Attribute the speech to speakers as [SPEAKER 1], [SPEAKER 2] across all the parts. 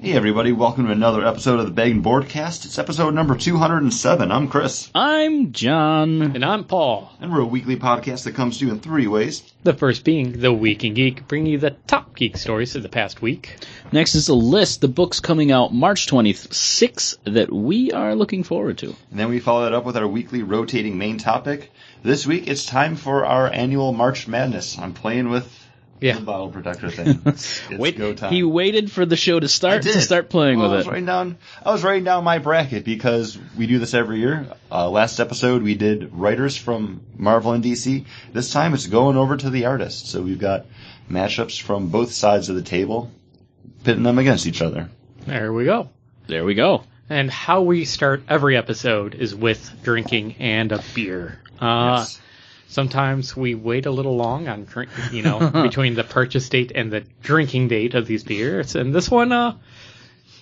[SPEAKER 1] Hey everybody, welcome to another episode of the Bag and Boardcast. It's episode number 207. I'm Chris,
[SPEAKER 2] I'm John.
[SPEAKER 3] And I'm Paul,
[SPEAKER 1] and we're a weekly podcast that comes to you in three ways.
[SPEAKER 3] the first being The Week in Geek, bringing you the top geek stories of the past week.
[SPEAKER 2] Next is a list, the books coming out March 26th that we are looking forward to.
[SPEAKER 1] And then we follow that up with our weekly rotating main topic. This week it's time for our annual March Madness. I'm playing with
[SPEAKER 3] Yeah.
[SPEAKER 1] the bottle protector thing. It's
[SPEAKER 2] Wait,
[SPEAKER 1] go time.
[SPEAKER 2] he waited for the show to
[SPEAKER 1] I
[SPEAKER 2] start
[SPEAKER 1] did.
[SPEAKER 2] to start playing
[SPEAKER 1] Well, I
[SPEAKER 2] with
[SPEAKER 1] was
[SPEAKER 2] it.
[SPEAKER 1] Writing down, I was writing down my bracket because we do this every year. Uh, last episode we did writers from Marvel and DC. This time it's going over to the artists. So we've got matchups from both sides of the table, pitting them against each other.
[SPEAKER 3] There we go.
[SPEAKER 2] There we go.
[SPEAKER 3] And how we start every episode is with drinking and a beer. Uh,
[SPEAKER 1] Yes.
[SPEAKER 3] Sometimes we wait a little long on drink, you know, between the purchase date and the drinking date of these beers. And this one uh,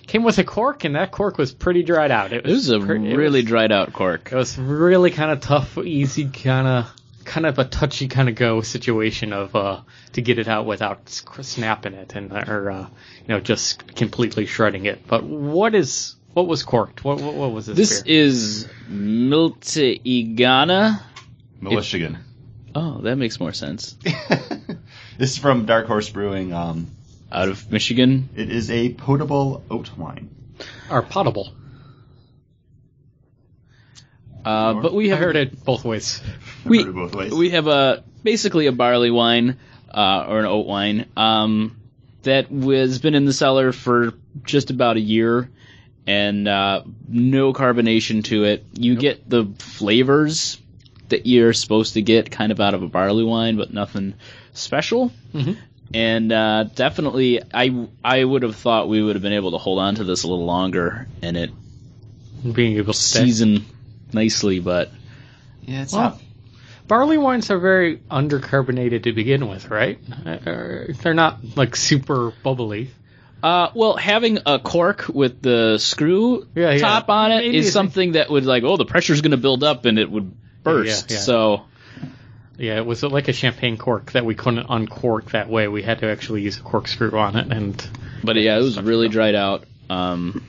[SPEAKER 3] came with a cork, and that cork was pretty dried out. It
[SPEAKER 2] This is a
[SPEAKER 3] pre- it
[SPEAKER 2] really
[SPEAKER 3] was- Oh,
[SPEAKER 2] dried out cork.
[SPEAKER 3] It was really kind of tough, easy, kind of, kind of a touchy kind of go situation of uh, to get it out without s- snapping it and or uh, you know just completely shredding it. But what is what was corked? What what, what was this?
[SPEAKER 2] This
[SPEAKER 3] beer?
[SPEAKER 2] is Milta Igana.
[SPEAKER 1] Michigan.
[SPEAKER 2] Oh, that makes more sense.
[SPEAKER 1] this is from Dark Horse Brewing. Um,
[SPEAKER 2] Out of Michigan.
[SPEAKER 1] it is a potable oat wine.
[SPEAKER 3] or potable.
[SPEAKER 2] Uh, but we
[SPEAKER 3] I
[SPEAKER 2] have
[SPEAKER 3] heard it both ways.
[SPEAKER 1] I've
[SPEAKER 2] We-
[SPEAKER 1] heard it both ways.
[SPEAKER 2] we have a basically a barley wine uh, or an oat wine um, that has been in the cellar for just about a year and uh, no carbonation to it. You get the flavors that you're supposed to get kind of out of a barley wine, but nothing special.
[SPEAKER 3] Mm-hmm.
[SPEAKER 2] And uh, definitely, I I would have thought we would have been able to hold on to this a little longer and it
[SPEAKER 3] Being able to stay.
[SPEAKER 2] season nicely, but
[SPEAKER 1] yeah, it's
[SPEAKER 3] Well,
[SPEAKER 1] not.
[SPEAKER 3] barley wines are very undercarbonated to begin with, right? Uh, They're not like super bubbly.
[SPEAKER 2] Uh, well, having a cork with the screw
[SPEAKER 3] Yeah, yeah.
[SPEAKER 2] top on it is
[SPEAKER 3] Maybe it's-
[SPEAKER 2] something that would like, oh, the pressure's going to build up and it would burst.
[SPEAKER 3] Yeah, yeah.
[SPEAKER 2] So
[SPEAKER 3] Yeah, it was like a champagne cork that we couldn't uncork that way. We had to actually use a corkscrew on it, and
[SPEAKER 2] but yeah, it was really dried out. Um,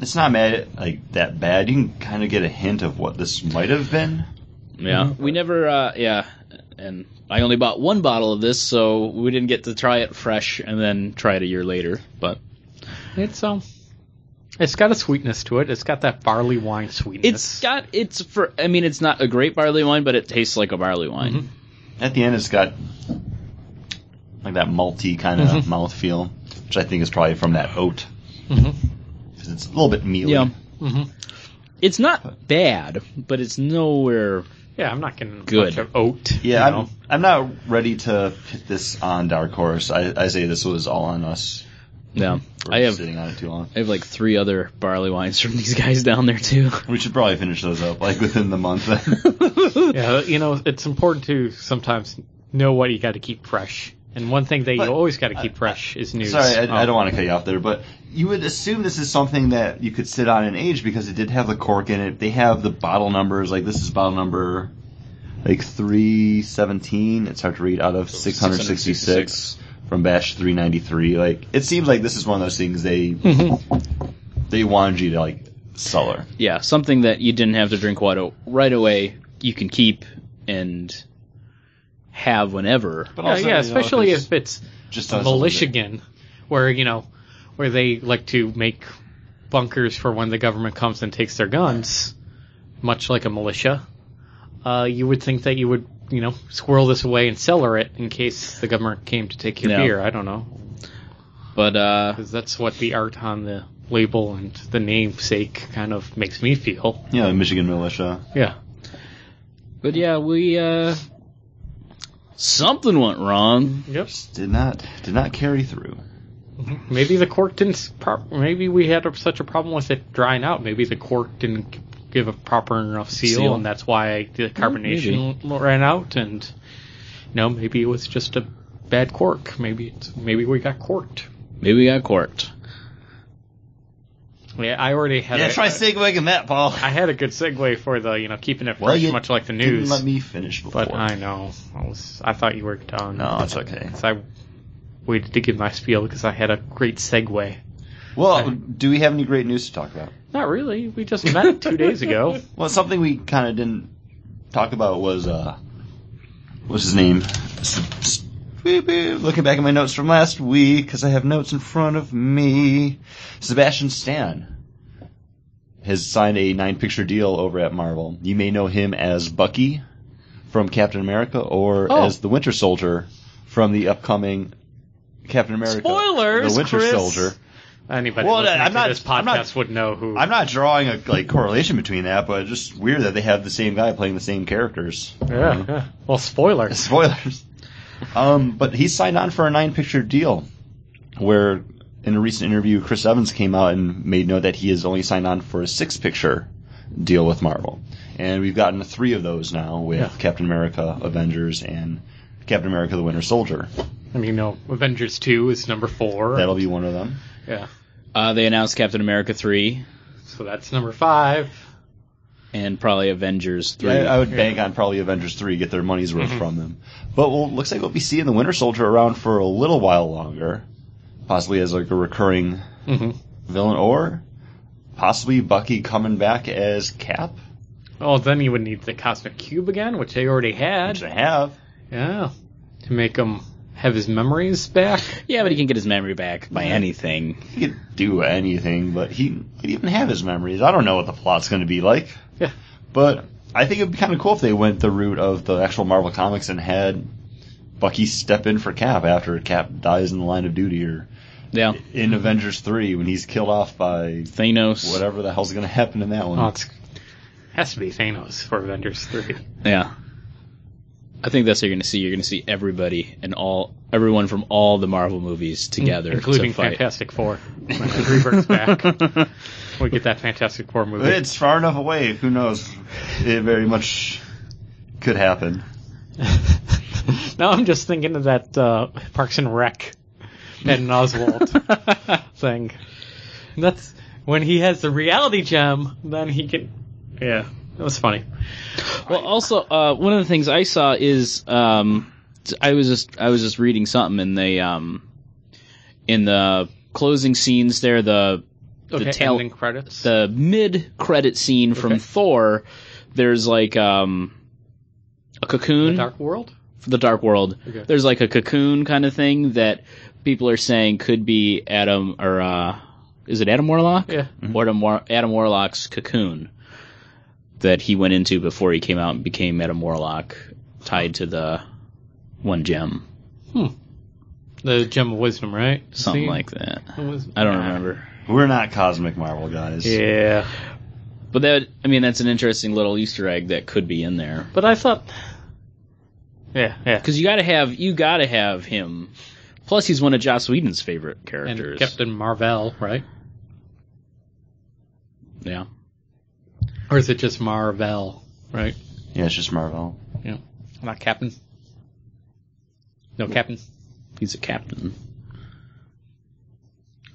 [SPEAKER 1] It's not mad like that bad. You can kind of get a hint of what this might have been.
[SPEAKER 2] yeah,
[SPEAKER 3] Mm-hmm.
[SPEAKER 2] we never. Uh, yeah, and I only bought one bottle of this, so we didn't get to try it fresh and then try it a year later. But
[SPEAKER 3] it's um, it's got a sweetness to it. It's got that barley wine sweetness.
[SPEAKER 2] it's got it's for. I mean, it's not a great barley wine, but it tastes like a barley wine.
[SPEAKER 3] Mm-hmm.
[SPEAKER 1] At the end, it's got like that malty kind of
[SPEAKER 2] Mm-hmm.
[SPEAKER 1] mouthfeel, which I think is probably from that oat.
[SPEAKER 3] Mhm.
[SPEAKER 1] 'Cause It's a little bit mealy.
[SPEAKER 2] Yeah.
[SPEAKER 3] Mhm.
[SPEAKER 2] It's not bad, but it's nowhere.
[SPEAKER 3] yeah, I'm not getting
[SPEAKER 2] Good.
[SPEAKER 3] much of oat.
[SPEAKER 1] Yeah,
[SPEAKER 3] you
[SPEAKER 1] I'm,
[SPEAKER 3] know.
[SPEAKER 1] I'm not ready to pit this on Dark Horse. I, I say this was all on us
[SPEAKER 2] Yeah,
[SPEAKER 1] for
[SPEAKER 2] I have
[SPEAKER 1] sitting on it too long.
[SPEAKER 2] I have like three other barley wines from these guys down there too.
[SPEAKER 1] We should probably finish those up like within the month.
[SPEAKER 3] yeah, you know, it's important to sometimes know what you got to keep fresh. And one thing that
[SPEAKER 1] But-
[SPEAKER 3] you always got to keep fresh is news.
[SPEAKER 1] Sorry, I, I
[SPEAKER 3] Um,
[SPEAKER 1] don't want to cut you off there, but you would assume this is something that you could sit on and age because it did have the cork in it. They have the bottle numbers. Like this is bottle number like three seventeen. It's hard to read out of six hundred sixty six from Bash three ninety three. Like it seems like this is one of those things they
[SPEAKER 3] Mm-hmm.
[SPEAKER 1] they wanted you to like cellar.
[SPEAKER 2] Yeah, something that you didn't have to drink water right away. You can keep and have whenever.
[SPEAKER 1] But
[SPEAKER 3] Yeah, yeah,
[SPEAKER 1] you know,
[SPEAKER 3] especially
[SPEAKER 1] it's
[SPEAKER 3] if it's
[SPEAKER 1] just on something that-
[SPEAKER 3] Michigan, where you know, where they like to make bunkers for when the government comes and takes their guns, much like a militia. Uh, you would think that you would, you know, squirrel this away and cellar it in case the government came to take your
[SPEAKER 2] Yeah.
[SPEAKER 3] beer. I don't know,
[SPEAKER 2] But uh,
[SPEAKER 3] because that's what the art on the label and the namesake kind of makes me feel.
[SPEAKER 1] Yeah, the Michigan militia.
[SPEAKER 3] Yeah.
[SPEAKER 2] but yeah, we uh, something went wrong.
[SPEAKER 3] Yep.
[SPEAKER 1] Did not did not carry through.
[SPEAKER 3] Maybe the cork didn't. s- Pro- maybe we had a, such a problem with it drying out. Maybe the cork didn't g- give a proper enough seal,
[SPEAKER 2] Seal.
[SPEAKER 3] and that's why the carbonation l- ran out. And you know, maybe it was just a bad cork. Maybe it's, maybe we got corked.
[SPEAKER 2] Maybe we got corked.
[SPEAKER 3] Yeah, I already had.
[SPEAKER 1] Yeah,
[SPEAKER 3] a,
[SPEAKER 1] try segueing that, Paul.
[SPEAKER 3] I had a good segue for the you know keeping it fresh,
[SPEAKER 1] Well, you
[SPEAKER 3] much like the
[SPEAKER 1] Didn't
[SPEAKER 3] news.
[SPEAKER 1] let me finish before.
[SPEAKER 3] but I know I was. I thought you were done.
[SPEAKER 1] no, it's okay.
[SPEAKER 3] So I waited to give my spiel because I had a great segue.
[SPEAKER 1] Well, do we have any great news to talk about?
[SPEAKER 3] Not really. We just met two days ago.
[SPEAKER 1] Well, something we kind of didn't talk about was uh, what's his name? S- s- beep, beep. Looking back at my notes from last week because I have notes in front of me. Sebastian Stan has signed a nine-picture deal over at Marvel. You may know him as Bucky from Captain America, or
[SPEAKER 3] Oh.
[SPEAKER 1] as the Winter Soldier from the upcoming Captain America:
[SPEAKER 3] Spoilers,
[SPEAKER 1] The Winter
[SPEAKER 3] Chris.
[SPEAKER 1] Soldier.
[SPEAKER 3] Anybody
[SPEAKER 1] Well,
[SPEAKER 3] listening
[SPEAKER 1] I'm
[SPEAKER 3] to
[SPEAKER 1] not-
[SPEAKER 3] this podcast
[SPEAKER 1] I'm not-
[SPEAKER 3] would know who.
[SPEAKER 1] I'm not drawing a like correlation between that, but it's just weird that they have the same guy playing the same characters.
[SPEAKER 3] yeah, yeah. Well, spoiler.
[SPEAKER 1] Spoilers. Um, but he signed on for a nine-picture deal, where in a recent interview, Chris Evans came out and made note that he has only signed on for a six-picture deal with Marvel, and we've gotten three of those now with
[SPEAKER 3] Yeah.
[SPEAKER 1] Captain America, Avengers, and Captain America: The Winter Soldier.
[SPEAKER 3] I mean, you know, Avengers Two is number 4
[SPEAKER 1] That'll be one of them.
[SPEAKER 3] yeah.
[SPEAKER 2] Uh, they announced Captain America three
[SPEAKER 3] So that's number five.
[SPEAKER 2] and probably Avengers three.
[SPEAKER 1] I, I would bank on probably Avengers three get their money's worth from them. But well, looks like we'll be seeing the Winter Soldier around for a little while longer, possibly as like a recurring
[SPEAKER 3] Mm-hmm.
[SPEAKER 1] villain, or possibly Bucky coming back as Cap,
[SPEAKER 3] Well, then you would need the Cosmic Cube again, which they already
[SPEAKER 1] which
[SPEAKER 3] had.
[SPEAKER 1] they have.
[SPEAKER 3] Yeah. To make him have his memories back.
[SPEAKER 1] Mm-hmm.
[SPEAKER 2] yeah, but he can get his memory back by anything.
[SPEAKER 1] He could do anything, but he could even have his memories. I don't know what the plot's going to be like,
[SPEAKER 3] Yeah.
[SPEAKER 1] but I think it'd be kind of cool if they went the route of the actual Marvel comics and had Bucky step in for Cap after Cap dies in the line of duty or.
[SPEAKER 2] Yeah,
[SPEAKER 1] in Avengers three when he's killed off by
[SPEAKER 2] Thanos.
[SPEAKER 1] whatever the hell's going to happen in that one.
[SPEAKER 3] Oh, it's, has to be Thanos for Avengers Three.
[SPEAKER 2] Yeah. I think that's what you're going to see. You're going to see everybody and all everyone from all the Marvel movies together,
[SPEAKER 3] Mm, including
[SPEAKER 2] to fight.
[SPEAKER 3] Fantastic Four. When Revert's back. We get that Fantastic Four movie.
[SPEAKER 1] it's far enough away. Who knows? It very much could happen.
[SPEAKER 3] now I'm just thinking of that uh, Parks and Rec and Oswald thing. That's when he has the reality gem. Then he can. Yeah, that was funny.
[SPEAKER 2] Well, also uh, one of the things I saw is um, I was just I was just reading something and they um, in the closing scenes there the
[SPEAKER 3] Okay,
[SPEAKER 2] the tail
[SPEAKER 3] ending credits.
[SPEAKER 2] the mid credit scene from
[SPEAKER 3] Okay.
[SPEAKER 2] Thor. There's like um, a cocoon.
[SPEAKER 3] The Dark World.
[SPEAKER 2] the Dark World.
[SPEAKER 3] Okay.
[SPEAKER 2] There's like a cocoon kind of thing that people are saying could be Adam or uh, is it Adam Warlock?
[SPEAKER 3] Yeah.
[SPEAKER 2] Or Adam, War- Adam Warlock's cocoon that he went into before he came out and became Adam Warlock, tied to the one gem,
[SPEAKER 3] The Gem of Wisdom, right?
[SPEAKER 2] something
[SPEAKER 3] See?
[SPEAKER 2] like that.
[SPEAKER 3] It was-
[SPEAKER 2] I don't
[SPEAKER 3] Ah.
[SPEAKER 2] remember.
[SPEAKER 1] We're not cosmic Marvel guys.
[SPEAKER 3] Yeah,
[SPEAKER 2] But that I mean that's an interesting little Easter egg that could be in there
[SPEAKER 3] but I thought. Yeah, yeah.
[SPEAKER 2] because you got to have you got to have him. Plus, he's one of Joss Whedon's favorite
[SPEAKER 3] And
[SPEAKER 2] characters.
[SPEAKER 3] Captain Marvel, right?
[SPEAKER 2] yeah.
[SPEAKER 3] Or is it just Marvel, right?
[SPEAKER 1] Yeah, it's just Marvel.
[SPEAKER 3] Yeah. Not Captain. No, Captain.
[SPEAKER 2] He's a captain.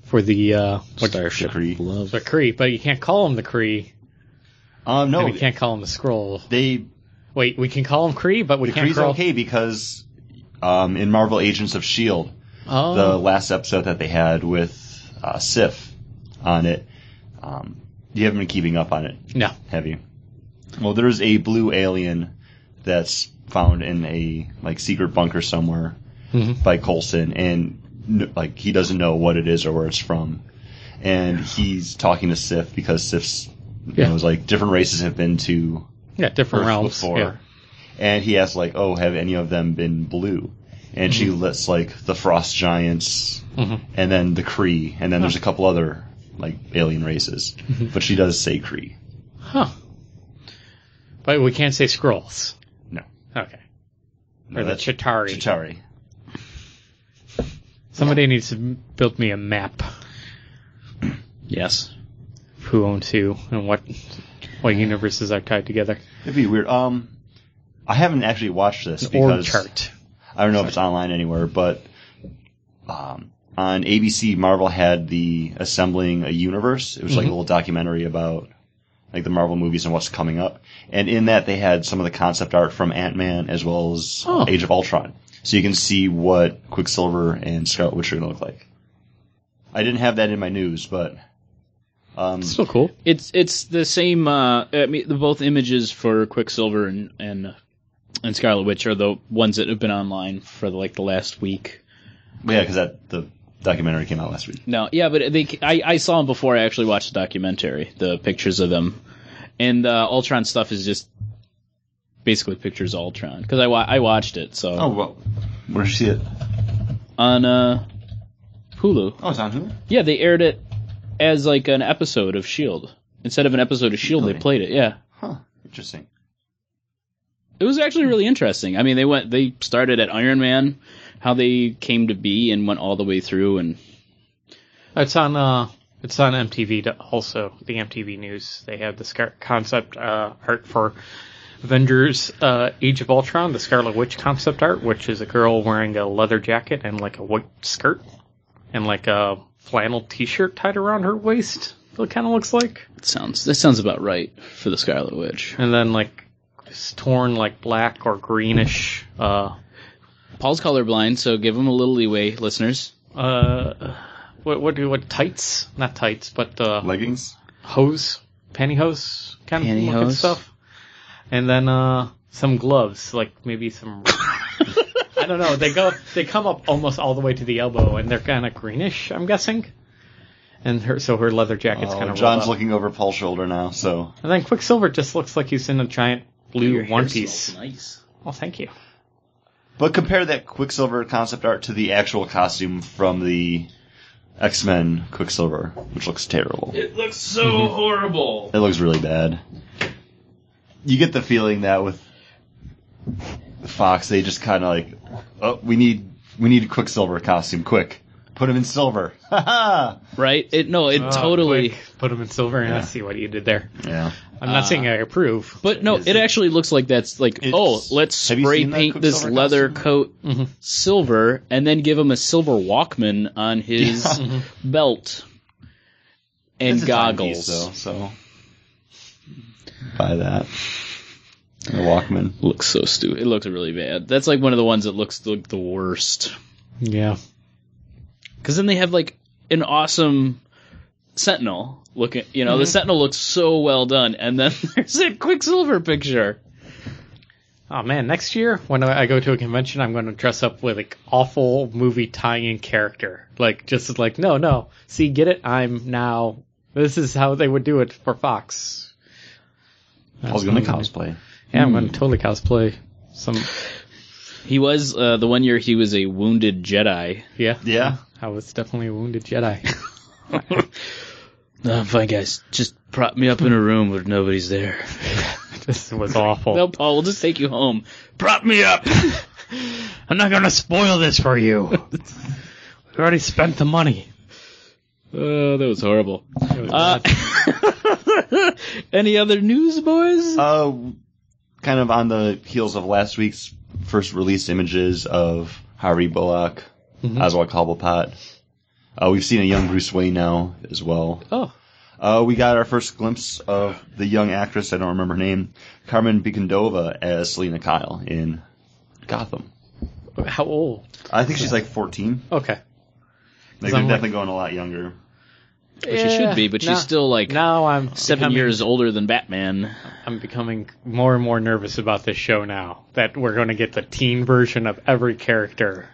[SPEAKER 3] For the, uh, what,
[SPEAKER 2] Starship
[SPEAKER 1] Kree.
[SPEAKER 2] Love.
[SPEAKER 3] the Kree, but you can't call him the Kree,
[SPEAKER 1] Um,
[SPEAKER 3] and
[SPEAKER 1] no,
[SPEAKER 3] we can't call him the Scroll.
[SPEAKER 1] they
[SPEAKER 3] Wait, we can call him Kree, but we
[SPEAKER 1] the
[SPEAKER 3] can't
[SPEAKER 1] Kree's
[SPEAKER 3] call
[SPEAKER 1] okay because um, in Marvel Agents of Shield,
[SPEAKER 3] Oh,
[SPEAKER 1] E the last episode that they had with uh, Sif on it, um, you haven't been keeping up on it.
[SPEAKER 3] no.
[SPEAKER 1] Have you? Well, there's a blue alien that's found in a like secret bunker somewhere
[SPEAKER 3] Mhm.
[SPEAKER 1] by Colson, and n- like he doesn't know what it is or where it's from, and he's talking to Sif because Sif's
[SPEAKER 3] Yeah.
[SPEAKER 1] you know, is like different races have been to
[SPEAKER 3] Yeah, different
[SPEAKER 1] Earth
[SPEAKER 3] realms.
[SPEAKER 1] before.
[SPEAKER 3] Yeah.
[SPEAKER 1] And he asks like, "Oh, have any of them been blue?" And she lists like the frost giants,
[SPEAKER 3] Mhm.
[SPEAKER 1] and then the Kree, and then there's a couple other like alien races, but she does say Kree.
[SPEAKER 3] Huh. But we can't say Scrolls.
[SPEAKER 1] No.
[SPEAKER 3] Okay.
[SPEAKER 1] No,
[SPEAKER 3] or the
[SPEAKER 1] that's-
[SPEAKER 3] Chitari.
[SPEAKER 1] Chitauri.
[SPEAKER 3] Somebody needs to build me a map
[SPEAKER 2] Yes.
[SPEAKER 3] of who owns who and what what universes are tied together.
[SPEAKER 1] It'd be weird. Um, I haven't actually watched this
[SPEAKER 3] Org
[SPEAKER 1] because
[SPEAKER 3] chart.
[SPEAKER 1] I don't know if it's online anywhere, but um, on ABC, Marvel had the assembling a universe. It was
[SPEAKER 3] Mm-hmm.
[SPEAKER 1] like a little documentary about like the Marvel movies and what's coming up, and in that they had some of the concept art from Ant Man as well as uh,
[SPEAKER 3] Oh.
[SPEAKER 1] Age of Ultron, so you can see what Quicksilver and Scarlet Witch are going to look like. I didn't have that in my news, but um,
[SPEAKER 3] Still cool.
[SPEAKER 2] It's it's the same. Uh, I mean, the both images for Quicksilver and and and Scarlet Witch are the ones that have been online for like the last week.
[SPEAKER 1] yeah, because that the documentary came out last week.
[SPEAKER 2] No, yeah, but they I, I saw them before I actually watched the documentary, the pictures of them, and the Ultron stuff is just basically pictures of Ultron because I wa- I watched it so
[SPEAKER 1] Oh well, where did you see it?
[SPEAKER 2] on uh, Hulu.
[SPEAKER 1] Oh, it's on Hulu.
[SPEAKER 2] Yeah, they aired it as like an episode of Shield E instead of an episode of Shield. E They
[SPEAKER 1] Really?
[SPEAKER 2] played it. Yeah.
[SPEAKER 1] Huh. Interesting.
[SPEAKER 2] it was actually really interesting. I mean, they went they started at Iron Man, how they came to be, and went all the way through. And
[SPEAKER 3] It's on uh, it's on MTV to- also. The MTV News they have the scar- concept uh, art for Avengers: uh, Age of Ultron, the Scarlet Witch concept art, which is a girl wearing a leather jacket and like a white skirt and like a flannel T-shirt tied around her waist. It kind of looks like,
[SPEAKER 2] it sounds that sounds about right for the Scarlet Witch.
[SPEAKER 3] and then like this torn like black or greenish. Uh,
[SPEAKER 2] Paul's colorblind, so give him a little leeway, listeners.
[SPEAKER 3] uh, what what do what tights? Not tights, but uh,
[SPEAKER 1] Leggings.
[SPEAKER 3] hose, pantyhose kind of looking
[SPEAKER 2] Pantyhose.
[SPEAKER 3] stuff. And then uh some gloves, like maybe some I don't know, they go they come up almost all the way to the elbow and they're kinda greenish, I'm guessing. And her so her leather jacket's
[SPEAKER 1] Oh,
[SPEAKER 3] kinda rolled
[SPEAKER 1] John's
[SPEAKER 3] up.
[SPEAKER 1] looking over Paul's shoulder now, so
[SPEAKER 3] And then Quicksilver just looks like he's in a giant blue one piece.
[SPEAKER 2] Nice.
[SPEAKER 3] Well thank you.
[SPEAKER 1] But compare that Quicksilver concept art to the actual costume from the X Men Quicksilver, which looks terrible.
[SPEAKER 2] It looks so
[SPEAKER 1] Mm-hmm.
[SPEAKER 2] horrible.
[SPEAKER 1] It looks really bad. You get the feeling that with Fox, they just kind of like, oh, we need we need a Quicksilver costume, quick. Put him in silver. Ha ha.
[SPEAKER 2] Right? It no, it
[SPEAKER 3] Oh,
[SPEAKER 2] totally.
[SPEAKER 3] quick, put him in silver and I see what you did there.
[SPEAKER 1] Yeah.
[SPEAKER 3] I'm not saying I approve.
[SPEAKER 2] But no,
[SPEAKER 1] Is
[SPEAKER 2] it
[SPEAKER 1] it-
[SPEAKER 2] actually looks like that's like
[SPEAKER 1] It's-
[SPEAKER 2] oh, let's
[SPEAKER 1] have you
[SPEAKER 2] spray
[SPEAKER 1] seen that
[SPEAKER 2] paint this
[SPEAKER 1] Quicksilver
[SPEAKER 2] leather
[SPEAKER 1] costume? Mm-hmm.
[SPEAKER 2] coat silver and then give him a silver Walkman on his
[SPEAKER 1] Yeah.
[SPEAKER 2] belt and
[SPEAKER 1] It's a timepiece,
[SPEAKER 2] goggles.
[SPEAKER 1] though, so buy that. And a Walkman.
[SPEAKER 2] looks so stupid. It looks really bad. That's like one of the ones that looks the, the worst.
[SPEAKER 3] Yeah.
[SPEAKER 2] Because then they have like an awesome Sentinel looking. You know, the Sentinel looks so well done, and then there's that Quicksilver picture.
[SPEAKER 3] Oh man, next year when I I go to a convention, I'm going to dress up with like awful movie tie-in character. Like just like no, no. See, get it? I'm now. This is how they would do it for Fox.
[SPEAKER 1] Paul's going to cosplay.
[SPEAKER 3] Yeah, I'm going to totally cosplay some.
[SPEAKER 2] He was uh, the one year he was a wounded Jedi.
[SPEAKER 3] Yeah,
[SPEAKER 1] Yeah.
[SPEAKER 3] I was definitely a wounded Jedi.
[SPEAKER 2] No, I'm Oh, fine, guys. Just prop me up in a room where nobody's there.
[SPEAKER 3] this was awful.
[SPEAKER 2] No, Paul, we'll just take you home. Prop me up.
[SPEAKER 3] I'm not going to spoil this for you. we already spent the money.
[SPEAKER 2] Oh, that was horrible. Uh, any other news, boys?
[SPEAKER 1] Uh, kind of on the heels of last week's first released images of Harvey Bullock,
[SPEAKER 2] Mm-hmm.
[SPEAKER 1] Oswald Cobblepot. Uh, we've seen a young Bruce Wayne now as well.
[SPEAKER 3] oh,
[SPEAKER 1] Uh, we got our first glimpse of the young actress, I don't remember her name, Carmen Bicandova as Selena Kyle in Gotham.
[SPEAKER 3] how old?
[SPEAKER 1] I think she's like 14.
[SPEAKER 3] Okay.
[SPEAKER 1] Like, they're
[SPEAKER 3] Something like-
[SPEAKER 1] definitely going a lot younger.
[SPEAKER 2] But she should be, but she's still like
[SPEAKER 3] now I'm
[SPEAKER 2] seven
[SPEAKER 3] becoming-
[SPEAKER 2] years older than Batman.
[SPEAKER 3] I'm becoming more and more nervous about this show now that we're going to get the teen version of every character.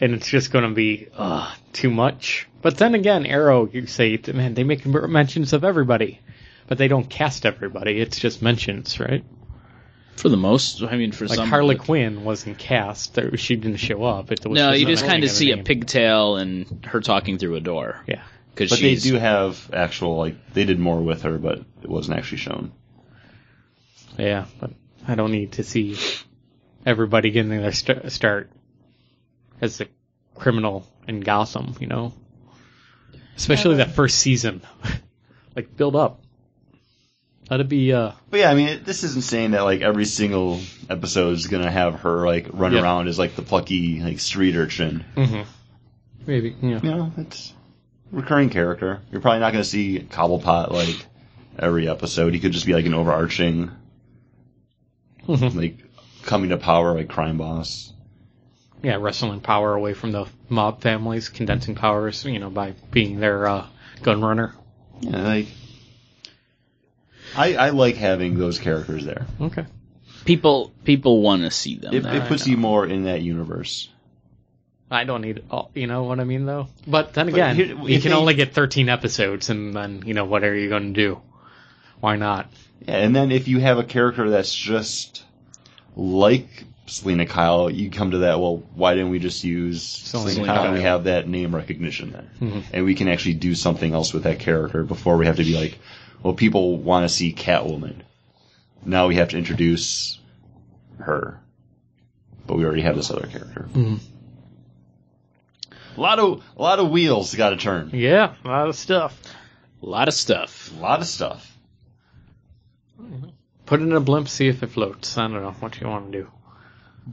[SPEAKER 3] And it's just going to be uh, too much. But then again, Arrow, you say, man, they make mer- mentions of everybody, but they don't cast everybody. It's just mentions, right?
[SPEAKER 2] For the most, I mean, for
[SPEAKER 3] Like
[SPEAKER 2] some.
[SPEAKER 3] Harley Quinn wasn't cast; there, she didn't show up. It was
[SPEAKER 2] No, you
[SPEAKER 3] another
[SPEAKER 2] just kind
[SPEAKER 3] thing
[SPEAKER 2] of
[SPEAKER 3] in
[SPEAKER 2] see
[SPEAKER 3] the
[SPEAKER 2] a
[SPEAKER 3] name.
[SPEAKER 2] pigtail and her talking through a door
[SPEAKER 3] Yeah,
[SPEAKER 2] because
[SPEAKER 1] But
[SPEAKER 2] she's
[SPEAKER 1] they do have actual, like, they did more with her, but it wasn't actually shown.
[SPEAKER 3] yeah, but I don't need to see everybody getting their st- start as a criminal in Gotham, you know. Especially that first season, like build up. Let it be. Uh,
[SPEAKER 1] But yeah, I mean, it, this isn't saying that like every single episode is gonna have her like run
[SPEAKER 3] Yeah.
[SPEAKER 1] around as like the plucky like street urchin.
[SPEAKER 3] maybe you know.
[SPEAKER 1] You know, it's recurring character. You're probably not gonna see Cobblepot like every episode. He could just be like an Mm-hmm. overarching, like coming to power like crime boss.
[SPEAKER 3] yeah, wrestling power away from the mob families, condensing powers, you know, by being their uh, gun runner.
[SPEAKER 1] Yeah, like I, I like having those characters there.
[SPEAKER 3] Okay.
[SPEAKER 2] People people want to see them.
[SPEAKER 1] It,
[SPEAKER 2] there.
[SPEAKER 1] it puts you more in that universe.
[SPEAKER 3] I don't need all, you know what I mean though? But then again,
[SPEAKER 1] here-
[SPEAKER 3] you
[SPEAKER 1] if
[SPEAKER 3] can
[SPEAKER 1] they-
[SPEAKER 3] only get 13 episodes and then, you know, what are you going to do? Why not?
[SPEAKER 1] Yeah, and then if you have a character that's just like Selena Kyle, you come to that. Well, why didn't we just use Selena,
[SPEAKER 3] Selena
[SPEAKER 1] Kyle?
[SPEAKER 3] Kyle. Mm-hmm.
[SPEAKER 1] We have that name recognition then, and we can actually do something else with that character before we have to be like, well, people want to see Catwoman. Now we have to introduce her, but we already have this other character.
[SPEAKER 3] Mm-hmm.
[SPEAKER 1] A lot of a lot of wheels got to turn.
[SPEAKER 3] Yeah, a lot of stuff.
[SPEAKER 2] a lot of stuff.
[SPEAKER 1] A lot of stuff.
[SPEAKER 3] Put it in a blimp, see if it floats. I don't know what you want to do.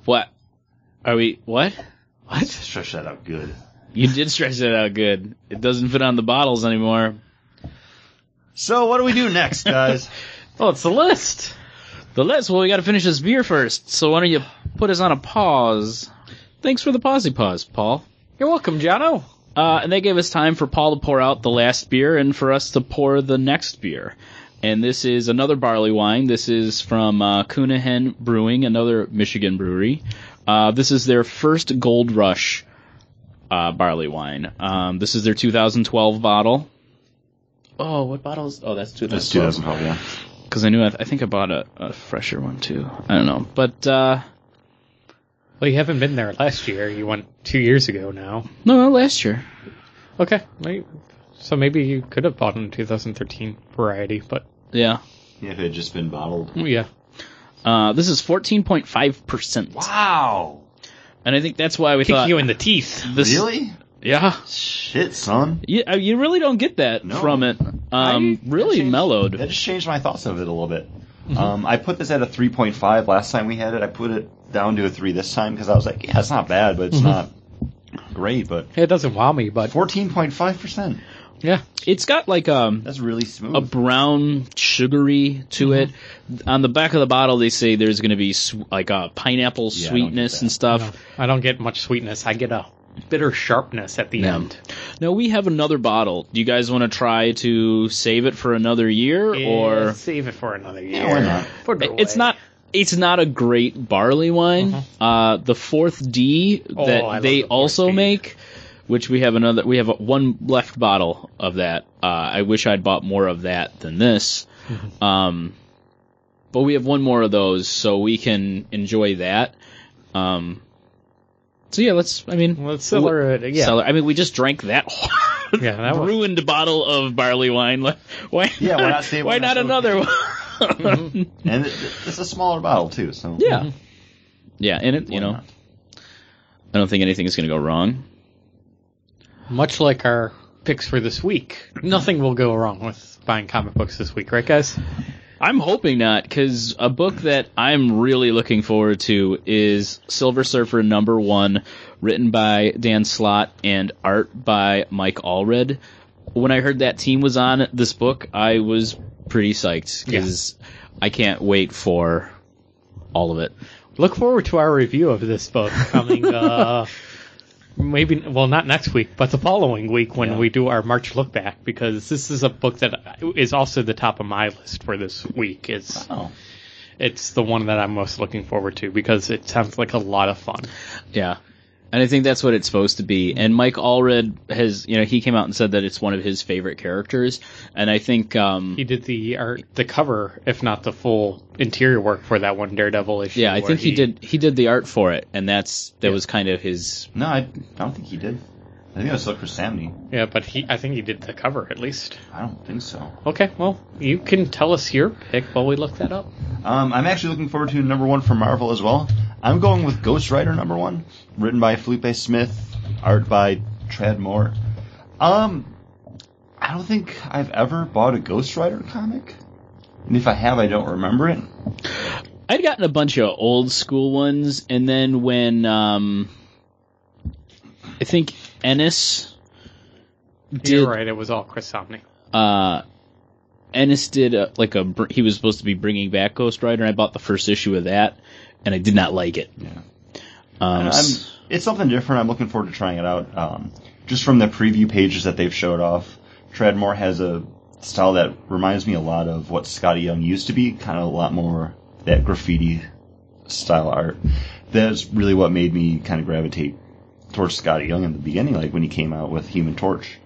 [SPEAKER 2] What are we? What
[SPEAKER 3] What?
[SPEAKER 1] Stretch that out good.
[SPEAKER 2] you did stretch that out good. It doesn't fit on the bottles anymore.
[SPEAKER 1] So what do we do next, guys?
[SPEAKER 3] Oh, it's the list.
[SPEAKER 2] The list. Well, we got to finish this beer first. So why don't you put us on a pause? Thanks for the pausey pause, Paul.
[SPEAKER 3] You're welcome, Jono.
[SPEAKER 2] Uh, and they gave us time for Paul to pour out the last beer and for us to pour the next beer. And this is another barley wine. This is from uh, Cunahan Brewing, another Michigan brewery. Uh, this is their first Gold Rush uh, barley wine. Um, this is their 2012 bottle. Oh, what bottle is? Oh, that's 2012
[SPEAKER 1] That's 2012, yeah.
[SPEAKER 2] because I knew I, I think I bought a, a fresher one too. I don't know, but uh,
[SPEAKER 3] Well, you haven't been there last year. You went two years ago now.
[SPEAKER 2] no, no, last year.
[SPEAKER 3] Okay. wait. So maybe you could have bought in 2013 variety, but mm,
[SPEAKER 2] Yeah,
[SPEAKER 1] Yeah, if it had just been bottled.
[SPEAKER 3] yeah.
[SPEAKER 2] uh, this is fourteen point five percent,
[SPEAKER 1] Wow.
[SPEAKER 2] and I think that's why we
[SPEAKER 3] Kick
[SPEAKER 2] thought
[SPEAKER 3] you in the teeth.
[SPEAKER 2] this.
[SPEAKER 1] Really?
[SPEAKER 2] Yeah,
[SPEAKER 1] Shit, son.
[SPEAKER 2] you, uh, you really don't get that
[SPEAKER 1] No.
[SPEAKER 2] from it. Um,
[SPEAKER 1] I-
[SPEAKER 2] really
[SPEAKER 1] that
[SPEAKER 2] mellowed.
[SPEAKER 1] That just changed my thoughts of it a little bit.
[SPEAKER 2] Mm-hmm.
[SPEAKER 1] Um, I put this at a 3.5 last time we had it. I put it down to a 3 this time because I was like, yeah, it's not bad, but it's
[SPEAKER 2] Mm-hmm.
[SPEAKER 1] not great. But
[SPEAKER 3] It doesn't wow me, but
[SPEAKER 1] 14.5%.
[SPEAKER 3] yeah.
[SPEAKER 2] It's got like um,
[SPEAKER 1] That's really smooth.
[SPEAKER 2] a brown sugary to
[SPEAKER 1] Mm-hmm.
[SPEAKER 2] it. On the back of the bottle, they say there's going to be sw- like a pineapple
[SPEAKER 1] Yeah, I don't get
[SPEAKER 2] sweetness
[SPEAKER 1] that.
[SPEAKER 2] and stuff.
[SPEAKER 3] I don't get much sweetness. I get a bitter sharpness at the
[SPEAKER 2] Yeah.
[SPEAKER 3] end.
[SPEAKER 2] No, we have another bottle. Do you guys want to try to save it for another year, or
[SPEAKER 3] save it for another year.
[SPEAKER 1] why not?
[SPEAKER 3] Put it
[SPEAKER 2] it's
[SPEAKER 3] away.
[SPEAKER 2] not? It's not a great barley wine. Uh, the fourth D
[SPEAKER 3] Mm-hmm. Oh,
[SPEAKER 2] that
[SPEAKER 3] I love
[SPEAKER 2] they
[SPEAKER 3] the fourth
[SPEAKER 2] also
[SPEAKER 3] D.
[SPEAKER 2] make, which we have another. We have one left bottle of that. Uh, I wish I'd bought more of that than this.
[SPEAKER 3] Mm-hmm.
[SPEAKER 2] Um, but we have one more of those, so we can enjoy that. Um, so yeah, let's. I mean,
[SPEAKER 3] Let's cellar it. Yeah.
[SPEAKER 2] cellar- I mean, we just drank that whole
[SPEAKER 3] Yeah, that was-
[SPEAKER 2] ruined bottle of barley wine. Like, Why?
[SPEAKER 1] Yeah, why not save
[SPEAKER 2] Why
[SPEAKER 1] one
[SPEAKER 2] not
[SPEAKER 1] that's
[SPEAKER 2] another one?
[SPEAKER 1] and it, it's a smaller bottle, too. So
[SPEAKER 2] Yeah, yeah, and it, you know,
[SPEAKER 1] Mm-hmm. not?
[SPEAKER 2] I don't think anything is going to go wrong.
[SPEAKER 3] Much like our picks for this week, nothing will go wrong with buying comic books this week, right, guys?
[SPEAKER 2] I'm hoping not, because a book that I'm really looking forward to is Silver Surfer number one, written by Dan Slott and art by Mike Allred. When I heard that team was on this book, I was pretty psyched because I can't wait for all of it.
[SPEAKER 3] Look forward to our review of this book coming. uh, Maybe well, not next week, but the following week when we do our March look back, because this is a book that is also the top of my list for this week. It's
[SPEAKER 1] Oh.
[SPEAKER 3] it's the one that I'm most looking forward to because it sounds like a lot of fun.
[SPEAKER 2] Yeah. And I think that's what it's supposed to be. And Mike Allred has, you know, he came out and said that it's one of his favorite characters. And I think, um,
[SPEAKER 3] He did the art, the cover, if not the full interior work for that one Daredevil issue.
[SPEAKER 2] yeah, I
[SPEAKER 3] where
[SPEAKER 2] think he, did, he did the art for it. And that's, that was kind of his,
[SPEAKER 1] No, I, I don't think he did. I think that was still Chris Samney.
[SPEAKER 3] Yeah, but he, I think he did the cover at least.
[SPEAKER 1] I don't think so.
[SPEAKER 3] Okay, well, you can tell us your pick while we look that up.
[SPEAKER 1] Um, I'm actually looking forward to number one from Marvel as well. I'm going with Ghost Rider number one, written by Felipe Smith, art by Trad Moore. Um, I don't think I've ever bought a Ghost Rider comic, and if I have, I don't remember it.
[SPEAKER 2] I'd gotten a bunch of old school ones. And then when, um, I think Ennis did,
[SPEAKER 3] You're right, it was all Chris Somney.
[SPEAKER 2] uh, Ennis did a, like a, br- he was supposed to be bringing back Ghost Rider. And I bought the first issue of that and I did not like it.
[SPEAKER 1] Yeah.
[SPEAKER 2] Um,
[SPEAKER 1] I'm,
[SPEAKER 2] s-
[SPEAKER 1] it's something different. I'm looking forward to trying it out. Um, just from the preview pages that they've showed off, Tradmore has a style that reminds me a lot of what Scotty Young used to be, kind of a lot more that graffiti style art. That's really what made me kind of gravitate towards Scotty Young in the beginning, like when he came out with Human Torch.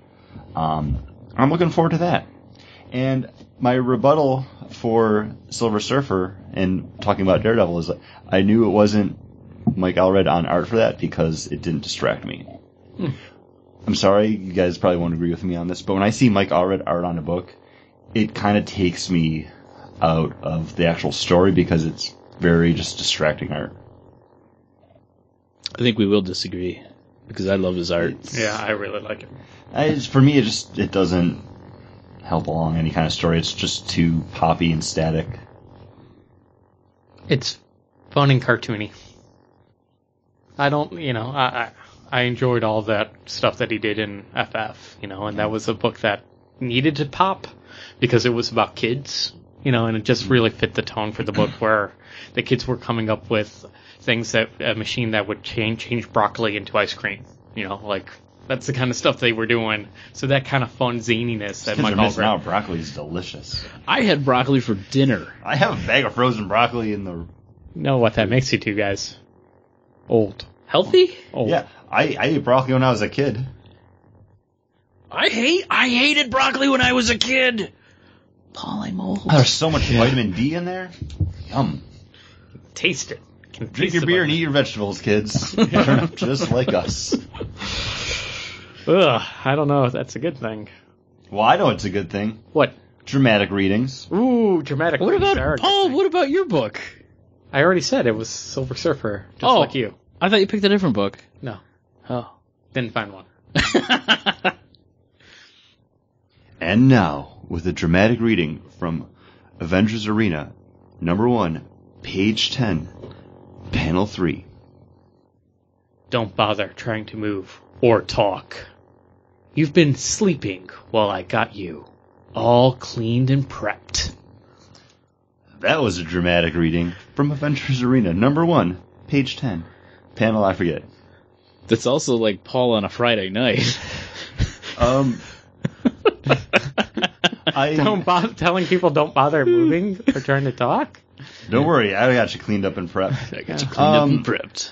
[SPEAKER 1] Um, I'm looking forward to that. And my rebuttal for Silver Surfer and talking about Daredevil is I knew it wasn't Mike Allred on art for that because it didn't distract me. Hmm. I'm sorry, you guys probably won't agree with me on this, but when I see Mike Allred art on a book, it kind of takes me out of the actual story because it's very just distracting art.
[SPEAKER 2] I think we will disagree because I love his art.
[SPEAKER 3] Yeah, I really like it.
[SPEAKER 1] I, it's- for me, it just it doesn't help along any kind of story. It's just too poppy and static.
[SPEAKER 3] It's fun and cartoony. I don't, you know, I I, I enjoyed all that stuff that he did in FF, you know, and that was a book that needed to pop because it was about kids, you know, and it just really fit the tone for the book where the kids were coming up with things that a machine that would change change broccoli into ice cream, you know, like that's the kind of stuff they were doing. So that kind of fun zininess that
[SPEAKER 1] Kids are
[SPEAKER 3] Mike
[SPEAKER 1] missing
[SPEAKER 3] Allred.
[SPEAKER 1] out. Broccoli is delicious.
[SPEAKER 2] I had broccoli for dinner.
[SPEAKER 1] I have a bag of frozen broccoli in the.
[SPEAKER 3] Know what that makes you two guys? Old.
[SPEAKER 2] Healthy?
[SPEAKER 3] Old.
[SPEAKER 1] Yeah, I, I ate broccoli when I was a kid.
[SPEAKER 2] I hate I hated broccoli when I was a kid. Paul, I'm old.
[SPEAKER 1] There's so much vitamin D in there. Yum.
[SPEAKER 3] Taste it. Can
[SPEAKER 1] Drink
[SPEAKER 3] taste
[SPEAKER 1] your
[SPEAKER 3] the
[SPEAKER 1] beer and
[SPEAKER 3] button.
[SPEAKER 1] eat your vegetables, kids. Turn up just like us.
[SPEAKER 3] Ugh, I don't know if that's a good thing.
[SPEAKER 1] Well, I know it's a good thing.
[SPEAKER 3] What?
[SPEAKER 1] Dramatic readings.
[SPEAKER 3] Ooh, dramatic.
[SPEAKER 2] What
[SPEAKER 3] readings are a
[SPEAKER 2] about
[SPEAKER 3] good
[SPEAKER 2] Paul?
[SPEAKER 3] thing.
[SPEAKER 2] What about your book?
[SPEAKER 3] I already said it was Silver Surfer, just
[SPEAKER 2] Oh.
[SPEAKER 3] like you.
[SPEAKER 2] I thought you picked a different book.
[SPEAKER 3] No,
[SPEAKER 2] Oh.
[SPEAKER 3] didn't find one.
[SPEAKER 1] And now, with a dramatic reading from Avengers Arena, number one, page 10, panel three.
[SPEAKER 3] Don't bother trying to move or talk. You've been sleeping while I got you, all cleaned and prepped.
[SPEAKER 1] That was a dramatic reading from Avengers Arena, number one, page 10, panel I forget.
[SPEAKER 2] That's also like Paul on a Friday night.
[SPEAKER 1] Um, I,
[SPEAKER 3] Don't bother telling people don't bother moving or trying to talk.
[SPEAKER 1] don't worry, I got you cleaned up and prepped.
[SPEAKER 2] I got you cleaned
[SPEAKER 1] Um,
[SPEAKER 2] prepped.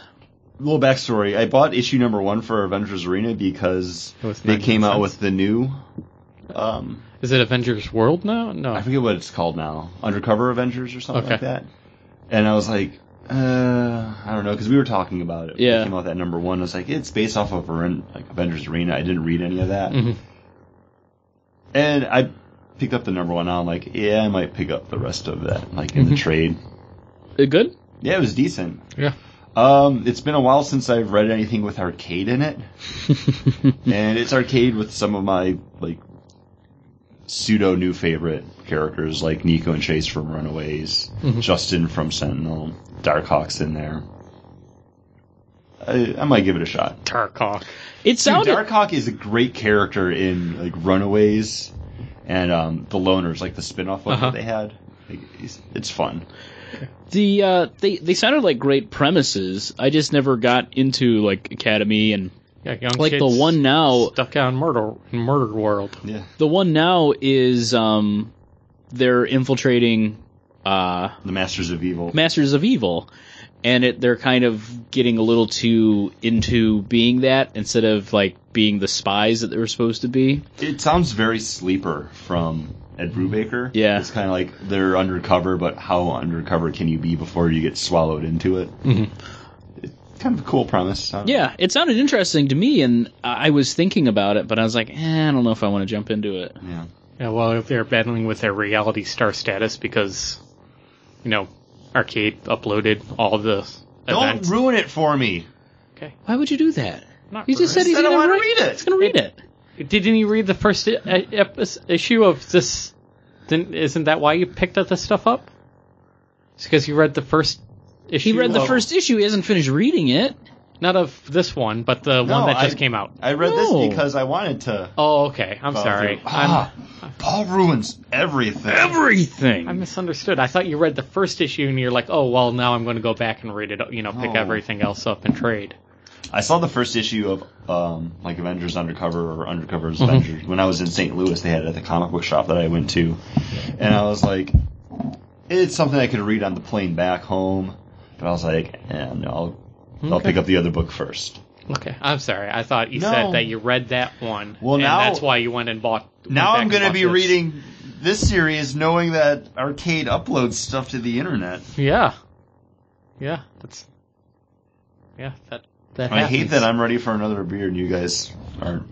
[SPEAKER 1] little backstory. I bought issue number one for Avengers Arena because
[SPEAKER 3] It was
[SPEAKER 1] they
[SPEAKER 3] 99
[SPEAKER 1] came out
[SPEAKER 3] cents.
[SPEAKER 1] with the new. Um,
[SPEAKER 3] Is it Avengers World now?
[SPEAKER 1] I
[SPEAKER 3] No.
[SPEAKER 1] forget what it's called now, Undercover Avengers or something
[SPEAKER 3] Okay.
[SPEAKER 1] like that. And I was like, uh, I don't know, because we were talking about it. when
[SPEAKER 2] Yeah.
[SPEAKER 1] it came out with that number one. I was like, it's based off of Aren- like Avengers Arena. I didn't read any of that,
[SPEAKER 3] Mhm.
[SPEAKER 1] and I picked up the number one. Now I'm like, yeah, I might pick up the rest of that, like
[SPEAKER 3] Mm-hmm.
[SPEAKER 1] in the trade.
[SPEAKER 2] Uh, Good?
[SPEAKER 1] Yeah, it was decent.
[SPEAKER 3] Yeah.
[SPEAKER 1] Um, it's been a while since I've read anything with arcade in it. and it's arcade with some of my like pseudo new favorite characters like Nico and Chase from Runaways, Justin from Sentinel, Darkhawk's in there. I, I might give it a shot.
[SPEAKER 3] Tarkov.
[SPEAKER 2] It
[SPEAKER 1] Dude,
[SPEAKER 2] sounded
[SPEAKER 1] Darkhawk is a great character in like Runaways and um, the Loners, like the spin-off one
[SPEAKER 3] Uh-huh.
[SPEAKER 1] that they had. Like, it's, it's fun.
[SPEAKER 2] the uh, they they sounded like great premises. I just never got into like Academy and
[SPEAKER 3] Yeah, young
[SPEAKER 2] like the
[SPEAKER 3] kids
[SPEAKER 2] one now.
[SPEAKER 3] stuck on murder in murder world.
[SPEAKER 1] Yeah.
[SPEAKER 2] The one now is um, they're infiltrating uh,
[SPEAKER 1] The Masters of Evil.
[SPEAKER 2] Masters of Evil, and it, they're kind of getting a little too into being that instead of like being the spies that they were supposed to be.
[SPEAKER 1] It sounds very sleeper from Ed Brubaker.
[SPEAKER 2] Yeah.
[SPEAKER 1] It's kind of like they're undercover, but how undercover can you be before you get swallowed into it? Mm-hmm. It's kind of a cool premise. I don't-
[SPEAKER 2] Yeah, it sounded interesting to me, and I I was thinking about it, but I was like, eh, I don't know if I want to jump into it.
[SPEAKER 1] Yeah.
[SPEAKER 3] Yeah, well, they're battling with their reality star status because, you know, Arcade uploaded all the
[SPEAKER 1] Don't
[SPEAKER 3] events.
[SPEAKER 1] ruin it for me.
[SPEAKER 3] okay.
[SPEAKER 2] Why would you do that?
[SPEAKER 3] Not
[SPEAKER 2] You just
[SPEAKER 3] rude.
[SPEAKER 2] said he's
[SPEAKER 1] Said I
[SPEAKER 2] gonna
[SPEAKER 1] wanna
[SPEAKER 2] write-
[SPEAKER 1] read it.
[SPEAKER 2] He's gonna read it.
[SPEAKER 3] Didn't you read the first i- i- ep- issue of this? Didn't, isn't that why you picked up this stuff up? It's because you read the first issue.
[SPEAKER 2] He read the
[SPEAKER 1] Oh.
[SPEAKER 3] of-
[SPEAKER 2] first issue. He hasn't finished reading it.
[SPEAKER 3] not of this one, but the
[SPEAKER 1] No,
[SPEAKER 3] one that just
[SPEAKER 1] I-
[SPEAKER 3] came out.
[SPEAKER 1] I read
[SPEAKER 2] No.
[SPEAKER 1] this because I wanted to.
[SPEAKER 3] Oh, okay. I'm
[SPEAKER 1] follow
[SPEAKER 3] sorry.
[SPEAKER 1] through.
[SPEAKER 3] I'm,
[SPEAKER 1] Ah, Paul ruins everything.
[SPEAKER 2] Everything.
[SPEAKER 3] I misunderstood. I thought you read the first issue and you're like, oh, well, now I'm going to go back and read it, you know, pick
[SPEAKER 1] No.
[SPEAKER 3] everything else up and trade.
[SPEAKER 1] I saw the first issue of um, like Avengers Undercover or Undercover's Avengers when I was in St. Louis. They had it at the comic book shop that I went to, and I was like, it's something I could read on the plane back home. But I was like, eh, no, I'll, I'll
[SPEAKER 3] Okay.
[SPEAKER 1] pick up the other book first.
[SPEAKER 3] Okay, I'm sorry. I thought you
[SPEAKER 1] No.
[SPEAKER 3] said that you read that one.
[SPEAKER 1] Well,
[SPEAKER 3] and
[SPEAKER 1] now-
[SPEAKER 3] that's why you went and bought. went
[SPEAKER 1] Now
[SPEAKER 3] back
[SPEAKER 1] I'm
[SPEAKER 3] and
[SPEAKER 1] going to
[SPEAKER 3] bought
[SPEAKER 1] be
[SPEAKER 3] this.
[SPEAKER 1] reading this series knowing that Arcade uploads stuff to the internet.
[SPEAKER 3] Yeah, yeah. That's yeah. That that.
[SPEAKER 1] I hate
[SPEAKER 3] happens.
[SPEAKER 1] that I'm ready for another beer and you guys aren't.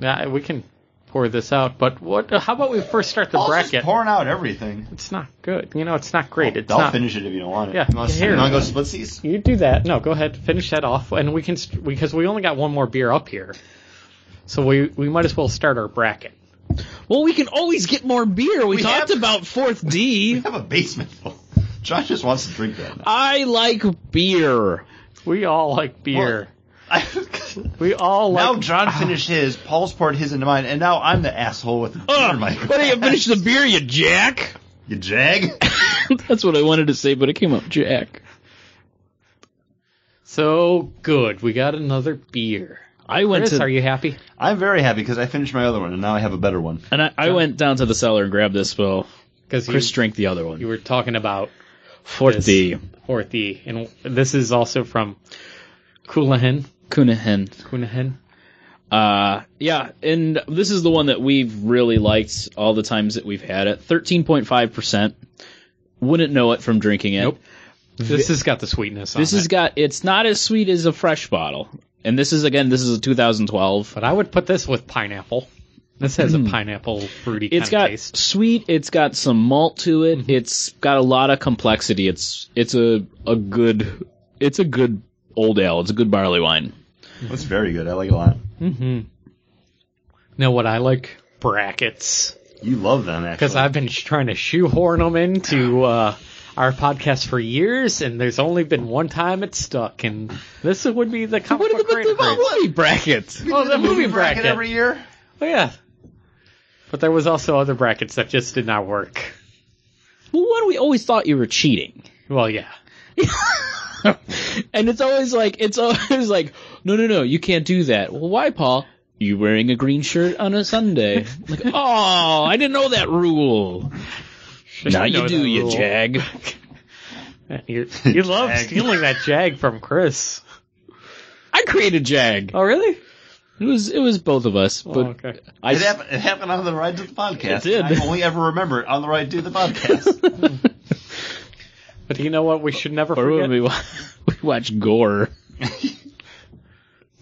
[SPEAKER 3] Yeah, we can pour this out, but what? How about we first start the
[SPEAKER 1] Paul's just
[SPEAKER 3] bracket?
[SPEAKER 1] pouring out everything.
[SPEAKER 3] It's not good. You know, it's
[SPEAKER 1] Oh,
[SPEAKER 3] not great. it's
[SPEAKER 1] I'll
[SPEAKER 3] not.
[SPEAKER 1] finish it if you don't want it.
[SPEAKER 3] Yeah,
[SPEAKER 1] Unless
[SPEAKER 3] here.
[SPEAKER 1] you want to go splitsies.
[SPEAKER 3] You do that. No, go ahead. Finish that off, and we can st- because we only got one more beer up here, so we we might as well start our bracket.
[SPEAKER 2] Well, we can always get more beer. We,
[SPEAKER 1] We
[SPEAKER 2] talked
[SPEAKER 1] have-
[SPEAKER 2] about fourth D.
[SPEAKER 1] I have a basement full. Josh just wants to drink that. Now.
[SPEAKER 2] I like beer.
[SPEAKER 3] We all like beer. we all like. ah.
[SPEAKER 1] now John finished his, Paul's poured his into mine, and now I'm the asshole with the beer in my
[SPEAKER 2] Why don't you
[SPEAKER 1] glass.
[SPEAKER 2] finish the beer, you jack?
[SPEAKER 1] You jag.
[SPEAKER 2] That's what I wanted to say, but it came up jack.
[SPEAKER 3] So good. We got another beer.
[SPEAKER 2] I went
[SPEAKER 3] Chris,
[SPEAKER 2] to
[SPEAKER 3] are you happy?
[SPEAKER 1] I'm very happy because I finished my other one, and now I have a better one.
[SPEAKER 2] and I, I went down to the cellar and grabbed this. Well,
[SPEAKER 3] Because you,
[SPEAKER 2] Chris drank the other
[SPEAKER 3] you
[SPEAKER 2] one.
[SPEAKER 3] were talking about
[SPEAKER 2] Fourth D,
[SPEAKER 3] Orthy, and this is also from Coulihan.
[SPEAKER 2] Cunahan.
[SPEAKER 3] Coulihan.
[SPEAKER 2] Uh, yeah, and this is the one that we've really liked all the times that we've had it. Thirteen point five percent. Wouldn't know it from drinking it.
[SPEAKER 3] Nope. This has got the sweetness.
[SPEAKER 2] This
[SPEAKER 3] on
[SPEAKER 2] has
[SPEAKER 3] it.
[SPEAKER 2] got. It's not as sweet as a fresh bottle. And this is again. This is a 2012.
[SPEAKER 3] But I would put this with pineapple. This has a pineapple fruity
[SPEAKER 2] Hmm. It's
[SPEAKER 3] kind
[SPEAKER 2] got
[SPEAKER 3] of taste. Mm-hmm.
[SPEAKER 2] sweet. It's got some malt to it. It's got a lot of complexity. It's it's a a good. It's a good old ale. It's a good barley wine.
[SPEAKER 1] That's very good. I like it a lot.
[SPEAKER 3] Know what I like? Brackets.
[SPEAKER 1] You love them, actually.
[SPEAKER 3] Because I've been sh- trying to shoehorn them into uh, our podcast for years, and there's only been one time it stuck, and this would be the comic book creator grade.
[SPEAKER 2] bracket?
[SPEAKER 3] Oh, the movie bracket.
[SPEAKER 1] every year.
[SPEAKER 3] Oh, yeah. But there was also other brackets that just did not work.
[SPEAKER 2] Well, one we always thought you were cheating.
[SPEAKER 3] Well, yeah.
[SPEAKER 2] and it's always like it's always like no no no you can't do that well why paul you wearing a green shirt on a sunday I'm like oh i didn't know that rule now
[SPEAKER 3] I
[SPEAKER 2] you
[SPEAKER 3] know
[SPEAKER 2] do
[SPEAKER 3] that
[SPEAKER 2] you
[SPEAKER 3] rule.
[SPEAKER 2] jag
[SPEAKER 3] You, you love
[SPEAKER 1] Jag.
[SPEAKER 3] stealing that jag from Chris.
[SPEAKER 2] i created jag
[SPEAKER 3] Oh, really?
[SPEAKER 2] it was it was both of us but
[SPEAKER 3] oh, okay.
[SPEAKER 2] i
[SPEAKER 1] It happened, it happened on the ride to the podcast.
[SPEAKER 2] It did.
[SPEAKER 1] I only ever remember it on the ride to the podcast.
[SPEAKER 3] But you know what? We should never
[SPEAKER 2] or when
[SPEAKER 3] forget.
[SPEAKER 2] we, wa- we watch gore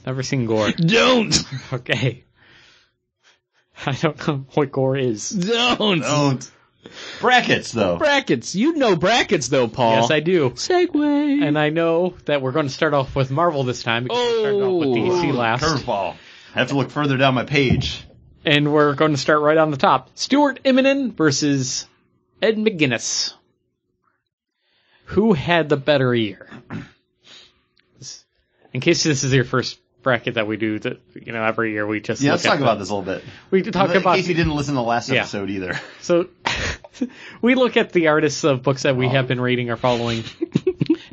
[SPEAKER 3] Never seen gore.
[SPEAKER 2] don't
[SPEAKER 3] Okay. I don't know what gore is.
[SPEAKER 2] don't
[SPEAKER 1] Don't. Brackets, though.
[SPEAKER 2] brackets you know brackets though paul
[SPEAKER 3] Yes, I do.
[SPEAKER 2] segway
[SPEAKER 3] And I know that we're going to start off with Marvel this time because we started off with
[SPEAKER 2] Oh.
[SPEAKER 3] DC
[SPEAKER 1] Ooh,
[SPEAKER 3] last.
[SPEAKER 1] Curveball. I have to look further down my page.
[SPEAKER 3] And we're going to start right on the top. Stuart Eminem versus Ed McGuinness. Who had the better year? In case this is your first bracket that we do, that you know every year we just
[SPEAKER 1] Yeah,
[SPEAKER 3] look
[SPEAKER 1] let's
[SPEAKER 3] at
[SPEAKER 1] talk
[SPEAKER 3] the-
[SPEAKER 1] about this a little bit.
[SPEAKER 3] we talk
[SPEAKER 1] In
[SPEAKER 3] about
[SPEAKER 1] case you didn't listen to the last
[SPEAKER 3] Yeah.
[SPEAKER 1] episode either.
[SPEAKER 3] So we look at the artists of books that we have been reading or following,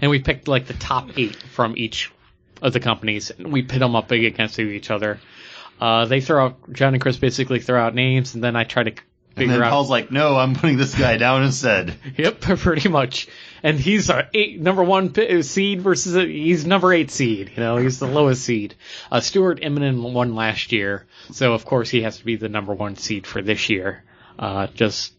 [SPEAKER 3] and we picked like the top eight from each of the companies, and we pit them up against each other. Uh, they throw out John and Chris basically throw out names, and then I try to
[SPEAKER 1] And
[SPEAKER 3] figure
[SPEAKER 1] then
[SPEAKER 3] out.
[SPEAKER 1] Paul's like, no, I'm putting this guy down instead.
[SPEAKER 3] yep, pretty much. And he's our eight number one pi- seed versus he's number eight seed. You know, he's the lowest seed. Uh, Stuart Eminem won last year, so of course he has to be the number one seed for this year. Uh, just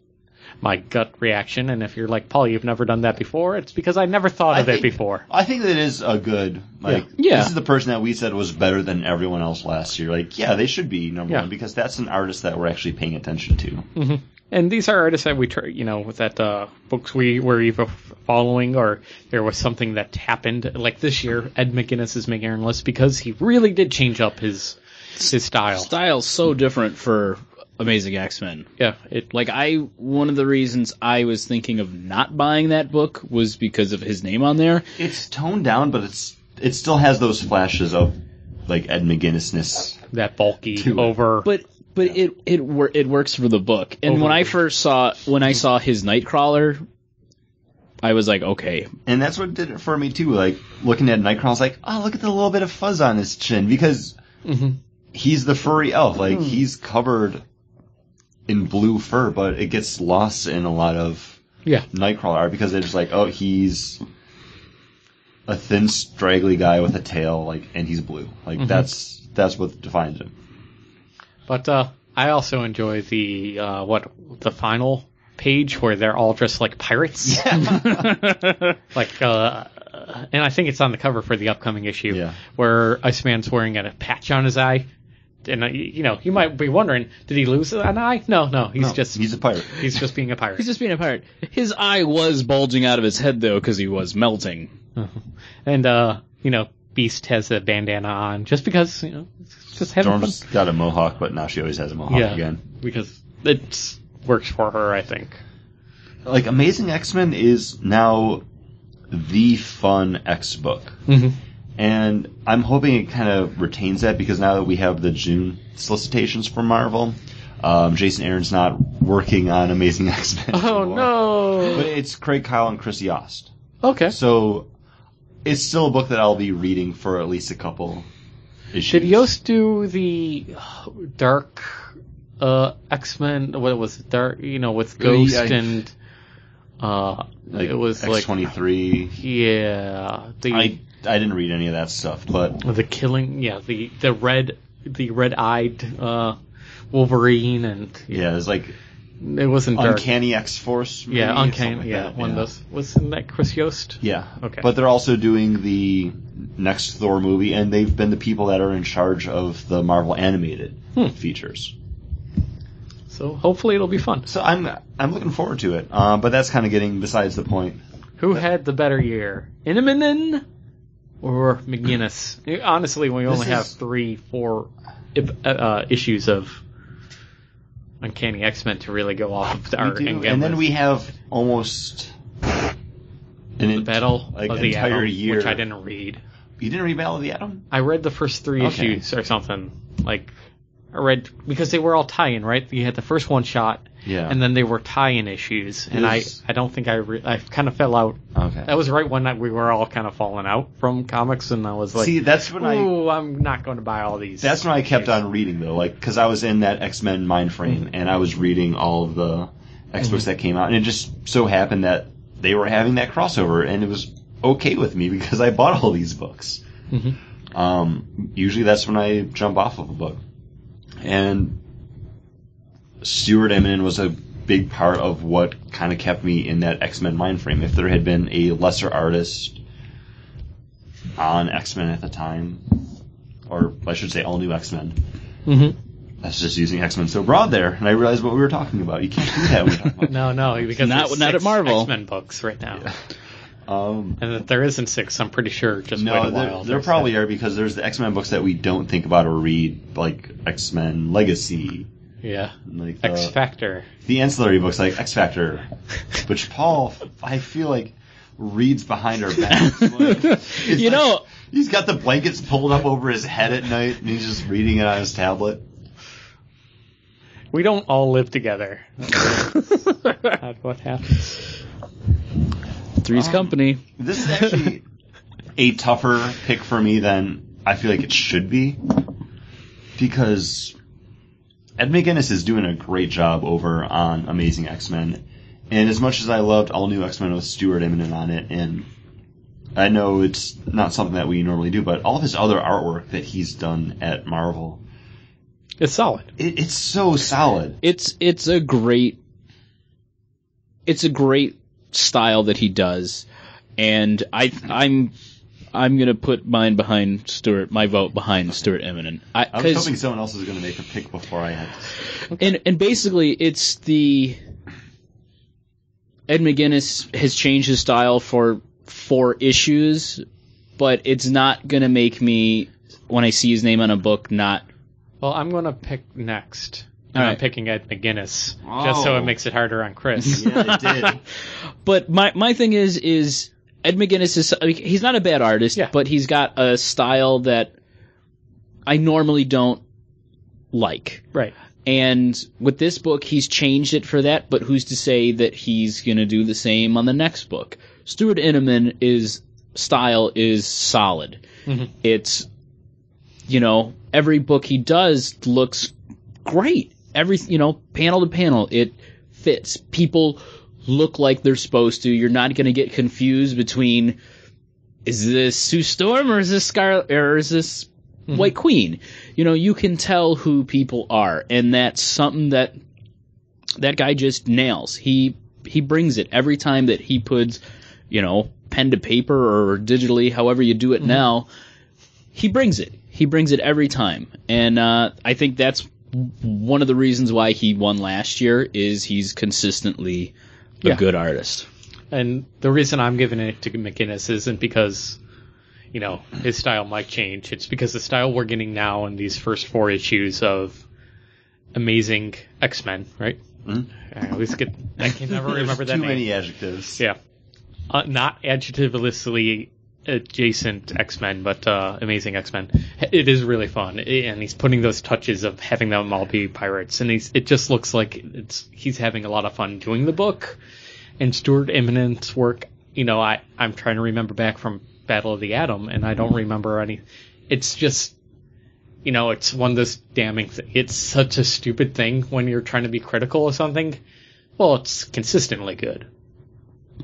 [SPEAKER 3] my gut reaction. And if you're like Paul, you've never done that before, it's because I never thought of it
[SPEAKER 1] think-
[SPEAKER 3] before.
[SPEAKER 1] I think that is a good, like,
[SPEAKER 2] Yeah.
[SPEAKER 1] this is the person that we said was better than everyone else last year. Like, yeah, they should be number
[SPEAKER 3] Yeah. Hmm.
[SPEAKER 1] one because that's an artist that we're actually paying attention to.
[SPEAKER 3] And these are artists that we, tr- you know, that uh, books we were either f- following or there was something that happened. Like this year, Ed McGuinness is making our list because he really did change up his his style.
[SPEAKER 2] style's so different for amazing x-men
[SPEAKER 3] Yeah, it
[SPEAKER 2] Like I, one of the reasons I was thinking of not buying that book was because of his name on there.
[SPEAKER 1] It's toned down, but it's it still has those flashes of like Ed McGuinnessness.
[SPEAKER 3] that bulky
[SPEAKER 1] Two.
[SPEAKER 3] over.
[SPEAKER 2] But but it it wor- it works for the book. And when I
[SPEAKER 3] Overrated.
[SPEAKER 2] first saw when I saw his Nightcrawler, I was like, okay,
[SPEAKER 1] And that's what did it for me too. Like looking at Nightcrawler, I was like, oh, look at the little bit of fuzz on his chin because Mm-hmm.
[SPEAKER 3] Mhm.
[SPEAKER 1] he's the furry elf. Like he's covered in blue fur, but it gets lost in a lot of
[SPEAKER 3] Yeah.
[SPEAKER 1] Nightcrawler art because they're just like, oh, he's a thin, straggly guy with a tail, like, and he's blue. Like that's that's what defines him.
[SPEAKER 3] But uh, I also enjoy the uh, what the final page where they're all dressed like pirates. like, uh, and I think it's on the cover for the upcoming issue
[SPEAKER 1] Yeah.
[SPEAKER 3] where Iceman's wearing a patch on his eye. And uh, y- you know, you might be wondering, did he lose an eye? No, no, he's
[SPEAKER 1] No,
[SPEAKER 3] just
[SPEAKER 1] he's a pirate.
[SPEAKER 3] he's just being a pirate.
[SPEAKER 2] he's just being a pirate. His eye was bulging out of his head though because he was melting.
[SPEAKER 3] and uh, you know, Beast has a bandana on just because you know, just having fun.
[SPEAKER 1] Storm's got a mohawk, but now she always has a mohawk
[SPEAKER 3] Yeah.
[SPEAKER 1] again.
[SPEAKER 3] because it works for her, I think.
[SPEAKER 1] like Amazing X Men is now the fun X book,
[SPEAKER 3] Mhm.
[SPEAKER 1] and I'm hoping it kind of retains that because now that we have the June solicitations for Marvel, um, Jason Aaron's not working on Amazing X Men. But
[SPEAKER 3] Oh no!
[SPEAKER 1] it's Craig Kyle and Chris Yost,
[SPEAKER 3] Okay.
[SPEAKER 1] so it's still a book that I'll be reading for at least a couple issues.
[SPEAKER 3] Did Yost do the Dark uh, X Men? What was it? Dark, you know, with Ghost
[SPEAKER 1] I-
[SPEAKER 3] and uh,
[SPEAKER 1] Like,
[SPEAKER 3] it was like
[SPEAKER 1] X23.
[SPEAKER 3] yeah, the
[SPEAKER 1] I I didn't read any of that stuff, but
[SPEAKER 3] the killing, yeah, the the red the red eyed uh, Wolverine, and
[SPEAKER 1] yeah, there's like
[SPEAKER 3] it wasn't Dark.
[SPEAKER 1] Uncanny X Force.
[SPEAKER 3] yeah, uncanny. yeah, one of those. Wasn't that Chris Yost?
[SPEAKER 1] Yeah.
[SPEAKER 3] Okay.
[SPEAKER 1] But they're also doing the next Thor movie, and they've been the people that are in charge of the Marvel animated
[SPEAKER 3] Hmm.
[SPEAKER 1] features.
[SPEAKER 3] So hopefully it'll be fun.
[SPEAKER 1] So I'm I'm looking forward to it. Uh, but that's kind of getting besides the point.
[SPEAKER 3] Who had the better year, Inamanin or McGinnis? Honestly, we only have
[SPEAKER 1] is-
[SPEAKER 3] three, four if, uh, uh, issues of Uncanny X Men to really go off of
[SPEAKER 1] We
[SPEAKER 3] our
[SPEAKER 1] do,
[SPEAKER 3] end game
[SPEAKER 1] and then
[SPEAKER 3] list.
[SPEAKER 1] we have almost an
[SPEAKER 3] the
[SPEAKER 1] en-
[SPEAKER 3] Battle
[SPEAKER 1] like
[SPEAKER 3] of the
[SPEAKER 1] entire
[SPEAKER 3] Atom,
[SPEAKER 1] year.
[SPEAKER 3] which I didn't read.
[SPEAKER 1] You didn't read Battle of the Atom?
[SPEAKER 3] I read the first three
[SPEAKER 1] Okay.
[SPEAKER 3] issues or something. Like I read because they were all tie-in, right? You had the first one shot,
[SPEAKER 1] Yeah.
[SPEAKER 3] and then they were tie-in issues, and I
[SPEAKER 1] Yes.
[SPEAKER 3] I don't think I re- I kind of fell out.
[SPEAKER 1] okay.
[SPEAKER 3] That was right when I, we were all kind of falling out from comics, and I was like,
[SPEAKER 1] See, that's when I
[SPEAKER 3] Ooh, I'm not going to buy all these.
[SPEAKER 1] That's when I kept on reading though, like because I was in that X Men mind frame and I was reading all of the X books that came out, and it just so happened that they were having that crossover, and it was okay with me because I bought all these books.
[SPEAKER 3] Mhm.
[SPEAKER 1] Um, usually, that's when I jump off of a book, and Stuart Eminem was a big part of what kind of kept me in that X Men mind frame. If there had been a lesser artist on X Men at the time, or I should say all new X Men. That's just using X Men so broad there, and I realized what we were talking about. You can't do that. When we're talking about.
[SPEAKER 3] No, no, because
[SPEAKER 2] Not-
[SPEAKER 3] there's
[SPEAKER 2] not at
[SPEAKER 3] six
[SPEAKER 2] Marvel.
[SPEAKER 3] X-Men books right now,
[SPEAKER 1] Um,
[SPEAKER 3] and if there isn't six, I'm pretty sure. Just wait
[SPEAKER 1] no,
[SPEAKER 3] a
[SPEAKER 1] there,
[SPEAKER 3] while.
[SPEAKER 1] there probably are because there's the X Men books that we don't think about or read, like X Men Legacy,
[SPEAKER 3] yeah.
[SPEAKER 1] like the,
[SPEAKER 3] X Factor.
[SPEAKER 1] the ancillary books like X Factor, which Paul, I feel like, reads behind our backs. Like, it's
[SPEAKER 2] You
[SPEAKER 1] like-
[SPEAKER 2] know,
[SPEAKER 1] he's got the blankets pulled up over his head at night, and he's just reading it on his tablet.
[SPEAKER 3] We don't all live together. God, what happens?
[SPEAKER 2] Three's Company.
[SPEAKER 1] This is actually a tougher pick for me than I feel like it should be because Ed McGuinness is doing a great job over on Amazing X Men. And as much as I loved All New X Men with Stuart Eminem on it, and I know it's not something that we normally do, but all of his other artwork that he's done at Marvel,
[SPEAKER 3] It's solid.
[SPEAKER 1] it, it's so solid.
[SPEAKER 2] It's it's a great it's a great style that he does, and I I'm I'm gonna put mine behind Stuart. My vote behind Stuart Eminem. I,
[SPEAKER 1] I was
[SPEAKER 2] 'cause-
[SPEAKER 1] hoping someone else was going to make a pick before I had.
[SPEAKER 2] and and basically it's the Ed McGuinness has changed his style for four issues, but it's not gonna make me when I see his name on a book not
[SPEAKER 3] Well, I'm going to pick next.
[SPEAKER 2] All
[SPEAKER 3] And I'm
[SPEAKER 2] right.
[SPEAKER 3] picking Ed McGuinness, just so
[SPEAKER 1] Oh.
[SPEAKER 3] it makes it harder on Chris.
[SPEAKER 1] Yeah, it did.
[SPEAKER 2] But my my thing is is Ed McGuinness is like, he's not a bad artist,
[SPEAKER 3] Yeah.
[SPEAKER 2] but he's got a style that I normally don't like.
[SPEAKER 3] Right.
[SPEAKER 2] And with this book, he's changed it for that, but who's to say that he's going to do the same on the next book? Stuart Inman is style is solid. It's, you know, every book he does looks great. Every, you know, panel to panel, it fits. People look like they're supposed to. You're not going to get confused between is this Sue Storm or is this Scarlet or is this White Queen? You know, you can tell who people are, and that's something that that guy just nails. He he brings it every time that he puts, you know, pen to paper or digitally, however you do it now. He brings it. He brings it every time, and uh, I think that's one of the reasons why he won last year is he's consistently a
[SPEAKER 3] Yeah.
[SPEAKER 2] good artist.
[SPEAKER 3] And the reason I'm giving it to McInnes isn't because, you know, his style might change. It's because the style we're getting now in these first four issues of Amazing X Men, right? I always get I can never remember that
[SPEAKER 1] Mm-hmm. Too
[SPEAKER 3] name.
[SPEAKER 1] many adjectives.
[SPEAKER 3] Yeah, uh, not adjectivelessly adjacent X Men, but uh, Amazing X Men. It is really fun, I- and he's putting those touches of having them all be pirates, and he's it just looks like it's he's having a lot of fun doing the book. And Stuart Eminent's work, you know, I I'm trying to remember back from Battle of the Atom, and I don't remember any. It's just. You know, it's one of those damning. Th- it's such a stupid thing when you're trying to be critical of something. Well, it's consistently good.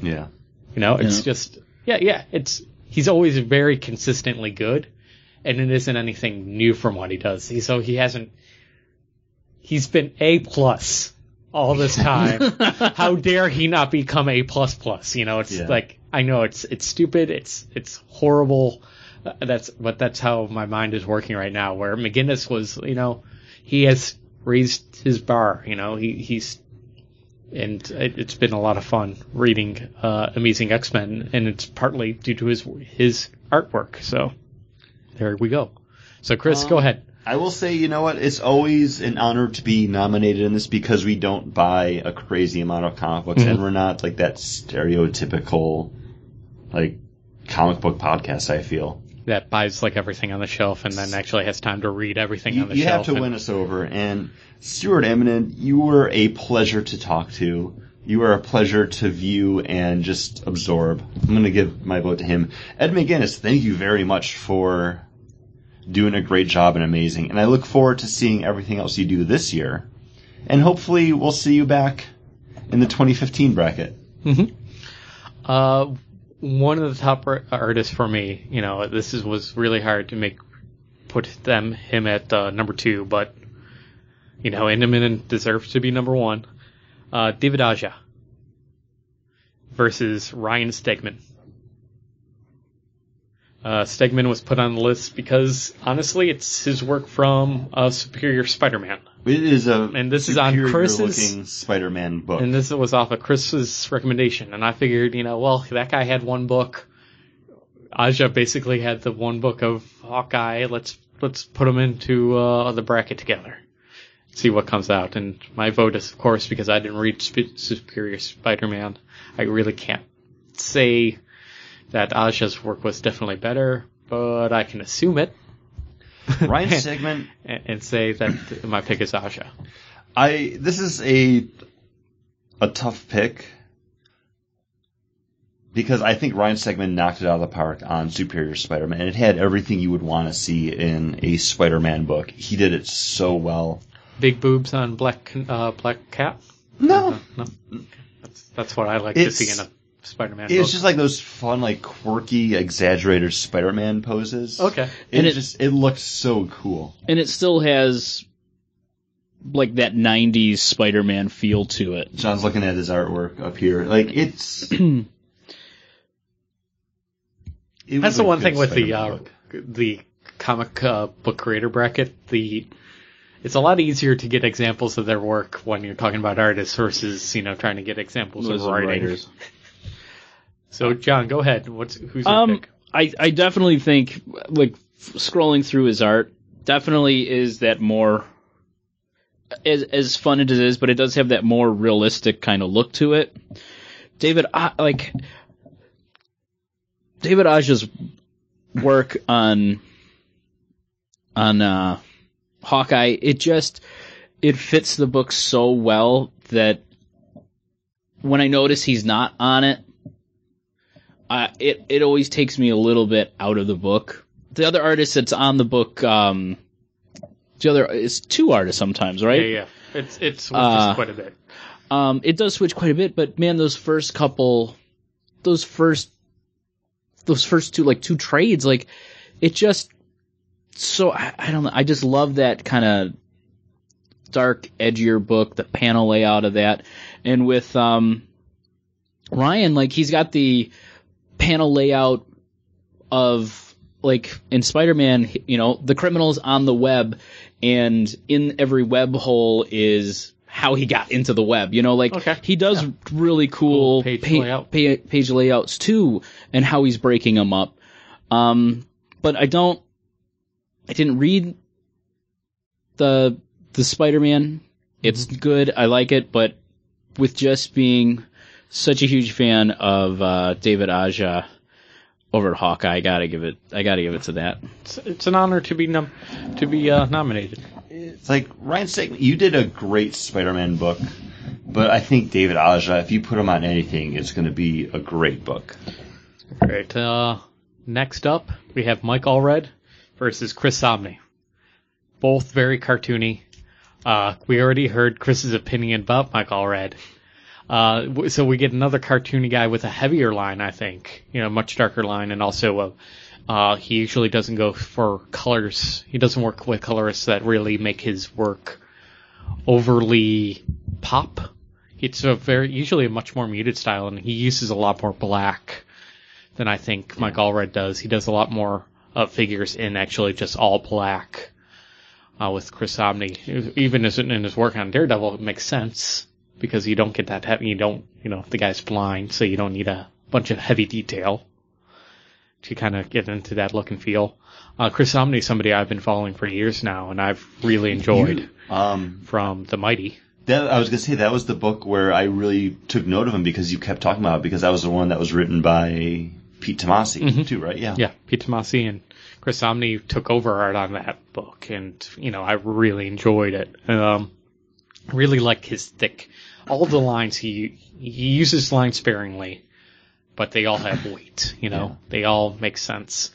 [SPEAKER 1] Yeah.
[SPEAKER 3] You know, it's
[SPEAKER 2] Yeah.
[SPEAKER 3] just yeah, yeah. It's he's always very consistently good, and it isn't anything new from what he does. He, so he hasn't. He's been A plus all this time. How dare he not become A plus plus? You know, it's
[SPEAKER 1] Yeah.
[SPEAKER 3] like I know it's it's stupid. It's it's horrible. Uh, That's but that's how my mind is working right now. Where McGinnis was, you know, he has raised his bar. You know, he he's and it, it's been a lot of fun reading uh, Amazing X Men, and it's partly due to his his artwork. So there we go. So Chris,
[SPEAKER 1] Um,
[SPEAKER 3] go ahead.
[SPEAKER 1] I will say, you know what? It's always an honor to be nominated in this because we don't buy a crazy amount of comic books, and we're not like that stereotypical, like comic book podcast. I feel
[SPEAKER 3] That buys like everything on the shelf, and then actually has time to read everything
[SPEAKER 1] you,
[SPEAKER 3] on the
[SPEAKER 1] you have
[SPEAKER 3] shelf.
[SPEAKER 1] to
[SPEAKER 3] and-
[SPEAKER 1] win us over. And Stuart Eminent, you were a pleasure to talk to. You were a pleasure to view and just absorb. I'm going to give my vote to him. Ed McGuinness, thank you very much for doing a great job and amazing. And I look forward to seeing everything else you do this year. And hopefully we'll see you back in the 2015 bracket.
[SPEAKER 3] Uh, one of the top ar- artists for me, you know, this is was really hard to make put them him at uh, number two, but you know, Enderman deserves to be number one. Uh, David Aja versus Ryan Stegman. Uh, Stegman was put on the list because honestly, it's his work from uh, Superior Spider-Man,
[SPEAKER 1] It is a
[SPEAKER 3] And this is on
[SPEAKER 1] superior
[SPEAKER 3] Chris's-
[SPEAKER 1] looking Spider-Man book.
[SPEAKER 3] and this was off of Chris's recommendation. And I figured, you know, well, that guy had one book. Aja basically had the one book of Hawkeye. Let's let's put them into uh, the bracket together, see what comes out. And my vote is, of course, because I didn't read Sp- Superior Spider-Man. I really can't say that Aja's work was definitely better, but I can assume it
[SPEAKER 1] Ryan Segment
[SPEAKER 3] and, and say that my pick is Aja.
[SPEAKER 1] I this is a a tough pick because I think Ryan Segman knocked it out of the park on Superior Spider-Man. It had everything you would want to see in a Spider-Man book. He did it so well.
[SPEAKER 3] Big boobs on black uh, black cat.
[SPEAKER 1] No,
[SPEAKER 3] No. That's, that's what I like
[SPEAKER 1] It's-
[SPEAKER 3] to see in a Spider-Man book.
[SPEAKER 1] it's just like those fun, like quirky, exaggerated Spider-Man poses.
[SPEAKER 3] okay.
[SPEAKER 1] It,
[SPEAKER 2] And it-
[SPEAKER 1] just it looked so cool.
[SPEAKER 2] and it still has like that 90s spider-man feel to it
[SPEAKER 1] John's looking at his artwork up here. Like it's. It was
[SPEAKER 3] That's the
[SPEAKER 1] a
[SPEAKER 3] one
[SPEAKER 1] good
[SPEAKER 3] thing with the
[SPEAKER 1] Spider-Man
[SPEAKER 3] uh,
[SPEAKER 1] book.
[SPEAKER 3] the comic uh, book creator bracket. The it's a lot easier to get examples of their work when you're talking about artists versus you know trying to get examples of writing. So John, go ahead. What's who's your
[SPEAKER 2] um
[SPEAKER 3] pick?
[SPEAKER 2] I, I definitely think like f- scrolling through his art definitely is that more as as fun as it is but it does have that more realistic kind of look to it david I, like david aja's work on on uh hawkeye it just it fits the book so well that when I notice he's not on it, uh, it it always takes me a little bit out of the book. The other artist that's on the book, um, the other it's two artists sometimes, right?
[SPEAKER 3] Yeah, yeah. It's it's
[SPEAKER 2] Uh,
[SPEAKER 3] just quite a bit.
[SPEAKER 2] Um, it does switch quite a bit, but man, those first couple, those first, those first two, like two trades, like it just, so I, I don't know. I just love that kind of dark, edgier book, the panel layout of that. And with, um, Ryan, like he's got the panel layout of like in Spider-Man, you know, the criminals on the web and in every web hole is how he got into the web, you know, like
[SPEAKER 3] Okay.
[SPEAKER 2] he does really cool
[SPEAKER 3] Cool page
[SPEAKER 2] pa-
[SPEAKER 3] layout.
[SPEAKER 2] pa- page layouts too and how he's breaking them up. Um, but I don't, I didn't read the, the Spider-Man. It's
[SPEAKER 3] Mm-hmm.
[SPEAKER 2] good. I like it, but with just being such a huge fan of uh, David Aja over at Hawkeye, I gotta give it. I gotta give it to that.
[SPEAKER 3] It's, it's an honor to be num- to be uh, nominated.
[SPEAKER 1] It's like Ryan Stegman, you did a great Spider-Man book, but I think David Aja, if you put him on anything, it's going to be a great book.
[SPEAKER 3] All right. Uh, next up, we have Mike Allred versus Chris Somney. Both very cartoony. Uh, we already heard Chris's opinion about Mike Allred. Uh, w- so we get another cartoony guy with a heavier line, I think. You know, much darker line, and also a. Uh, he usually doesn't go for colors. He doesn't work with colorists that really make his work overly pop. It's a very usually a much more muted style, and he uses a lot more black than I think Mike Allred does. He does a lot more uh, figures in actually just all black uh, with Chris Omni. Even as in his work on Daredevil, it makes sense because you don't get that heavy. You don't, you know, the guy's blind, so you don't need a bunch of heavy detail to kind of get into that look and feel. Uh, Chris Omni is somebody I've been following for years now, and I've really enjoyed
[SPEAKER 1] Um,
[SPEAKER 3] from The Mighty.
[SPEAKER 1] that I was going to say that was the book where I really took note of him because you kept talking about it because that was the one that was written by Pete Tomasi too, right? Yeah.
[SPEAKER 3] Yeah, Pete Tomasi and Chris Omni took over art on that book, and you know I really enjoyed it. Um, really like his thick, all the lines he he uses lines sparingly, but they all have weight. You know, they all make sense.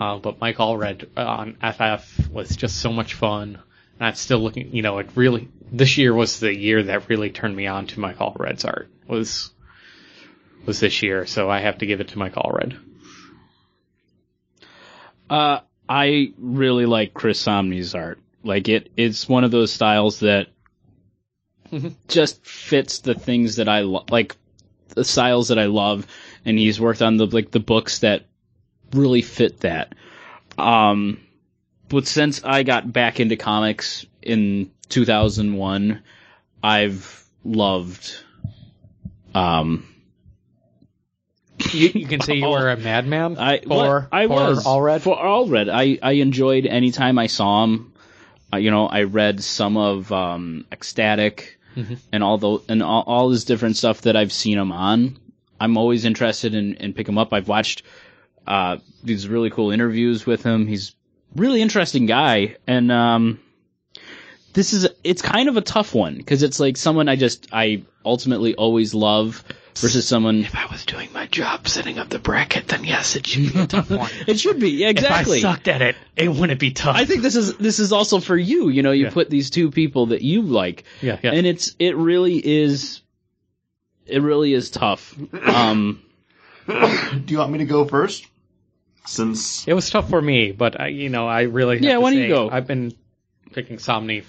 [SPEAKER 3] Uh, but Mike Allred on FF was just so much fun. And I'm still looking, you know, it really, this year was the year that really turned me on to Mike Allred's art, was, was this year. So I have to give it to Mike Allred.
[SPEAKER 2] Uh, I really like Chris Somney's art. Like it, it's one of those styles that just fits the things that I lo- like, the styles that I love, and he's worked on the like the books that really fit that. Um, but since I got back into comics in 2001, I've loved, um,
[SPEAKER 3] You, you can say you were a madman.
[SPEAKER 2] I
[SPEAKER 3] for,
[SPEAKER 2] well, I
[SPEAKER 3] for
[SPEAKER 2] was
[SPEAKER 3] all red.
[SPEAKER 2] for all red. I I enjoyed any time I saw him. Uh, you know, I read some of um, ecstatic
[SPEAKER 3] Mm-hmm.
[SPEAKER 2] and all the and all, all this different stuff that I've seen him on. I'm always interested in in pick him up. I've watched uh, these really cool interviews with him. He's really interesting guy, and um, this is it's kind of a tough one because it's like someone I just I ultimately always love versus someone
[SPEAKER 3] if I was doing my job setting up the bracket, then yes, it should be a tough one.
[SPEAKER 2] it should be yeah, exactly
[SPEAKER 3] If I sucked at it, it wouldn't be tough.
[SPEAKER 2] I think this is this is also for you. You know, you
[SPEAKER 3] Yeah.
[SPEAKER 2] put these two people that you like,
[SPEAKER 3] Yeah, yeah.
[SPEAKER 2] and it's it really is, it really is tough. Um,
[SPEAKER 1] Do you want me to go first? Since
[SPEAKER 3] it was tough for me, but I, you know, I really have
[SPEAKER 2] Yeah,
[SPEAKER 3] to
[SPEAKER 2] why don't you
[SPEAKER 3] say,
[SPEAKER 2] go?
[SPEAKER 3] I've been picking Somni.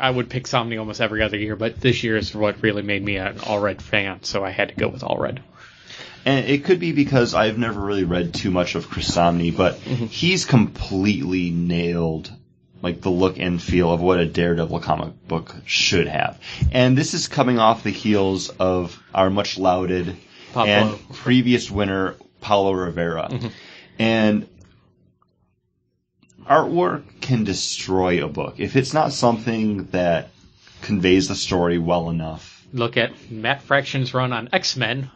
[SPEAKER 3] I would pick Somni almost every other year, but this year is what really made me an all red fan, so I had to go with all red.
[SPEAKER 1] and it could be because I've never really read too much of Chris Somney, but he's completely nailed like the look and feel of what a Daredevil comic book should have. And this is coming off the heels of our much lauded
[SPEAKER 3] Pablo.
[SPEAKER 1] and previous winner Paulo Rivera. And artwork can destroy a book if it's not something that conveys the story well enough.
[SPEAKER 3] Look at Matt Fraction's run on X Men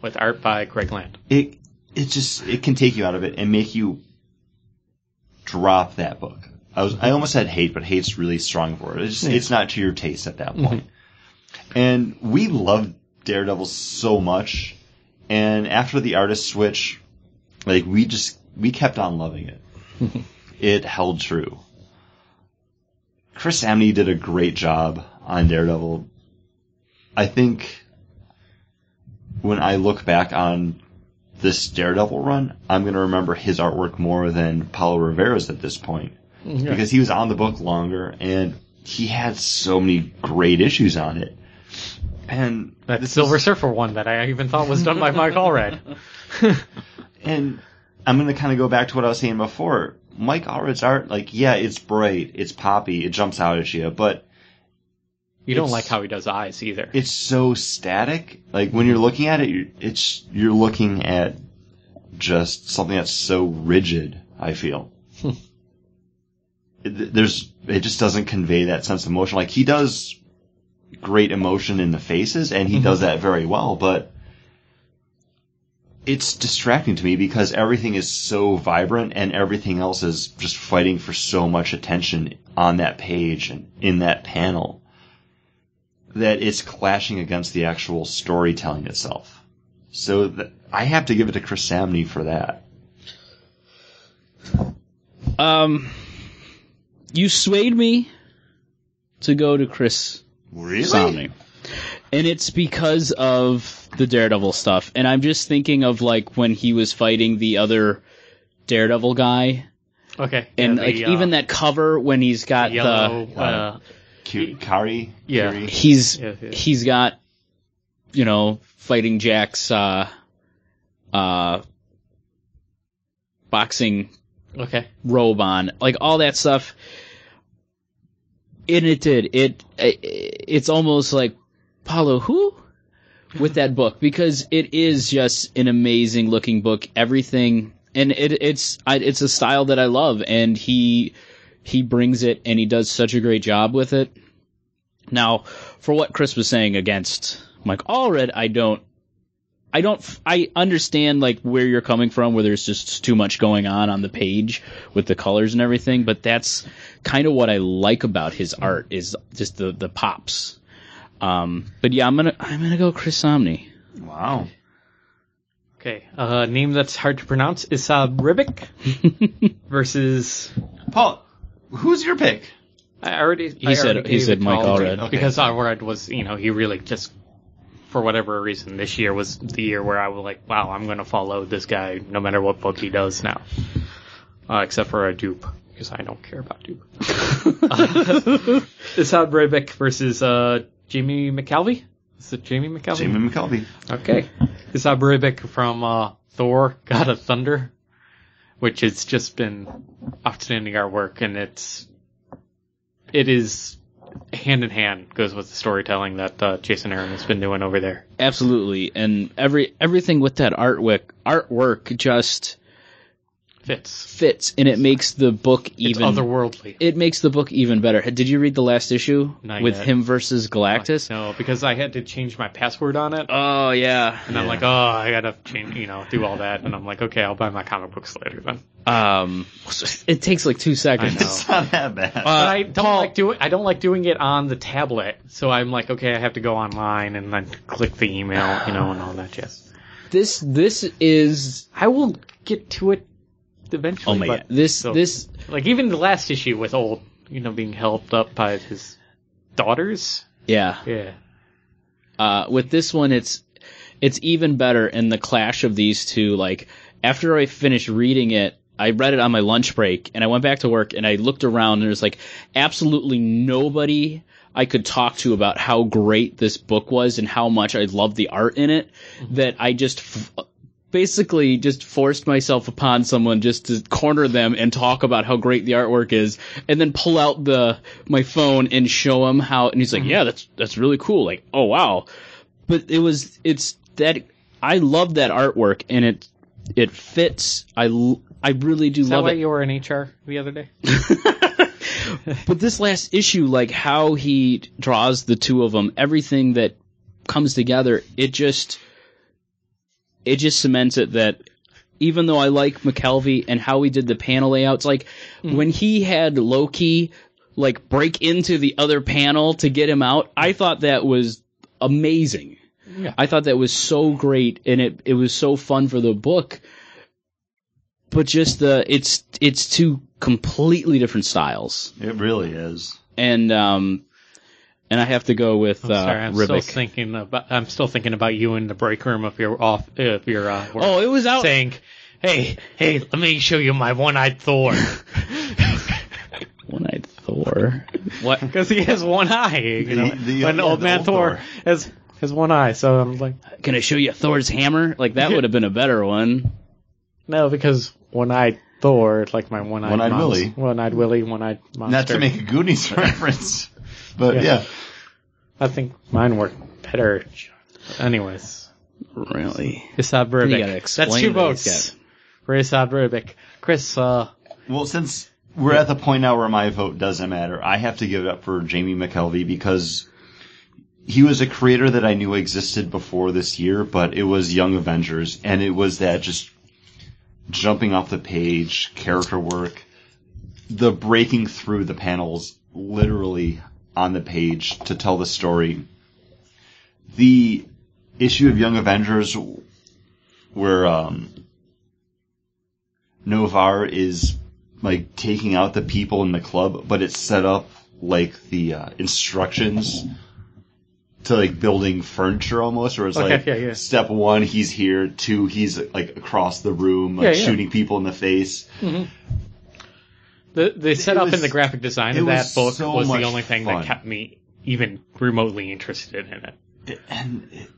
[SPEAKER 3] with art by Greg Land.
[SPEAKER 1] it it just it can take you out of it and make you drop that book. I was I almost said hate, but hate's really strong for it. It's just, it's not to your taste at that point. And we loved Daredevil so much, and after the artist switch, like we just we kept on loving it. it held true. Chris Amney did a great job on Daredevil. I think when I look back on this Daredevil run, I'm going to remember his artwork more than Paulo Rivera's at this point because he was on the book longer and he had so many great issues on it. And
[SPEAKER 3] That Silver Surfer one that I even thought was done by Mike Allred.
[SPEAKER 1] and I'm going to kind of go back to what I was saying before. Mike Allred's art, like, yeah, it's bright, it's poppy, it jumps out at you, but
[SPEAKER 3] You don't
[SPEAKER 1] It's-
[SPEAKER 3] like how he does eyes either.
[SPEAKER 1] it's so static. Like when you're looking at it, you're, it's you're looking at just something that's so rigid. I feel It- there's it just doesn't convey that sense of emotion. Like he does great emotion in the faces, and he does that very well, but. It's distracting to me because everything is so vibrant and everything else is just fighting for so much attention on that page and in that panel that it's clashing against the actual storytelling itself. So th- I have to give it to Chris Samney for that.
[SPEAKER 2] Um, you swayed me to go to Chris
[SPEAKER 1] Really?
[SPEAKER 2] Somni. And it's because of the Daredevil stuff. And I'm just thinking of like when he was fighting the other Daredevil guy.
[SPEAKER 3] Okay.
[SPEAKER 2] And
[SPEAKER 3] Yeah,
[SPEAKER 2] like
[SPEAKER 3] the, uh,
[SPEAKER 2] even that cover when he's got
[SPEAKER 3] yellow.
[SPEAKER 2] the
[SPEAKER 3] uh,
[SPEAKER 1] Cute. Kari?
[SPEAKER 3] Yeah.
[SPEAKER 1] Kiri?
[SPEAKER 2] he's
[SPEAKER 3] Yeah, yeah.
[SPEAKER 2] he's got you know, fighting Jack's uh uh boxing
[SPEAKER 3] okay.
[SPEAKER 2] robe on, like all that stuff. And it did. It, it it's almost like Paulo who with that book because it is just an amazing looking book. Everything and it it's I, it's a style that I love, and he he brings it and he does such a great job with it. Now, for what Chris was saying against Mike Allred, I don't I don't. f- I understand like where you're coming from, where there's just too much going on on the page with the colors and everything. But that's kind of what I like about his art is just the the pops. Um, but yeah, I'm gonna I'm gonna go Chris Somni.
[SPEAKER 1] Wow.
[SPEAKER 3] Okay. Uh, name that's hard to pronounce. Isab Ribic versus.
[SPEAKER 1] Paul, who's your pick?
[SPEAKER 3] I already.
[SPEAKER 2] He said- he said Mike Allred.
[SPEAKER 1] Okay.
[SPEAKER 3] Because Allred was, you know, he really just, for whatever reason, this year was the year where I was like, wow, I'm going to follow this guy no matter what book he does now. Uh, except for a dupe, because I don't care about dupe. Isab Ribic versus uh, Jamie McAlvey? Is it Jamie McAlvey?
[SPEAKER 1] Jamie McKelvey.
[SPEAKER 3] Okay. Isab Ribic from uh, Thor, God of Thunder, which has just been outstanding artwork, and it's it is hand in hand goes with the storytelling that uh, Jason Aaron has been doing over there.
[SPEAKER 2] Absolutely, and every everything with that artwork artwork just
[SPEAKER 3] Fits.
[SPEAKER 2] fits, and it makes the book
[SPEAKER 3] It's
[SPEAKER 2] even.
[SPEAKER 3] otherworldly.
[SPEAKER 2] it makes the book even better. Did you read the last issue
[SPEAKER 3] Not
[SPEAKER 2] with
[SPEAKER 3] yet.
[SPEAKER 2] him versus Galactus?
[SPEAKER 3] no, because I had to change my password on it,
[SPEAKER 2] Oh yeah.
[SPEAKER 3] and I'm like, oh, I gotta change, you know, do all that, and I'm like, okay, I'll buy my comic books later then.
[SPEAKER 2] Um, it takes like two seconds.
[SPEAKER 3] I know.
[SPEAKER 1] It's not that bad.
[SPEAKER 3] But I don't like doing I don't like doing it on the tablet. So I'm like, okay, I have to go online and then click the email, you know, and all that jazz.
[SPEAKER 2] This this is
[SPEAKER 3] I will get to it eventually.
[SPEAKER 1] Oh my
[SPEAKER 3] but-
[SPEAKER 1] God.
[SPEAKER 2] this
[SPEAKER 3] So-
[SPEAKER 2] this
[SPEAKER 3] like even the last issue with old, you know, being helped up by his daughters.
[SPEAKER 2] yeah.
[SPEAKER 3] Yeah.
[SPEAKER 2] Uh, with this one, it's it's even better in the clash of these two. Like after I finished reading it, I read it on my lunch break, and I went back to work, and I looked around, and there's like absolutely nobody I could talk to about how great this book was and how much I loved the art in it. That I just. F- Basically, just forced myself upon someone just to corner them and talk about how great the artwork is, and then pull out the my phone and show him how. And he's like,
[SPEAKER 3] Mm-hmm.
[SPEAKER 2] "Yeah, that's that's really cool." Like, "Oh wow!" but it was it's that I love that artwork and it it fits. I l- I really do
[SPEAKER 3] Is that
[SPEAKER 2] love
[SPEAKER 3] why
[SPEAKER 2] it.
[SPEAKER 3] you were in HR the other day?
[SPEAKER 2] but this last issue, like how he draws the two of them, everything that comes together, it just it just cements it that even though I like McKelvey and how he did the panel layouts, like when he had Loki like break into the other panel to get him out, I thought that was amazing.
[SPEAKER 3] Yeah.
[SPEAKER 2] I thought that was so great and it it was so fun for the book. But just the it's it's two completely different styles.
[SPEAKER 1] It really is.
[SPEAKER 2] And um and I have to go with
[SPEAKER 3] I'm
[SPEAKER 2] uh
[SPEAKER 3] sorry, I'm still
[SPEAKER 2] Ribic.
[SPEAKER 3] thinking about I'm still thinking about you in the break room if you're off if you're uh, work,
[SPEAKER 2] oh, it was out
[SPEAKER 3] saying, "Hey, hey, let me show you my one-eyed Thor."
[SPEAKER 2] One Eyed Thor.
[SPEAKER 3] what? Because he has one eye. You know,
[SPEAKER 1] The- the-
[SPEAKER 3] an
[SPEAKER 1] yeah,
[SPEAKER 3] old
[SPEAKER 1] the
[SPEAKER 3] man
[SPEAKER 1] old
[SPEAKER 3] Thor,
[SPEAKER 1] Thor.
[SPEAKER 3] has has one eye. So I'm like,
[SPEAKER 2] Can I show you Thor's hammer? Like that would have been a better one.
[SPEAKER 3] no, because one-eyed Thor, it's like my one-eyed
[SPEAKER 1] One-eyed
[SPEAKER 3] monst-
[SPEAKER 1] Willy.
[SPEAKER 3] one-eyed Willy, one-eyed monster.
[SPEAKER 1] Not to make a Goonies reference, but
[SPEAKER 3] Yeah.
[SPEAKER 1] yeah.
[SPEAKER 3] I think mine worked better. Anyways,
[SPEAKER 2] Really?
[SPEAKER 3] Isab
[SPEAKER 2] You
[SPEAKER 3] Ribic.
[SPEAKER 2] gotta explain
[SPEAKER 3] That's two
[SPEAKER 2] that
[SPEAKER 3] votes.
[SPEAKER 2] he's got-
[SPEAKER 3] For Isab Ribic, Chris. Uh,
[SPEAKER 1] Well, since we're at the point now where my vote doesn't matter, I have to give it up for Jamie McKelvey because he was a creator that I knew existed before this year, but it was Young Avengers, and it was that just jumping off the page, character work, the breaking through the panels literally on the page to tell the story. The issue of Young Avengers where um, Novar is like taking out the people in the club, but it's set up like the uh, instructions to like building furniture almost, where it's
[SPEAKER 3] Okay,
[SPEAKER 1] like
[SPEAKER 3] yeah, yeah.
[SPEAKER 1] step one, he's here. Two, he's like across the room, like
[SPEAKER 3] Yeah, yeah.
[SPEAKER 1] shooting people in the face.
[SPEAKER 3] The the setup
[SPEAKER 1] was-
[SPEAKER 3] and the graphic design
[SPEAKER 1] it
[SPEAKER 3] of that
[SPEAKER 1] was
[SPEAKER 3] book
[SPEAKER 1] so
[SPEAKER 3] was
[SPEAKER 1] much
[SPEAKER 3] the only thing
[SPEAKER 1] fun.
[SPEAKER 3] that kept me even remotely interested in it.
[SPEAKER 1] and it,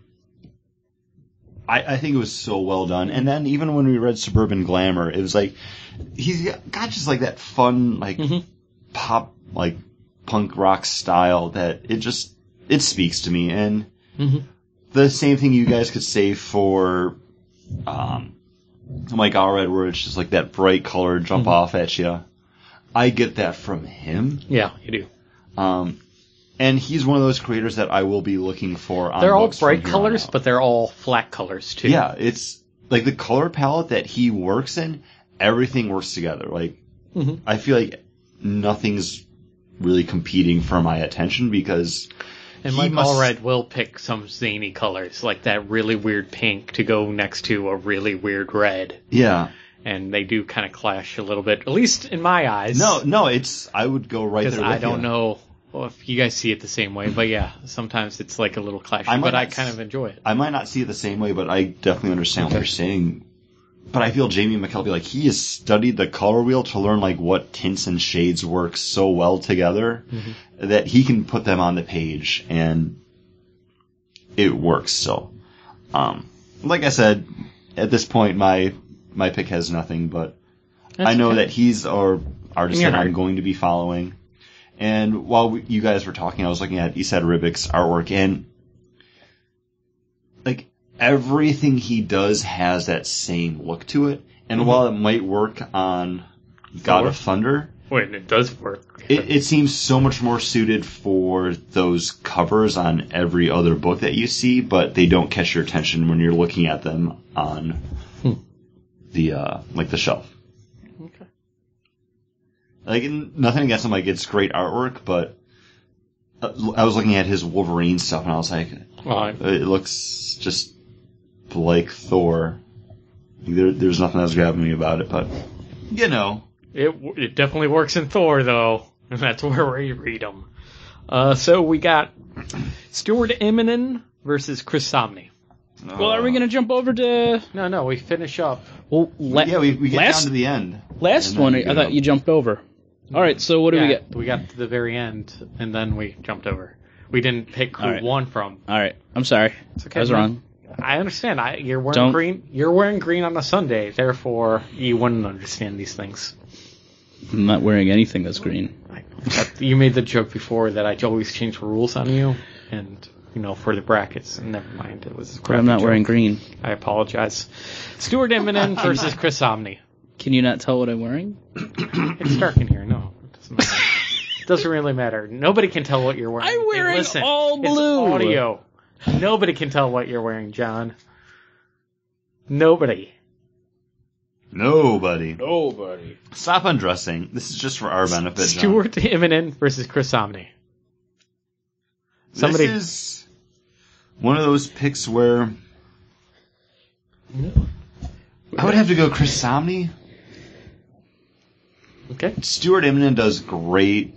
[SPEAKER 1] I, I think it was so well done. And then even when we read Suburban Glamour, it was like he's got just like that fun like
[SPEAKER 3] Mm-hmm.
[SPEAKER 1] pop like punk rock style that it just it speaks to me. And
[SPEAKER 3] Mm-hmm.
[SPEAKER 1] the same thing you guys could say for um, Mike Allred, where it's just like that bright color
[SPEAKER 3] Mm-hmm.
[SPEAKER 1] jump off at you. I get that from him.
[SPEAKER 3] Yeah, you do.
[SPEAKER 1] Um, and he's one of those creators that I will be looking for. On
[SPEAKER 3] They're all
[SPEAKER 1] books from
[SPEAKER 3] bright
[SPEAKER 1] here on
[SPEAKER 3] colors,
[SPEAKER 1] out.
[SPEAKER 3] but they're all flat colors too.
[SPEAKER 1] yeah, it's like the color palette that he works in. Everything works together. Like
[SPEAKER 3] Mhm.
[SPEAKER 1] I feel like nothing's really competing for my attention because
[SPEAKER 3] and
[SPEAKER 1] he
[SPEAKER 3] Mike
[SPEAKER 1] must-
[SPEAKER 3] Allred will pick some zany colors, like that really weird pink to go next to a really weird red,
[SPEAKER 1] yeah,
[SPEAKER 3] and they do kind of clash a little bit, at least in my eyes.
[SPEAKER 1] no, no, it's I would go right
[SPEAKER 3] because
[SPEAKER 1] there. With
[SPEAKER 3] I don't
[SPEAKER 1] you.
[SPEAKER 3] know if you guys see it the same way, but yeah, sometimes it's like a little clash,
[SPEAKER 1] I might
[SPEAKER 3] but I
[SPEAKER 1] not
[SPEAKER 3] kind
[SPEAKER 1] s-
[SPEAKER 3] of enjoy it.
[SPEAKER 1] I might not see it the same way, but I definitely understand what
[SPEAKER 3] Okay.
[SPEAKER 1] you're saying. But I feel Jamie McKelvey, like he has studied the color wheel to learn like what tints and shades work so well together that he can put them on the page and it works. So, um, like I said, at this point, my my pick has nothing, but I know that he's our artist
[SPEAKER 3] In your
[SPEAKER 1] that I'm
[SPEAKER 3] heart.
[SPEAKER 1] going to be following. And while we, you guys were talking, I was looking at Isad Ribic's artwork, and like everything he does has that same look to it. And while it might work on God of Thunder,
[SPEAKER 3] When it does work,
[SPEAKER 1] it, it seems so much more suited for those covers on every other book that you see, but they don't catch your attention when you're looking at them on the uh, like the shelf.
[SPEAKER 3] Okay.
[SPEAKER 1] Like n- nothing against him, like it's great artwork, but uh, l- I was looking at his Wolverine stuff and I was like,
[SPEAKER 3] Well,
[SPEAKER 1] it looks just like Thor. There, there's nothing that was grabbing me about it, but you know,
[SPEAKER 3] It it definitely works in Thor though, and that's where we read them. Uh, so we got Stuart Eminem versus Chris Somney.
[SPEAKER 2] Well, are we gonna jump over to?
[SPEAKER 3] No, no, we finish up.
[SPEAKER 2] Well, la-
[SPEAKER 1] Uh, Yeah, we, we get
[SPEAKER 2] last
[SPEAKER 1] down to the end.
[SPEAKER 2] last
[SPEAKER 1] and then
[SPEAKER 2] one.
[SPEAKER 1] we go.
[SPEAKER 2] I thought you jumped over. All right, so what do we get?
[SPEAKER 3] we got to the very end, and then we jumped over. We didn't pick who
[SPEAKER 2] All right.
[SPEAKER 3] won from.
[SPEAKER 2] All right, I'm sorry,
[SPEAKER 3] It's okay.
[SPEAKER 2] I was
[SPEAKER 3] man.
[SPEAKER 2] wrong.
[SPEAKER 3] I understand. I, you're wearing
[SPEAKER 2] Don't-
[SPEAKER 3] green. You're wearing green on a Sunday, therefore you wouldn't understand these things.
[SPEAKER 2] I'm not wearing anything that's green.
[SPEAKER 3] I- that- you made the joke before that I always change the rules on you, and you know for the brackets. And never mind, it was. a
[SPEAKER 2] But I'm
[SPEAKER 3] crappy
[SPEAKER 2] not
[SPEAKER 3] joke.
[SPEAKER 2] wearing green.
[SPEAKER 3] I apologize. Stuart Eminem versus Chris Omni.
[SPEAKER 2] Can you not tell what I'm wearing?
[SPEAKER 3] It's dark in here. No, it doesn't matter. It doesn't really matter. Nobody can tell what you're wearing.
[SPEAKER 2] I'm
[SPEAKER 3] Hey,
[SPEAKER 2] wearing
[SPEAKER 3] listen,
[SPEAKER 2] all
[SPEAKER 3] it's
[SPEAKER 2] blue.
[SPEAKER 3] audio. Nobody can tell what you're wearing, John. Nobody.
[SPEAKER 1] Nobody.
[SPEAKER 4] Nobody.
[SPEAKER 1] Stop undressing. This is just for our benefit. John.
[SPEAKER 3] Stuart Eminem versus Chris Omni. Somebody.
[SPEAKER 1] This is one of those picks where I would have to go Chris Somni.
[SPEAKER 3] Okay.
[SPEAKER 1] Stuart Eminem does great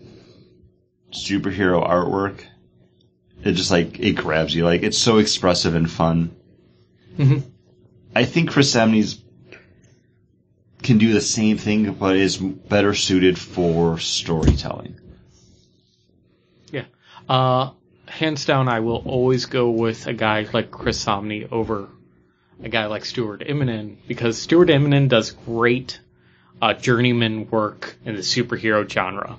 [SPEAKER 1] superhero artwork. It just like it grabs you. Like it's so expressive and fun.
[SPEAKER 3] Mhm.
[SPEAKER 1] I think Chris Samney's can do the same thing, but is better suited for storytelling.
[SPEAKER 3] Yeah. Uh, hands down, I will always go with a guy like Chris Somney over a guy like Stuart Eminem because Stuart Eminem does great uh, journeyman work in the superhero genre.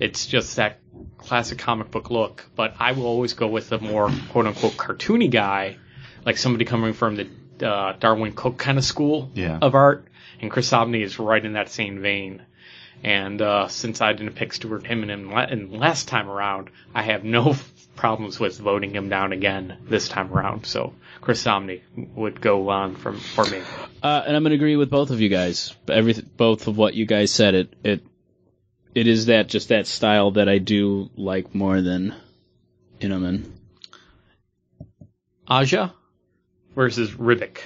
[SPEAKER 3] It's just that classic comic book look, but I will always go with a more quote unquote cartoony guy, like somebody coming from the uh, Darwin Cook kind of school
[SPEAKER 1] Yeah.
[SPEAKER 3] of art, and Chris Somney is right in that same vein. And uh, since I didn't pick Stuart Eminem la- and last time around, I have no problems with voting him down again this time around. So Chris Somney would go on from for me.
[SPEAKER 2] Uh, and I'm going to agree with both of you guys. Every both of what you guys said. It it it is that just that style that I do like more than Inaman.
[SPEAKER 3] Aja versus Riddick.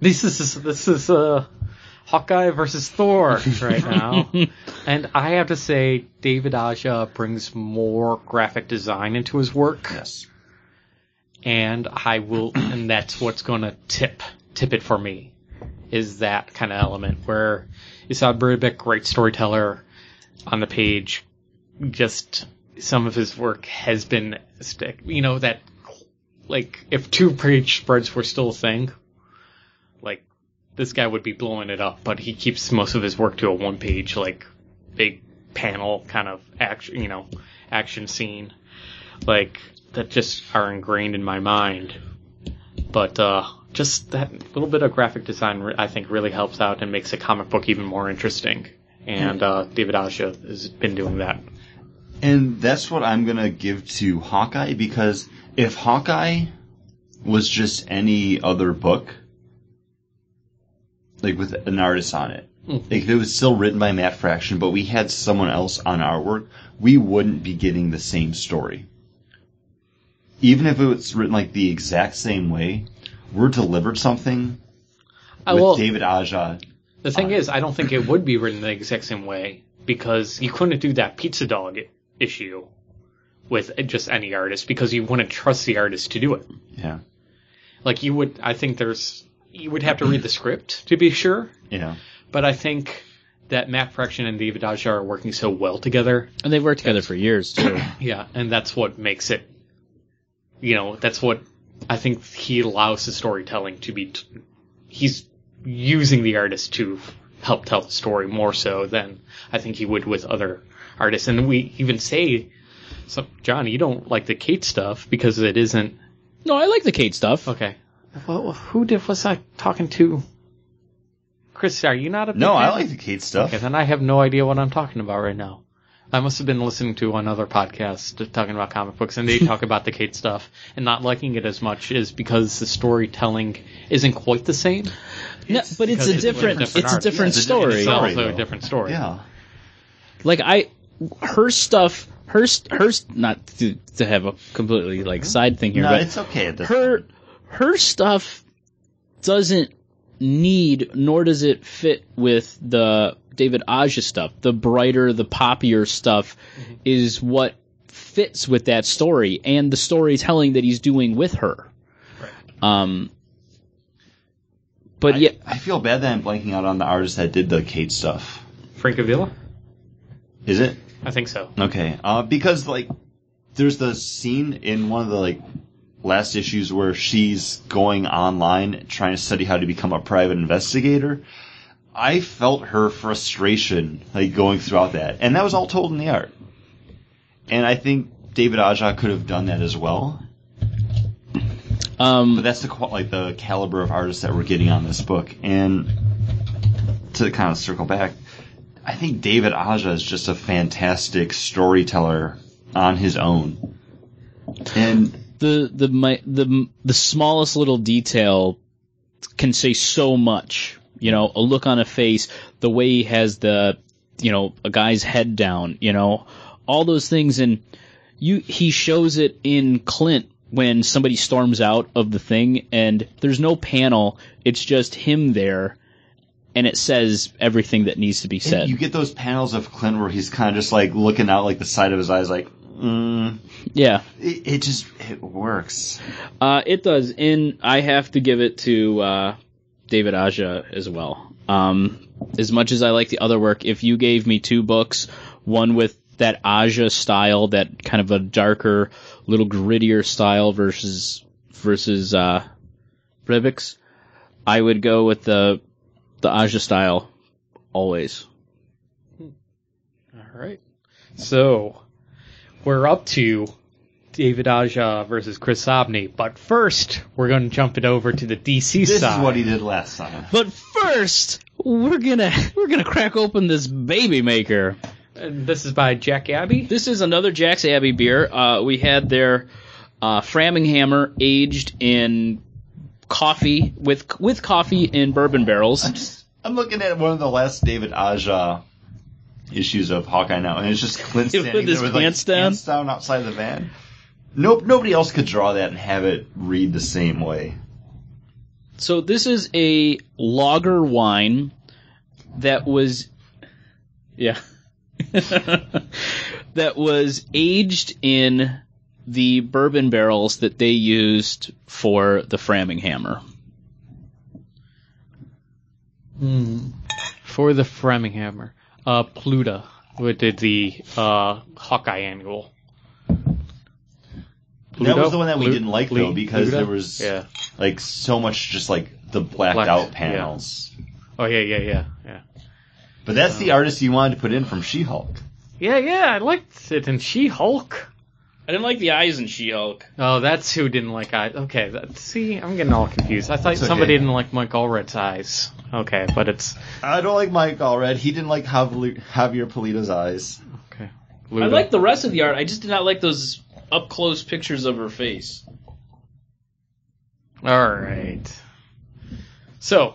[SPEAKER 3] This is this is uh, Hawkeye versus Thor right now, and I have to say David Aja brings more graphic design into his work.
[SPEAKER 1] Yes.
[SPEAKER 3] and I will, and that's what's going to tip tip it for me, is that kind of element where Isad Burbick, great storyteller on the page, just some of his work has been stick. You know that, like if two page spreads were still a thing, like this guy would be blowing it up, but he keeps most of his work to a one page, like big panel kind of action, you know, action scene like that just are ingrained in my mind. But uh, just that little bit of graphic design, re- I think, really helps out and makes a comic book even more interesting. And uh, David Asha has been doing that.
[SPEAKER 1] And that's what I'm gonna give to Hawkeye because if Hawkeye was just any other book, like with an artist on it,
[SPEAKER 3] Hmm.
[SPEAKER 1] like if it was still written by Matt Fraction, but we had someone else on our work, we wouldn't be getting the same story. Even if it was written like the exact same way, we're delivered something
[SPEAKER 3] I
[SPEAKER 1] with
[SPEAKER 3] will.
[SPEAKER 1] David Aja.
[SPEAKER 3] the thing is, I don't think it would be written the exact same way because you couldn't do that pizza dog i- issue with just any artist because you wouldn't trust the artist to do it.
[SPEAKER 1] Yeah.
[SPEAKER 3] Like you would, I think there's you would have to read the script to be sure,
[SPEAKER 1] Yeah.
[SPEAKER 3] But I think that Matt Fraction and David Aja are working so well together.
[SPEAKER 2] And they've worked together for years too.
[SPEAKER 3] Yeah, and that's what makes it. You know, that's what I think he allows the storytelling to be. T- he's using the artist to help tell the story more so than I think he would with other artists. And we even say, so, John, you don't like the Kate stuff because it isn't
[SPEAKER 2] no, I like the Kate stuff.
[SPEAKER 3] okay. Well, who did was I talking to? Chris, are you not a big
[SPEAKER 1] No, I
[SPEAKER 3] fan?
[SPEAKER 1] like the Kate stuff.
[SPEAKER 3] Okay, then I have no idea what I'm talking about right now. I must have been listening to another podcast talking about comic books, and they talk about the Kate stuff, and not liking it as much is because the storytelling isn't quite the same.
[SPEAKER 2] No, but it's a
[SPEAKER 3] because it's with a
[SPEAKER 2] different,
[SPEAKER 3] different
[SPEAKER 2] it's a
[SPEAKER 1] Yeah,
[SPEAKER 2] different
[SPEAKER 3] artist.
[SPEAKER 1] it's a different
[SPEAKER 2] story.
[SPEAKER 3] It's
[SPEAKER 1] Sorry,
[SPEAKER 3] also a
[SPEAKER 1] though.
[SPEAKER 3] different story.
[SPEAKER 1] Yeah.
[SPEAKER 2] like I, her stuff, her st- her st- not to, to have a completely like side thing here,
[SPEAKER 1] No,
[SPEAKER 2] but
[SPEAKER 1] it's okay at this
[SPEAKER 2] her her stuff doesn't need nor does it fit with the David Aja stuff. The brighter, the poppier stuff is what fits with that story and the storytelling that he's doing with her. Um but yeah,
[SPEAKER 1] I feel bad that I'm blanking out on the artist that did the Kate stuff.
[SPEAKER 3] Frank Avila?
[SPEAKER 1] Is it?
[SPEAKER 3] I think so.
[SPEAKER 1] Okay. Uh, because like, there's the scene in one of the like last issues where she's going online trying to study how to become a private investigator. I felt her frustration like going throughout that, and that was all told in the art. And I think David Aja could have done that as well.
[SPEAKER 2] um
[SPEAKER 1] But that's the qual- like the caliber of artists that we're getting on this book. And to kind of circle back, I think David Aja is just a fantastic storyteller on his own. And
[SPEAKER 2] the the my the the smallest little detail can say so much. You know, a look on a face, the way he has the, you know, a guy's head down, you know, all those things. And you, he shows it in Clint when somebody storms out of the thing and there's no panel. It's just him there and it says everything that needs to be
[SPEAKER 1] And
[SPEAKER 2] said.
[SPEAKER 1] you get those panels of Clint where he's kind of just like looking out like the side of his eyes, like, mm.
[SPEAKER 2] yeah.
[SPEAKER 1] it, it just it works.
[SPEAKER 2] Uh, it does. And I have to give it to uh, David Aja as well. Um, as much as I like the other work, if you gave me two books, one with that Aja style, that kind of a darker, little grittier style versus versus uh, Bribix, I would go with the the Aja style always.
[SPEAKER 3] All right. So we're up to David Aja versus Chris Sobney, but first we're going to jump it over to the DC
[SPEAKER 1] This
[SPEAKER 3] side.
[SPEAKER 1] is what he did last summer.
[SPEAKER 2] But first, we're gonna we're gonna crack open this baby maker.
[SPEAKER 3] And this is by Jack Abbey.
[SPEAKER 2] This is another Jack's Abbey beer. Uh, we had their uh, Framingham aged in coffee with with coffee in bourbon barrels.
[SPEAKER 1] I'm just I'm looking at one of the last David Aja issues of Hawkeye now, and it's just Clint
[SPEAKER 2] With
[SPEAKER 1] standing
[SPEAKER 2] his
[SPEAKER 1] there with like,
[SPEAKER 2] pants down?
[SPEAKER 1] pants down outside the van. Nope, nobody else could draw that and have it read the same way.
[SPEAKER 2] So this is a lager wine that was yeah that was aged in the bourbon barrels that they used for the Framingham.
[SPEAKER 3] Hmm. For the Framingham, uh, Pluta, who did the uh, Hawkeye annual.
[SPEAKER 1] That
[SPEAKER 3] Pluto?
[SPEAKER 1] was the one that we
[SPEAKER 3] Plu-
[SPEAKER 1] didn't like
[SPEAKER 3] Plu-
[SPEAKER 1] though, because
[SPEAKER 3] Pluto?
[SPEAKER 1] there was
[SPEAKER 3] yeah.
[SPEAKER 1] like so much just like the blacked
[SPEAKER 3] Black-
[SPEAKER 1] out
[SPEAKER 3] yeah.
[SPEAKER 1] panels.
[SPEAKER 3] Oh yeah, yeah, yeah, yeah.
[SPEAKER 1] But that's the artist you wanted to put in from She-Hulk.
[SPEAKER 3] Yeah, yeah, I liked it in She Hulk.
[SPEAKER 2] I didn't like the eyes in She-Hulk.
[SPEAKER 3] Oh, that's who didn't like eyes. Okay, that, see, I'm getting all confused. I thought
[SPEAKER 1] It's okay.
[SPEAKER 3] somebody didn't like Mike Allred's eyes. Okay, but it's
[SPEAKER 1] I don't like Mike Allred. He didn't like Javier Javier Polito's eyes.
[SPEAKER 3] okay.
[SPEAKER 2] I like the rest of the art. I just did not like those up close pictures of her face.
[SPEAKER 3] All right. So,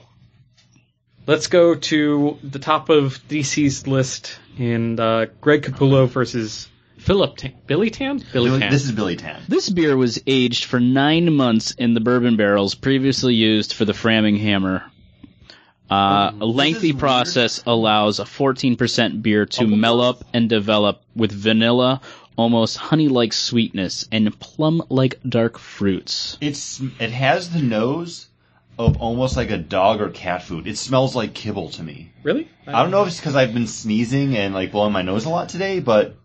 [SPEAKER 3] let's go to the top of DC's list and uh, Greg Capullo versus Philip Tan- Billy Tan. Billy Tan.
[SPEAKER 1] This is Billy Tan.
[SPEAKER 2] This beer was aged for nine months in the bourbon barrels previously used for the Framingham. Uh, a lengthy
[SPEAKER 1] weird.
[SPEAKER 2] process allows a 14% beer to melop and develop with vanilla, almost honey like sweetness, and plum like dark fruits.
[SPEAKER 1] It's it has the nose of almost like a dog or cat food. It smells like kibble to me.
[SPEAKER 3] really?
[SPEAKER 1] I don't know if it's because I've been sneezing and like blowing my nose a lot today, but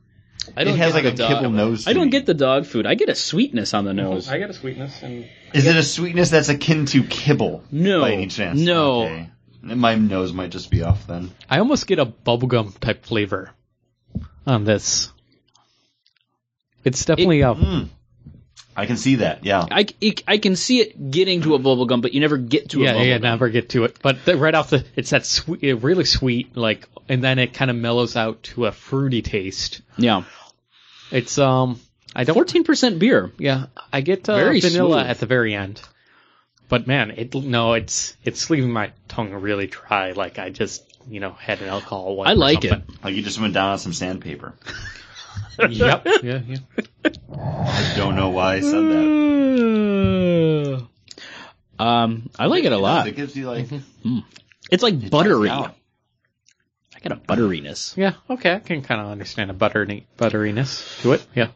[SPEAKER 2] I
[SPEAKER 1] it has like a kibble nose. to
[SPEAKER 2] I don't
[SPEAKER 1] me.
[SPEAKER 2] get the dog food. I get a sweetness on the nose.
[SPEAKER 3] I got a sweetness and
[SPEAKER 1] Is it a sweetness that's akin to kibble?
[SPEAKER 2] No.
[SPEAKER 1] by any chance?
[SPEAKER 2] No.
[SPEAKER 1] Okay. My nose might just be off then.
[SPEAKER 3] I almost get a bubblegum type flavor on this. It's definitely a
[SPEAKER 1] Mm. I can see that. Yeah.
[SPEAKER 2] I, it- I can see it getting to a bubblegum, but you never get to a
[SPEAKER 3] yeah,
[SPEAKER 2] bubblegum.
[SPEAKER 3] yeah, never get to it. But the, right off the, it's that sweet, uh, really sweet, like, and then it kind of mellows out to a fruity taste.
[SPEAKER 2] Yeah.
[SPEAKER 3] It's um, I don't,
[SPEAKER 2] 14% beer.
[SPEAKER 3] yeah, I get uh,
[SPEAKER 2] Very
[SPEAKER 3] vanilla
[SPEAKER 2] smooth.
[SPEAKER 3] at the very end. But man, it no, it's it's leaving my tongue really dry. Like I just, you know, had an alcohol. one
[SPEAKER 2] I
[SPEAKER 3] or
[SPEAKER 2] like it.
[SPEAKER 3] something.
[SPEAKER 1] Like you just went down on some sandpaper.
[SPEAKER 3] yep. Yeah. Yeah.
[SPEAKER 1] I don't know why I said that.
[SPEAKER 2] Um, I like it a lot.
[SPEAKER 1] It gives you like
[SPEAKER 2] It's like buttery.
[SPEAKER 1] out.
[SPEAKER 2] I got a butteriness.
[SPEAKER 3] Yeah. Okay. I can kind of understand a buttery butteriness to it. Yeah.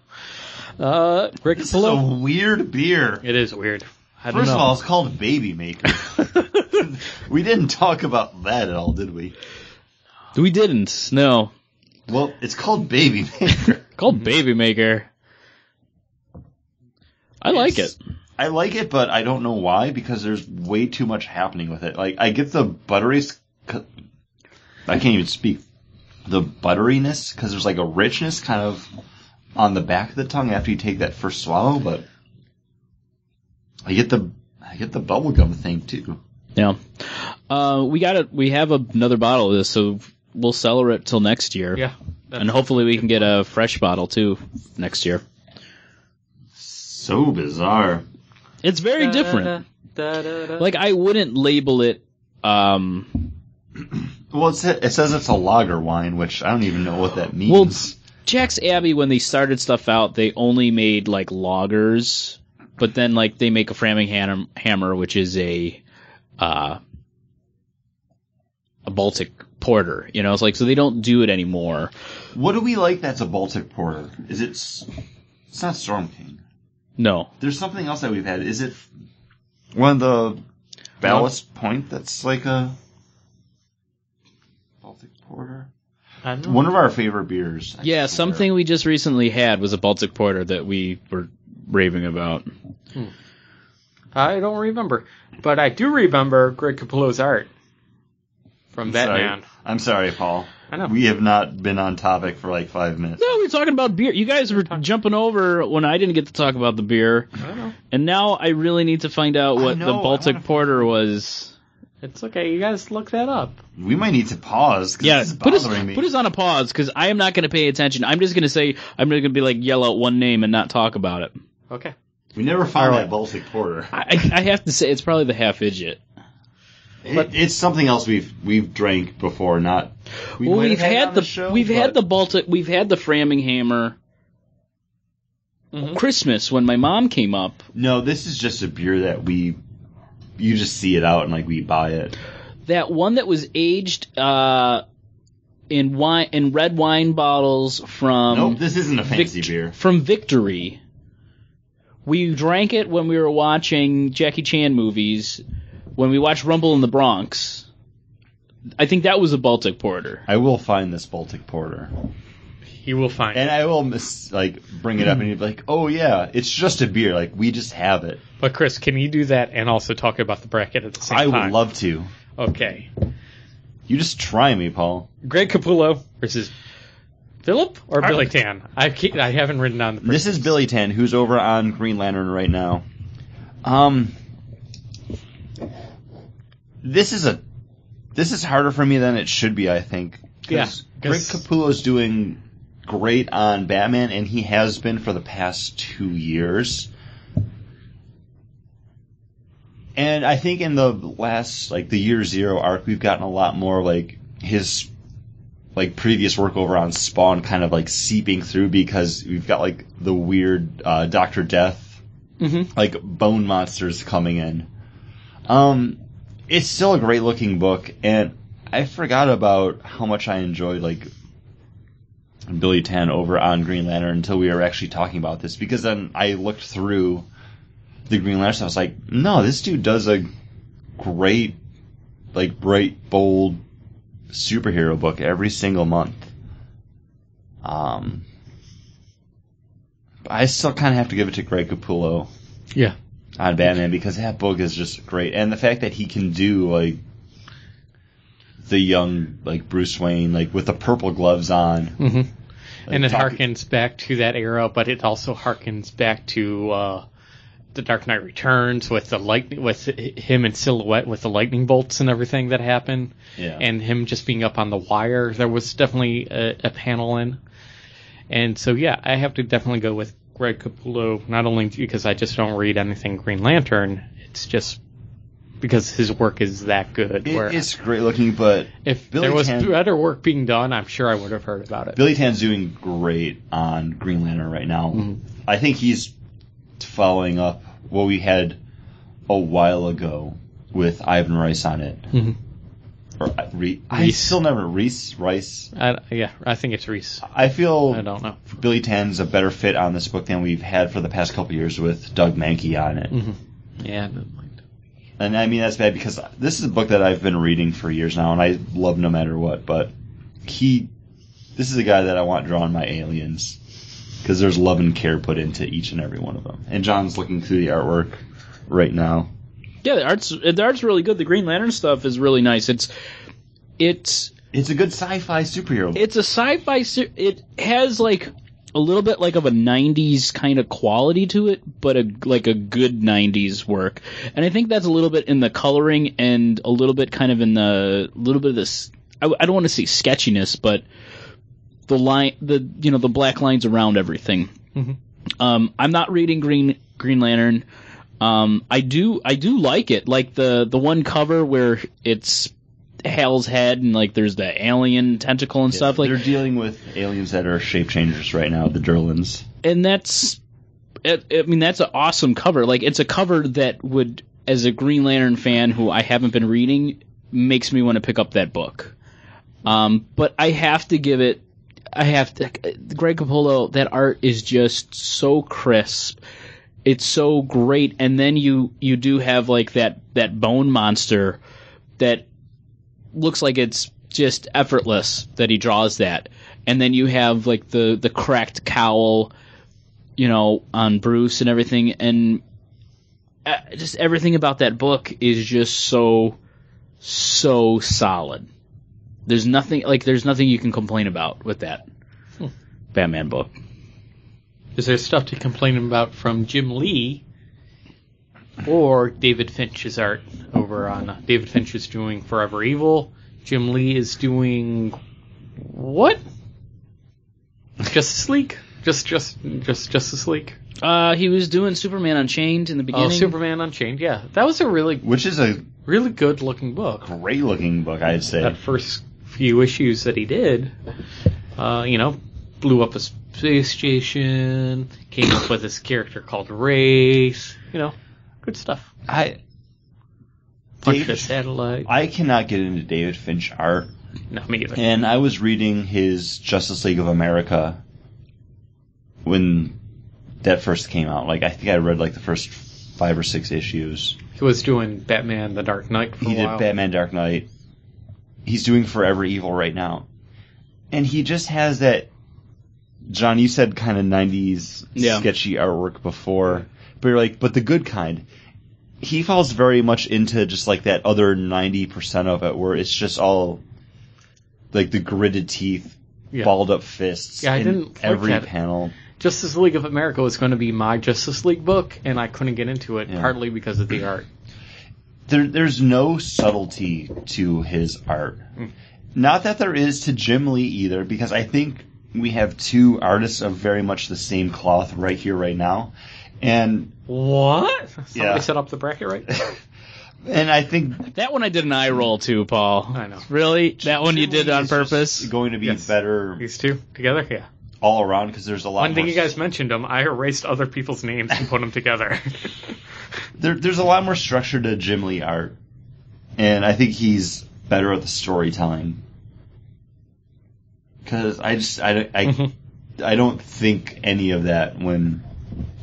[SPEAKER 3] Uh, Rick
[SPEAKER 1] this is a
[SPEAKER 3] Pillow.
[SPEAKER 1] weird beer.
[SPEAKER 3] It is weird. I don't
[SPEAKER 1] First
[SPEAKER 3] know.
[SPEAKER 1] of all, it's called Baby Maker. we didn't talk about that at all, did we?
[SPEAKER 2] We didn't. No.
[SPEAKER 1] Well, it's called Baby Maker.
[SPEAKER 2] Called
[SPEAKER 3] Mm-hmm.
[SPEAKER 2] Baby Maker. I like it.
[SPEAKER 1] It's- I like it, but I don't know why because there's way too much happening with it. Like I get the buttery, s- c- I can't even speak. The butteriness because there's like a richness kind of on the back of the tongue after you take that first swallow, but I get the I get the bubblegum thing too.
[SPEAKER 2] Yeah. Uh, we got it. We have another bottle of this, so we'll cellar it till next year.
[SPEAKER 3] yeah.
[SPEAKER 2] And hopefully we can get a fresh bottle too next year.
[SPEAKER 1] So bizarre.
[SPEAKER 2] It's very different. Like I wouldn't label it. Um,
[SPEAKER 1] Well, it, sa- it says it's a lager wine, which I don't even know what that means.
[SPEAKER 2] well, Jack's Abbey when they started stuff out, they only made like loggers, but then like they make a Framingham Hammer, which is a uh, a Baltic porter. You know, it's like so they don't do it anymore.
[SPEAKER 1] what do we like that's a Baltic porter? Is it. s- It's not Storm King.
[SPEAKER 2] No,
[SPEAKER 1] There's something else that we've had. Is it one of the Ballast Point that's like a Baltic porter?
[SPEAKER 3] I don't know.
[SPEAKER 1] One of our favorite beers. I
[SPEAKER 2] Yeah,
[SPEAKER 1] swear.
[SPEAKER 2] something we just recently had was a Baltic Porter that we were raving about.
[SPEAKER 3] I don't remember, but I do remember Greg Capullo's art from
[SPEAKER 1] I'm sorry.
[SPEAKER 3] Batman.
[SPEAKER 1] I'm sorry, Paul.
[SPEAKER 3] I know.
[SPEAKER 1] We have not been on topic for like five minutes.
[SPEAKER 2] No, we were talking about beer. You guys were jumping over when I didn't get to talk about the beer,
[SPEAKER 3] I don't know.
[SPEAKER 2] and now I really need to find out
[SPEAKER 1] I
[SPEAKER 2] what
[SPEAKER 1] know,
[SPEAKER 2] the
[SPEAKER 1] I
[SPEAKER 2] Baltic
[SPEAKER 1] wanna-
[SPEAKER 2] Porter was.
[SPEAKER 3] It's okay. You guys look that up.
[SPEAKER 1] We might need to pause. 'cause
[SPEAKER 2] Yeah,
[SPEAKER 1] this is
[SPEAKER 2] put us
[SPEAKER 1] bothering me.
[SPEAKER 2] put us on a pause because I am not going to pay attention. I'm just going to say I'm going to be like yell out one name and not talk about it.
[SPEAKER 3] Okay.
[SPEAKER 1] we never found
[SPEAKER 3] All right.
[SPEAKER 1] that Baltic porter.
[SPEAKER 2] I, I have to say it's probably the half idiot.
[SPEAKER 1] It, it's something else we've we've drank before. Not we
[SPEAKER 2] well,
[SPEAKER 1] might
[SPEAKER 2] we've
[SPEAKER 1] have it
[SPEAKER 2] had
[SPEAKER 1] on
[SPEAKER 2] the,
[SPEAKER 1] show,
[SPEAKER 2] we've had the
[SPEAKER 1] but-
[SPEAKER 2] Baltic we've had the Framingham
[SPEAKER 1] Mm-hmm.
[SPEAKER 2] Christmas when my mom came up.
[SPEAKER 1] no. This is just a beer that we you just see it out and like we buy it.
[SPEAKER 2] that one that was aged uh, in wine in red wine bottles from
[SPEAKER 3] Um,
[SPEAKER 1] nope, this isn't a
[SPEAKER 2] Vic-
[SPEAKER 1] fancy beer.
[SPEAKER 2] from Victory. We drank it when we were watching Jackie Chan movies. When we watched Rumble in the Bronx, I think that was a Baltic Porter.
[SPEAKER 1] I will find this Baltic porter,
[SPEAKER 3] You will find.
[SPEAKER 1] and
[SPEAKER 3] it.
[SPEAKER 1] I will mis- like bring it up, and you'll be like, "Oh yeah, it's just a beer. Like we just have it."
[SPEAKER 3] But Chris, can you do that and also talk about the bracket at the same
[SPEAKER 1] I
[SPEAKER 3] time?
[SPEAKER 1] would love to.
[SPEAKER 3] Okay.
[SPEAKER 1] You just try me, Paul.
[SPEAKER 3] Greg Capullo versus Philip or Billy Tan. I can't, I haven't written down the. person.
[SPEAKER 1] This is Billy Tan, who's over on Green Lantern right now. Um, this is a this is harder for me than it should be. I think. 'Cause
[SPEAKER 3] Yeah,
[SPEAKER 1] Greg
[SPEAKER 3] 'cause-
[SPEAKER 1] Capullo's doing great on Batman, and he has been for the past two years. And I think in the last, like the year zero arc, we've gotten a lot more like his like previous work over on Spawn kind of like seeping through because we've got like the weird uh, Doctor Death,
[SPEAKER 2] Mm-hmm.
[SPEAKER 3] Mhm.
[SPEAKER 1] like bone monsters coming in. Um, it's still a great looking book, and I forgot about how much I enjoyed like Billy Tan over on Green Lantern until we were actually talking about this because then I looked through the Green Lantern stuff. I was like, no, this dude does a great, like bright, bold superhero book every single month. Um, but I still kind of have to give it to Greg Capullo
[SPEAKER 3] yeah.
[SPEAKER 1] on Batman because that book is just great, and the fact that he can do like the young like Bruce Wayne like with the purple gloves on,
[SPEAKER 3] hmm and it
[SPEAKER 1] talking-
[SPEAKER 3] harkens back to that era, but it also harkens back to uh, the Dark Knight Returns with the light with him in silhouette with the lightning bolts and everything that happened,
[SPEAKER 1] yeah,
[SPEAKER 3] and him just being up on the wire. There was definitely a, a panel in, and so yeah, I have to definitely go with Greg Capullo. Not only because I just don't read anything Green Lantern, it's just because his work is that good.
[SPEAKER 1] It-
[SPEAKER 3] where
[SPEAKER 1] it's great looking, but
[SPEAKER 3] if
[SPEAKER 1] Billy
[SPEAKER 3] there was
[SPEAKER 1] Tan-
[SPEAKER 3] better work being done, I'm sure I would have heard about it.
[SPEAKER 1] Billy Tan's doing great on Green Lantern right now.
[SPEAKER 3] Mm-hmm.
[SPEAKER 1] I think he's following up what we had a while ago with Ivan Rice on it.
[SPEAKER 3] Mhm.
[SPEAKER 1] Or I- Re- I
[SPEAKER 3] Reese.
[SPEAKER 1] still never Reese Rice.
[SPEAKER 3] I, yeah, I think it's Reese.
[SPEAKER 1] I feel
[SPEAKER 3] I don't know.
[SPEAKER 1] Billy Tan's a better fit on this book than we've had for the past couple years with Doug Mankey on it.
[SPEAKER 3] Yeah, I don't mind.
[SPEAKER 1] And I mean that's bad because this is a book that I've been reading for years now, and I love no matter what. But he, this is a guy that I want drawing my aliens because there's love and care put into each and every one of them. And John's looking through the artwork right now.
[SPEAKER 2] Yeah, the art's the art's really good. The Green Lantern stuff is really nice. It's it's
[SPEAKER 1] It's a good sci-fi superhero. book.
[SPEAKER 2] it's a sci-fi ser- it has like a little bit like of a 90s kind of quality to it but a like a good 90s work and i think that's a little bit in the coloring and a little bit kind of in the little bit of this i, I don't want to say sketchiness but the line the you know the black lines around everything um, i'm not reading green green lantern Um, I do I do like it. Like the the one cover where it's Hal's head and like there's the alien tentacle and stuff like
[SPEAKER 1] They're dealing with aliens that are shape changers right now, the Derlins.
[SPEAKER 2] and that's it, i mean that's an awesome cover like it's a cover that would as a green lantern fan who i haven't been reading makes me want to pick up that book um, but i have to give it i have to greg capullo that art is just so crisp it's so great and then you you do have like that that bone monster that looks like it's just effortless that he draws that and then you have like the the cracked cowl you know on bruce and everything and uh, just everything about that book is just so so solid there's nothing like there's nothing you can complain about with that batman book
[SPEAKER 3] Is there stuff to complain about from Jim Lee or David Finch's art over on uh, David Finch is doing Forever Evil. Jim Lee is doing what? Justice League? Just just just Justice League?
[SPEAKER 2] uh he was doing superman unchained in the
[SPEAKER 3] Oh,
[SPEAKER 2] beginning
[SPEAKER 3] Superman Unchained. Yeah, that was a really
[SPEAKER 1] Which is a
[SPEAKER 3] really good looking book.
[SPEAKER 1] great looking book, I'd say.
[SPEAKER 3] That first few issues that he did, uh, you know, blew up a space station, came up with this character called Race. You know, good stuff.
[SPEAKER 1] I
[SPEAKER 3] Punch the
[SPEAKER 1] David-
[SPEAKER 3] satellite.
[SPEAKER 1] I cannot get into David Finch art.
[SPEAKER 3] No, me either.
[SPEAKER 1] And I was reading his Justice League of America when that first came out. Like I think I read like the first five or six issues.
[SPEAKER 3] He was doing Batman: The Dark Knight for
[SPEAKER 1] He
[SPEAKER 3] a
[SPEAKER 1] did
[SPEAKER 3] while.
[SPEAKER 1] Batman Dark Knight. He's doing Forever Evil right now. And he just has that John, you said kind of nineties
[SPEAKER 2] Yeah.
[SPEAKER 1] sketchy artwork before. But you're like, but the good kind. He falls very much into just like that other ninety percent of it where it's just all like the gritted teeth,
[SPEAKER 3] Yeah.
[SPEAKER 1] balled up fists
[SPEAKER 3] Yeah, I
[SPEAKER 1] in
[SPEAKER 3] didn't like
[SPEAKER 1] every
[SPEAKER 3] that.
[SPEAKER 1] panel.
[SPEAKER 3] Justice League of America was going to be my Justice League book, and I couldn't get into it
[SPEAKER 1] Yeah.
[SPEAKER 3] partly because of the art.
[SPEAKER 1] there there's no subtlety to his art.
[SPEAKER 3] Hmm.
[SPEAKER 1] Not that there is to Jim Lee either, because I think we have two artists of very much the same cloth right here, right now, and
[SPEAKER 3] What? Somebody
[SPEAKER 1] Yeah.
[SPEAKER 3] set up the bracket right.
[SPEAKER 1] and I think
[SPEAKER 2] that one i did an eye roll too paul
[SPEAKER 3] I know.
[SPEAKER 2] really that one you
[SPEAKER 1] Jim
[SPEAKER 2] did
[SPEAKER 1] Lee
[SPEAKER 2] on
[SPEAKER 1] is just
[SPEAKER 2] purpose
[SPEAKER 1] going to be
[SPEAKER 3] Yes.
[SPEAKER 1] better
[SPEAKER 3] These two together, yeah.
[SPEAKER 1] all around because there's a lot.
[SPEAKER 3] One thing
[SPEAKER 1] more
[SPEAKER 3] you guys mentioned them, I erased other people's names and put them together.
[SPEAKER 1] there, there's a lot more structure to Jim Lee art, and I think he's better at the storytelling. Because I just I don't- I,
[SPEAKER 3] Mhm.
[SPEAKER 1] I don't think any of that when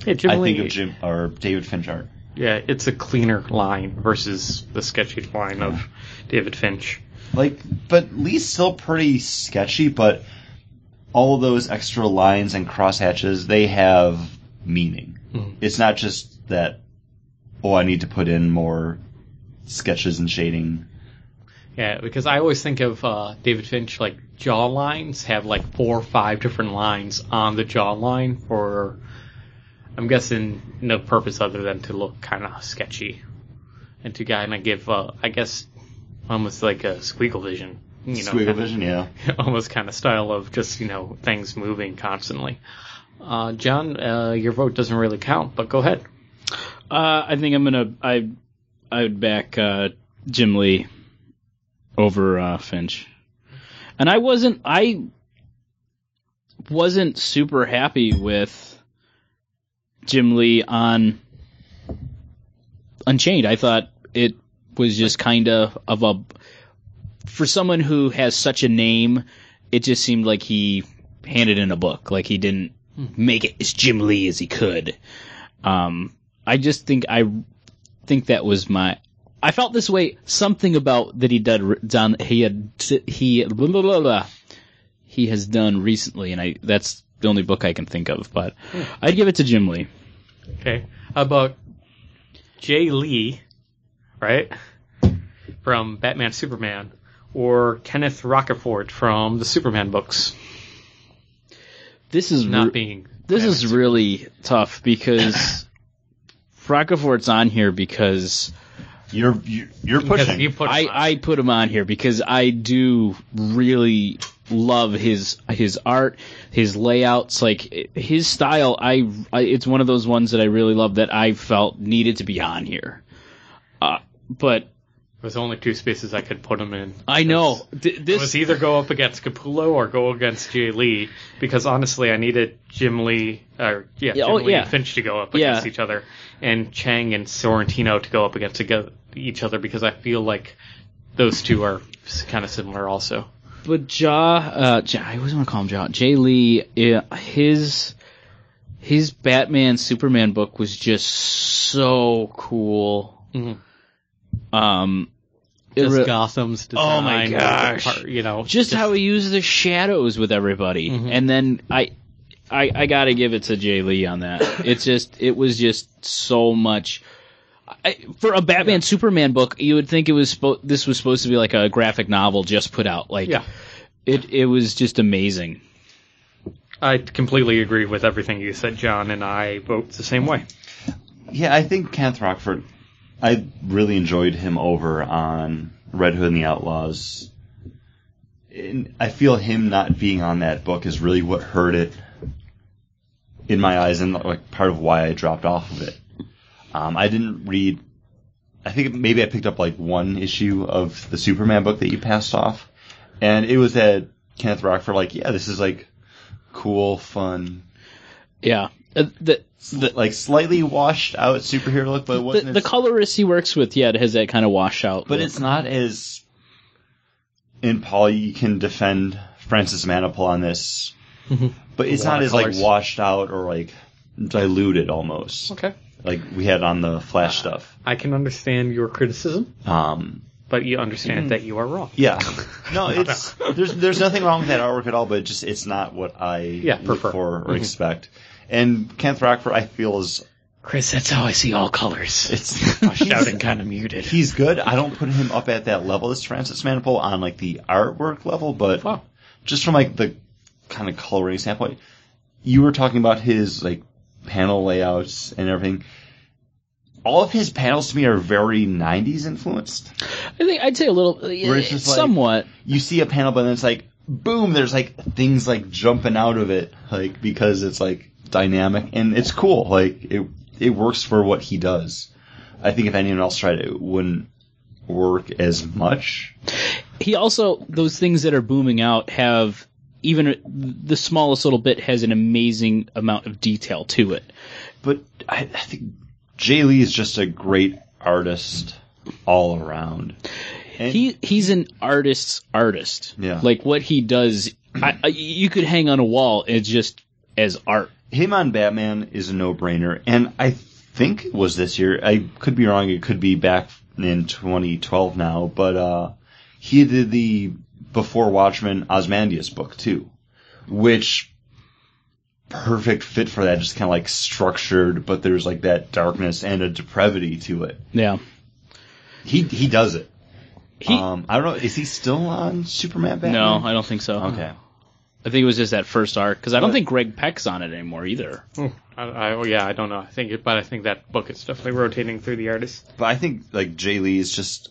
[SPEAKER 3] yeah, Jim
[SPEAKER 1] I
[SPEAKER 3] Lee,
[SPEAKER 1] think of Jim or David Finch art.
[SPEAKER 3] Yeah, it's a cleaner line versus the sketchy line of David Finch.
[SPEAKER 1] Like, but Lee's still pretty sketchy, but all those extra lines and crosshatches they have meaning.
[SPEAKER 3] Mhm.
[SPEAKER 1] It's not just that. Oh, I need to put in more sketches and shading.
[SPEAKER 3] Yeah, because I always think of uh, David Finch like jaw lines have like four or five different lines on the jaw line for, I'm guessing no purpose other than to look kind of sketchy, and to kind of give uh, I guess almost like a squeakle vision, you know,
[SPEAKER 1] Squiggle
[SPEAKER 3] kinda-
[SPEAKER 1] vision, yeah.
[SPEAKER 3] almost kind of style of just you know things moving constantly. Uh, John, uh, your vote doesn't really count, but go ahead.
[SPEAKER 2] Uh, I think I'm gonna I I would back uh, Jim Lee over uh, Finch, and I wasn't I wasn't super happy with Jim Lee on Unchained. I thought it was just kind of of a for someone who has such a name, it just seemed like he handed in a book, like he didn't make it as Jim Lee as he could. Um, I just think I think that was my. I felt this way. Something about that he did done. He had he blah, blah, blah, blah, he has done recently, and I that's the only book I can think of. But
[SPEAKER 3] Hmm.
[SPEAKER 2] I'd give it to Jim Lee.
[SPEAKER 3] Okay. How about Jay Lee, right? From Batman Superman, or Kenneth Rockerford from the Superman books.
[SPEAKER 2] This is
[SPEAKER 3] Not
[SPEAKER 2] re-
[SPEAKER 3] being
[SPEAKER 2] this
[SPEAKER 3] Batman
[SPEAKER 2] is really tough because Rockefort's on here because
[SPEAKER 1] You're you're, you're
[SPEAKER 3] Superman. Because
[SPEAKER 1] pushing.
[SPEAKER 3] You put him
[SPEAKER 2] I
[SPEAKER 3] on.
[SPEAKER 2] I put him on here because I do really love his his art, his layouts, like his style. I, I it's one of those ones that I really love that I felt needed to be on here. Uh, but
[SPEAKER 3] There's only two spaces I could put him in.
[SPEAKER 2] I know th-
[SPEAKER 3] It
[SPEAKER 2] this
[SPEAKER 3] was either go up against Capullo or go against Jay Lee because honestly, I needed Jim Lee or yeah,
[SPEAKER 2] Yeah,
[SPEAKER 3] Jim
[SPEAKER 2] oh,
[SPEAKER 3] Lee
[SPEAKER 2] yeah.
[SPEAKER 3] and Finch to go up
[SPEAKER 2] Yeah.
[SPEAKER 3] against each other, and Chang and Sorrentino to go up against toge- each other because I feel like those two are kind of similar also.
[SPEAKER 2] But Ja, uh, ja I always want to call him Ja. Jay Lee, uh, his his Batman Superman book was just so cool.
[SPEAKER 3] Mhm.
[SPEAKER 2] Um, it
[SPEAKER 3] Just
[SPEAKER 2] re-
[SPEAKER 3] Gotham's design.
[SPEAKER 2] Oh my
[SPEAKER 3] was a
[SPEAKER 2] gosh.
[SPEAKER 3] part- you know,
[SPEAKER 2] just how he used the shadows with everybody, and then I. I, I gotta give it to Jay Lee on that. It's just, it was just so much. I, for a Batman Superman book, you would think it was spo- this was supposed to be like a graphic novel just put out. Like,
[SPEAKER 3] yeah.
[SPEAKER 2] it it was just amazing.
[SPEAKER 3] I completely agree with everything you said, John, and I vote the same way.
[SPEAKER 1] Yeah, I think Kenneth Rockford. I really enjoyed him over on Red Hood and the Outlaws. And I feel him not being on that book is really what hurt it in my eyes, and like part of why I dropped off of it. Um, I didn't read. I think maybe I picked up like one issue of the Superman book that you passed off, and it was that Kenneth Rockford like, yeah, this is like cool, fun,
[SPEAKER 2] Yeah. Uh, The the
[SPEAKER 1] like slightly washed out superhero look, but it
[SPEAKER 2] the,
[SPEAKER 1] wasn't
[SPEAKER 2] the
[SPEAKER 1] as-
[SPEAKER 2] colorist he works with, yeah, it has that kind of washout.
[SPEAKER 1] But
[SPEAKER 2] look.
[SPEAKER 1] it's not as. And Paul, you can defend Francis Manipal on this,
[SPEAKER 2] Mm-hmm.
[SPEAKER 1] but it's not as like
[SPEAKER 3] Watercolors.
[SPEAKER 1] washed out or like diluted almost
[SPEAKER 3] Okay.
[SPEAKER 1] like we had on the
[SPEAKER 2] Uh.
[SPEAKER 1] Flash stuff.
[SPEAKER 3] I can understand your criticism,
[SPEAKER 1] Um,
[SPEAKER 3] but you understand that you are wrong.
[SPEAKER 1] yeah, no, it's there's there's nothing wrong with that artwork at all, but it just it's not what I look
[SPEAKER 3] prefer.
[SPEAKER 1] for or expect. And Kenneth Rockford, I feel is
[SPEAKER 2] Chris, that's how I see all colors.
[SPEAKER 1] it's
[SPEAKER 2] Shouting kind of muted.
[SPEAKER 1] he's good. I don't put him up at that level as Francis Manipal on like the artwork level, but
[SPEAKER 3] Wow.
[SPEAKER 1] just from like the kind of coloring standpoint, you were talking about his like panel layouts and everything. All of his panels to me are very '90s influenced.
[SPEAKER 2] I think I'd say a little, eh,
[SPEAKER 1] Where it's just like-
[SPEAKER 2] somewhat.
[SPEAKER 1] You see a panel, but then it's like boom, there's like things like jumping out of it, like because it's like dynamic and it's cool. Like it it works for what he does. I think if anyone else tried it, it wouldn't work as much.
[SPEAKER 2] He also those things that are booming out have even the smallest little bit has an amazing amount of detail to it.
[SPEAKER 1] but I, I think Jay Lee is just a great artist all around. And
[SPEAKER 2] He he's an artist's artist.
[SPEAKER 1] Yeah.
[SPEAKER 2] Like what he does, I, I, you could hang on a wall. It's just as art.
[SPEAKER 1] him on Batman is a no-brainer, and I think it was this year. I could be wrong. It could be back in 2012 now, but uh, he did the before Watchmen Osmandius book too, which perfect fit for that. Just kind of like structured, but there's like that darkness and a depravity to it.
[SPEAKER 2] Yeah.
[SPEAKER 1] He he does it.
[SPEAKER 2] He
[SPEAKER 1] um, I don't know. Is he still on Superman? Batman?
[SPEAKER 2] no, I don't think so.
[SPEAKER 1] Okay.
[SPEAKER 2] I think it was just that first arc because I don't
[SPEAKER 1] But-
[SPEAKER 2] think Greg Peck's on it anymore either.
[SPEAKER 3] Oh, I, I, oh, yeah, I don't know. I think, it, but I think that book is definitely rotating through the artists.
[SPEAKER 1] But I think like Jay Lee is just.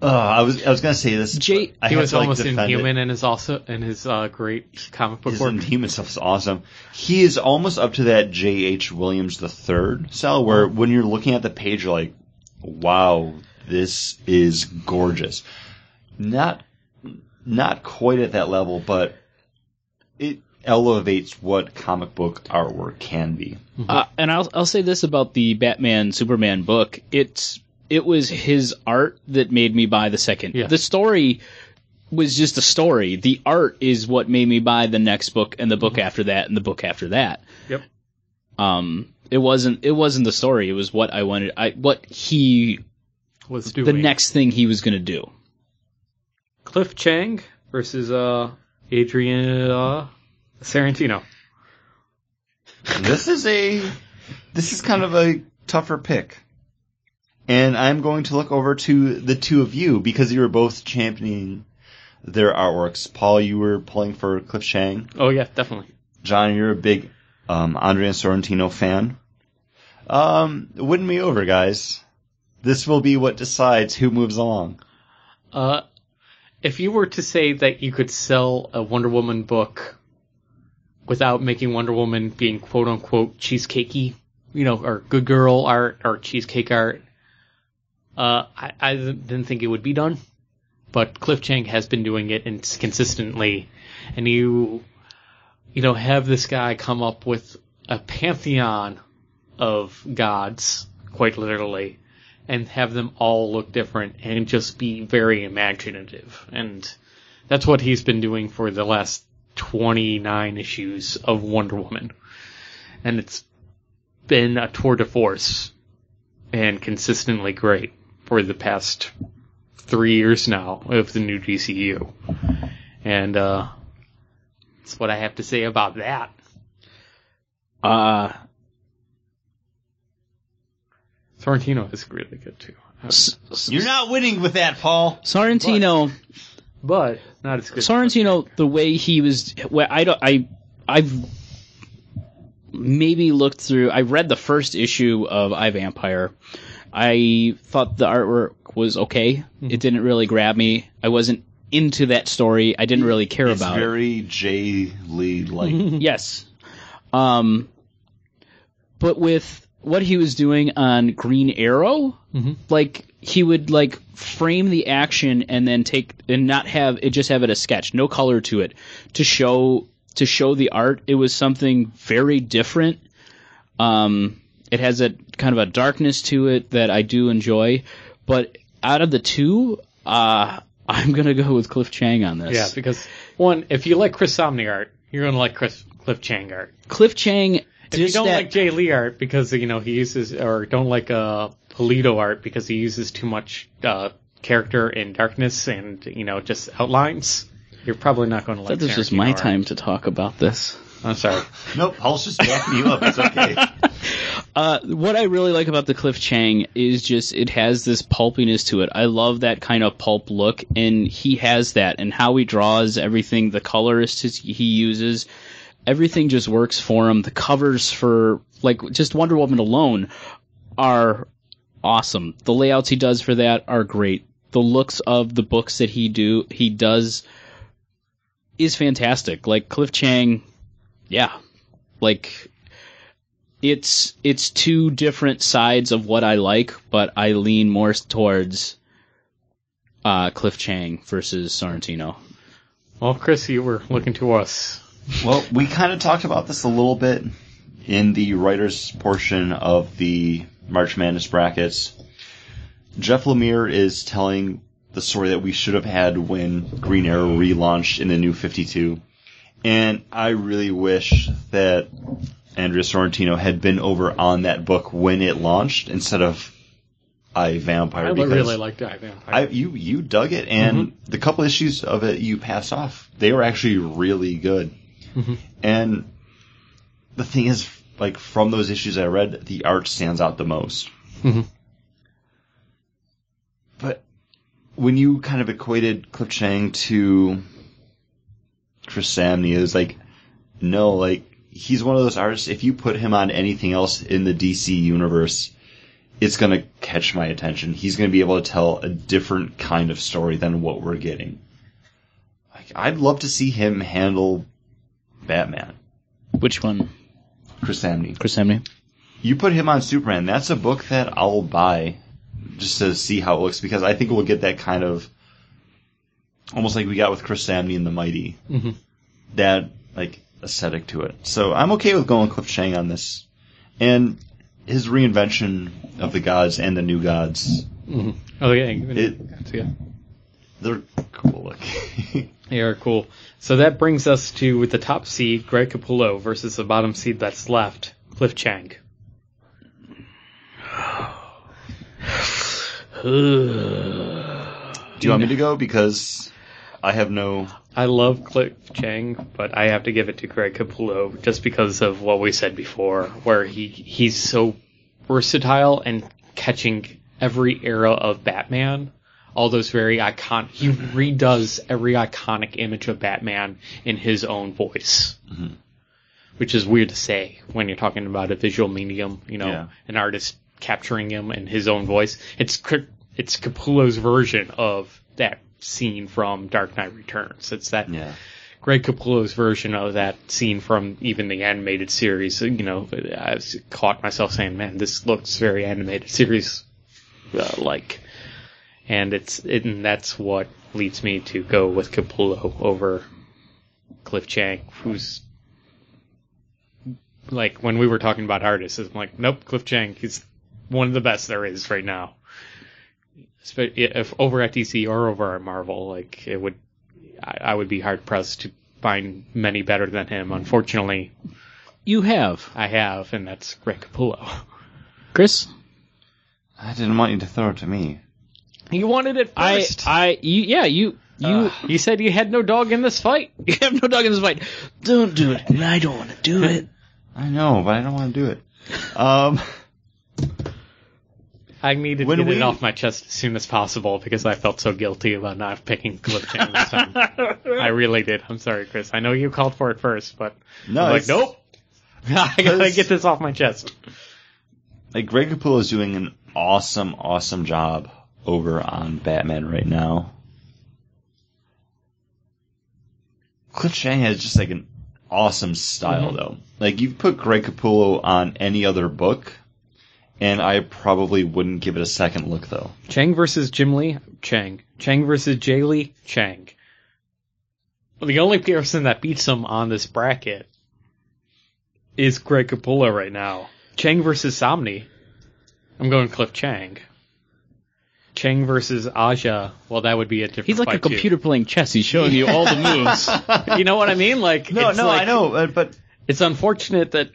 [SPEAKER 1] Uh, I was I was gonna say this.
[SPEAKER 2] Jay-
[SPEAKER 1] but I
[SPEAKER 3] he
[SPEAKER 1] have
[SPEAKER 3] was
[SPEAKER 1] to, like,
[SPEAKER 3] almost
[SPEAKER 1] defend
[SPEAKER 3] inhuman and is also in his uh, great comic
[SPEAKER 1] It.
[SPEAKER 3] book
[SPEAKER 1] His
[SPEAKER 3] work.
[SPEAKER 1] Inhuman stuff is awesome. He is almost up to that J. H. Williams the third cell where when you're looking at the page, you're like, "Wow, this is gorgeous." Not not quite at that level, but it elevates what comic book artwork can be.
[SPEAKER 2] Uh, and I'll I'll say this about the Batman Superman book. It's it was his art that made me buy the second.
[SPEAKER 3] Yeah.
[SPEAKER 2] The story was just a story. The art is what made me buy the next book and the book
[SPEAKER 3] Mm-hmm.
[SPEAKER 2] after that and the book after that.
[SPEAKER 3] Yep.
[SPEAKER 2] Um it wasn't it wasn't the story. It was what I wanted I what he
[SPEAKER 3] Was doing
[SPEAKER 2] the next thing he was going to do.
[SPEAKER 3] Cliff Chang versus uh, Adrian uh, Sarantino.
[SPEAKER 1] this is a this is kind of a tougher pick. And I'm going to look over to the two of you because you were both championing their artworks. Paul, you were pulling for Cliff Chang.
[SPEAKER 3] Oh yeah, definitely.
[SPEAKER 1] John, you're a big um, Andrea Sorrentino fan. Um, win me over, guys. This will be what decides who moves along.
[SPEAKER 3] Uh, if you were to say that you could sell a Wonder Woman book without making Wonder Woman being quote unquote cheesecakey, you know, or good girl art or cheesecake art, uh, I, I didn't think it would be done. But Cliff Chang has been doing it and s- consistently, and you, you know, have this guy come up with a pantheon of gods, quite literally, and have them all look different and just be very imaginative. And that's what he's been doing for the last 29 issues of Wonder Woman. And it's been a tour de force and consistently great for the past three years now of the new DCU. And, uh, that's what I have to say about that.
[SPEAKER 2] Uh,
[SPEAKER 3] Sorrentino is really good too.
[SPEAKER 2] S- S-
[SPEAKER 1] You're not winning with that, Paul.
[SPEAKER 2] Sorrentino.
[SPEAKER 3] But not as good.
[SPEAKER 2] Sorrentino, the way he was, well, I don't, I, I've maybe looked through. I read the first issue of I Vampire. I thought the artwork was okay. It didn't really grab me. I wasn't into that story. I didn't really care
[SPEAKER 1] It's
[SPEAKER 2] about it.
[SPEAKER 1] very J. Lee like.
[SPEAKER 2] Yes. Um, but with what he was doing on Green Arrow,
[SPEAKER 3] Mhm.
[SPEAKER 2] like he would like frame the action and then take and not have it just have it a sketch, no color to it, to show to show the art. It was something very different. Um, it has a kind of a darkness to it that I do enjoy, but out of the two, uh, I'm gonna go with Cliff Chang on this.
[SPEAKER 3] Yeah, because one, if you like Chris Somni art, you're gonna like Chris Cliff Chang art.
[SPEAKER 2] Cliff Chang.
[SPEAKER 3] If you
[SPEAKER 2] just
[SPEAKER 3] don't
[SPEAKER 2] that-
[SPEAKER 3] like Jay Lee art because you know he uses, or don't like uh Polito art because he uses too much uh character and darkness and you know just outlines, you're probably not gonna like.
[SPEAKER 2] This is just
[SPEAKER 3] Tarantino
[SPEAKER 2] my
[SPEAKER 3] art.
[SPEAKER 2] time to talk about this.
[SPEAKER 3] I'm sorry.
[SPEAKER 1] nope, Paul's just backing you up. It's okay.
[SPEAKER 2] Uh, what I really like about the Cliff Chang is just it has this pulpiness to it. I love that kind of pulp look, and he has that, and how he draws everything, the colorist his- he uses, everything just works for him. The covers for like just Wonder Woman alone are awesome. The layouts he does for that are great. The looks of the books that he do he does is fantastic. Like Cliff Chang, yeah, like it's it's two different sides of what I like, but I lean more towards uh, Cliff Chang versus Sorrentino.
[SPEAKER 3] Well, Chris, you were looking to us.
[SPEAKER 1] Well, we kind of talked about this a little bit in the writers portion of the March Madness brackets. Jeff Lemire is telling the story that we should have had when Green Arrow relaunched in the new 52. And I really wish that Andrea Sorrentino had been over on that book when it launched instead of I Vampire.
[SPEAKER 3] I would
[SPEAKER 1] because
[SPEAKER 3] really like that. Vampire.
[SPEAKER 1] I, you you dug it, and the couple issues of it you passed off, they were actually really good. And the thing is, like from those issues I read, the art stands out the most.
[SPEAKER 3] Mhm.
[SPEAKER 1] But when you kind of equated Cliff Chang to Chris Samney, it was like, no, like he's one of those artists. If you put him on anything else in the DC universe, it's going to catch my attention. He's going to be able to tell a different kind of story than what we're getting. Like, I'd love to see him handle Batman,
[SPEAKER 2] Which one,
[SPEAKER 1] Chris Samney.
[SPEAKER 2] Chris Hemney?
[SPEAKER 1] You put him on Superman. That's a book that I'll buy just to see how it looks because I think we'll get that kind of almost like we got with Chris Samney and the Mighty.
[SPEAKER 3] Mhm.
[SPEAKER 1] That like aesthetic to it. So I'm okay with going Cliff Chang on this, and his reinvention of the gods and the new gods.
[SPEAKER 3] Mhm. Oh yeah,
[SPEAKER 1] It-
[SPEAKER 3] that's good.
[SPEAKER 1] They're cool looking.
[SPEAKER 3] They are cool. So that brings us to with the top seed, Greg Capullo, versus the bottom seed that's left, Cliff Chang.
[SPEAKER 1] Do you want me to go because I have no.
[SPEAKER 3] I love Cliff Chang, but I have to give it to Greg Capullo just because of what we said before, where he he's so versatile and catching every era of Batman. All those very icon. He redoes every iconic image of Batman in his own voice, which is weird to say when you're talking about a visual medium. You know,
[SPEAKER 1] Yeah.
[SPEAKER 3] an artist capturing him in his own voice. It's Cri- it's Capullo's version of that scene from Dark Knight Returns. It's that
[SPEAKER 1] Yeah.
[SPEAKER 3] Greg Capullo's version of that scene from even the animated series. You know, I was- caught myself saying, "Man, this looks very animated series uh, like," and it's it, and that's what leads me to go with Capullo over Cliff Chang, who's like when we were talking about artists, I'm like, nope, Cliff Chang is one of the best there is right now. Spe- If over at DC or over at Marvel, like it would I, I would be hard pressed to find many better than him. Unfortunately,
[SPEAKER 2] You have
[SPEAKER 3] I have, and that's Greg Capullo.
[SPEAKER 2] Chris.
[SPEAKER 1] I didn't want you to throw it to me.
[SPEAKER 3] He wanted it
[SPEAKER 2] I
[SPEAKER 3] first.
[SPEAKER 2] I you yeah you you.
[SPEAKER 3] you said you had no dog in this fight.
[SPEAKER 2] you have no dog in this fight. Don't do it. I don't want to do it.
[SPEAKER 1] I know, but I don't want to do it. Um,
[SPEAKER 3] I needed
[SPEAKER 1] When
[SPEAKER 3] to get
[SPEAKER 1] we-
[SPEAKER 3] it off my chest as soon as possible because I felt so guilty about not picking Cliff Chang this time. I really did. I'm sorry, Chris. I know you called for it first, but
[SPEAKER 1] no,
[SPEAKER 3] I'm like,
[SPEAKER 1] it's-
[SPEAKER 3] nope. I gotta get this off my chest.
[SPEAKER 1] Like Greg Capullo is doing an awesome, awesome job over on Batman right now. Cliff Chang has just like an awesome style though. Like you put Greg Capullo on any other book, and I probably wouldn't give it a second look though.
[SPEAKER 3] Chang versus Jim Lee, Chang. Chang versus Jay Lee, Chang. Well, the only person that beats him on this bracket is Greg Capullo right now. Chang versus Somni. I'm going Cliff Chang. Chang versus Aja. Well, that would be a different.
[SPEAKER 2] He's like a
[SPEAKER 3] fight, too.
[SPEAKER 2] computer playing chess. He's showing you all the moves.
[SPEAKER 3] You know what I mean? Like
[SPEAKER 1] No,
[SPEAKER 3] it's
[SPEAKER 1] no,
[SPEAKER 3] like-
[SPEAKER 1] I know, uh, but
[SPEAKER 3] It's unfortunate that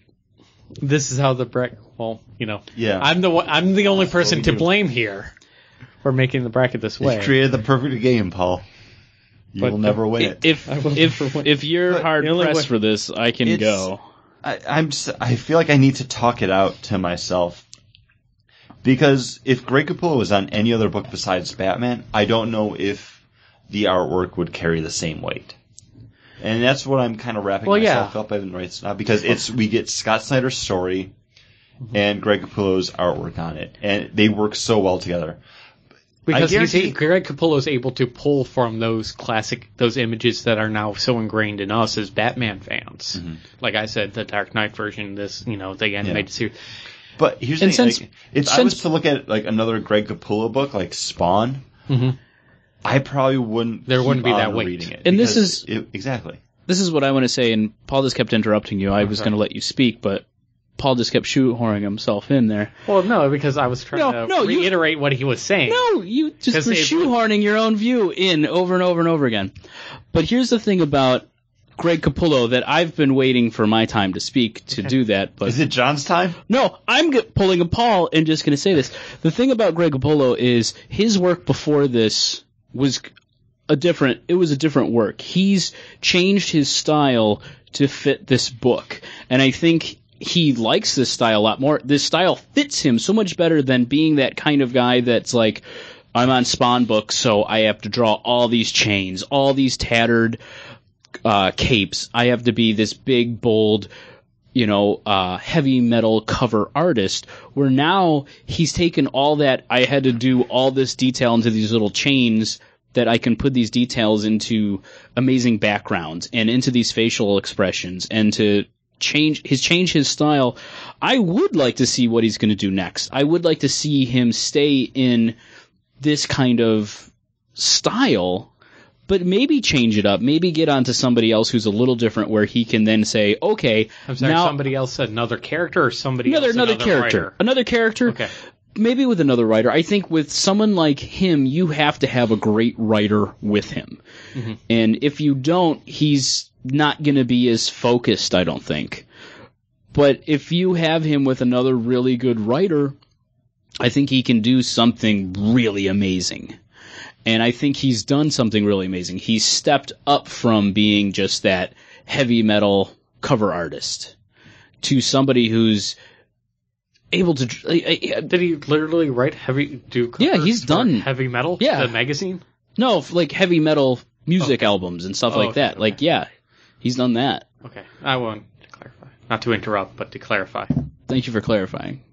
[SPEAKER 3] this is how the bracket. Well, you know,
[SPEAKER 1] yeah,
[SPEAKER 3] I'm the one, I'm the only person
[SPEAKER 1] we
[SPEAKER 3] to
[SPEAKER 1] do.
[SPEAKER 3] blame here for making the bracket this way.
[SPEAKER 1] You've created the perfect game, Paul. You
[SPEAKER 3] But
[SPEAKER 1] will never win it.
[SPEAKER 2] if
[SPEAKER 3] I will never
[SPEAKER 2] if
[SPEAKER 3] win.
[SPEAKER 2] if you're
[SPEAKER 1] But
[SPEAKER 2] hard
[SPEAKER 3] the only
[SPEAKER 2] pressed
[SPEAKER 3] way-
[SPEAKER 2] for this, I can
[SPEAKER 1] It's-
[SPEAKER 2] go.
[SPEAKER 1] I, I'm just, I feel like I need to talk it out to myself. Because if Greg Capullo was on any other book besides Batman, I don't know if the artwork would carry the same weight. And that's what I'm kind of wrapping
[SPEAKER 3] Well,
[SPEAKER 1] myself
[SPEAKER 3] yeah.
[SPEAKER 1] up in right now because it's we get Scott Snyder's story
[SPEAKER 3] Mm-hmm.
[SPEAKER 1] and Greg Capullo's artwork on it, and they work so well together.
[SPEAKER 3] Because
[SPEAKER 1] I
[SPEAKER 3] he's,
[SPEAKER 1] guarantee-
[SPEAKER 3] Greg Capullo is able to pull from those classic, those images that are now so ingrained in us as Batman fans.
[SPEAKER 2] Mm-hmm.
[SPEAKER 3] Like I said, the Dark Knight version, this, you know, the animated series.
[SPEAKER 1] But here's
[SPEAKER 2] And
[SPEAKER 1] the thing:
[SPEAKER 2] since-
[SPEAKER 1] like, if I
[SPEAKER 2] since-
[SPEAKER 1] was to look at like another Greg Capullo book, like Spawn,
[SPEAKER 2] Mm-hmm.
[SPEAKER 3] Mhm.
[SPEAKER 1] I probably wouldn't.
[SPEAKER 3] There
[SPEAKER 1] keep
[SPEAKER 3] wouldn't be
[SPEAKER 1] on
[SPEAKER 3] that weight.
[SPEAKER 1] Reading it
[SPEAKER 2] And this
[SPEAKER 1] because
[SPEAKER 2] is-
[SPEAKER 1] it- exactly
[SPEAKER 2] This is what I want to say, and Paul just kept interrupting you. I was going to let you speak, but Paul just kept shoehorning himself in there.
[SPEAKER 3] Well, no, because I was trying
[SPEAKER 2] No,
[SPEAKER 3] to
[SPEAKER 2] no, you-
[SPEAKER 3] reiterate what he was saying.
[SPEAKER 2] No, you just
[SPEAKER 3] 'Cause
[SPEAKER 2] were
[SPEAKER 3] they-
[SPEAKER 2] shoehorning your own view in over and over and over again. But here's the thing about Greg Capullo that I've been waiting for my time to speak to do that. But
[SPEAKER 1] Is it John's time?
[SPEAKER 2] No, I'm g- pulling a Paul and just going to say this. The thing about Greg Capullo is his work before this was a different. It was a different work. He's changed his style to fit this book, and I think he likes this style a lot more. This style fits him so much better than being that kind of guy that's like. I'm on Spawn books, so I have to draw all these chains, all these tattered uh, capes. I have to be this big, bold, you know, uh, heavy metal cover artist, where now he's taken all that I had to do all this detail into these little chains that I can put these details into amazing backgrounds and into these facial expressions and to change his change his style. I would like to see what he's going to do next. I would like to see him stay in this kind of style but maybe change it up. Maybe get onto somebody else who's a little different, where he can then say, "Okay,
[SPEAKER 3] I'm sorry,
[SPEAKER 2] now
[SPEAKER 3] somebody else, another character, or somebody
[SPEAKER 2] another
[SPEAKER 3] else,
[SPEAKER 2] another, character,
[SPEAKER 3] writer?
[SPEAKER 2] another character,
[SPEAKER 3] Okay.
[SPEAKER 2] maybe with another writer. I think with someone like him, you have to have a great writer with him, and if you don't, he's not going to be as focused. I don't think. But if you have him with another really good writer, I think he can do something really amazing. And I think he's done something really amazing. He's stepped up from being just that heavy metal cover artist to somebody who's able to. I- I- I-
[SPEAKER 3] Did he literally write heavy? Do
[SPEAKER 2] Yeah,
[SPEAKER 3] covers
[SPEAKER 2] he's
[SPEAKER 3] for
[SPEAKER 2] done.
[SPEAKER 3] heavy metal.
[SPEAKER 2] Yeah.
[SPEAKER 3] the magazine.
[SPEAKER 2] no, f- like heavy metal music albums and stuff
[SPEAKER 3] Oh,
[SPEAKER 2] like
[SPEAKER 3] okay,
[SPEAKER 2] that.
[SPEAKER 3] okay.
[SPEAKER 2] Like, yeah, he's done that.
[SPEAKER 3] Okay, I want to clarify, not to interrupt, but to clarify.
[SPEAKER 2] Thank you for clarifying.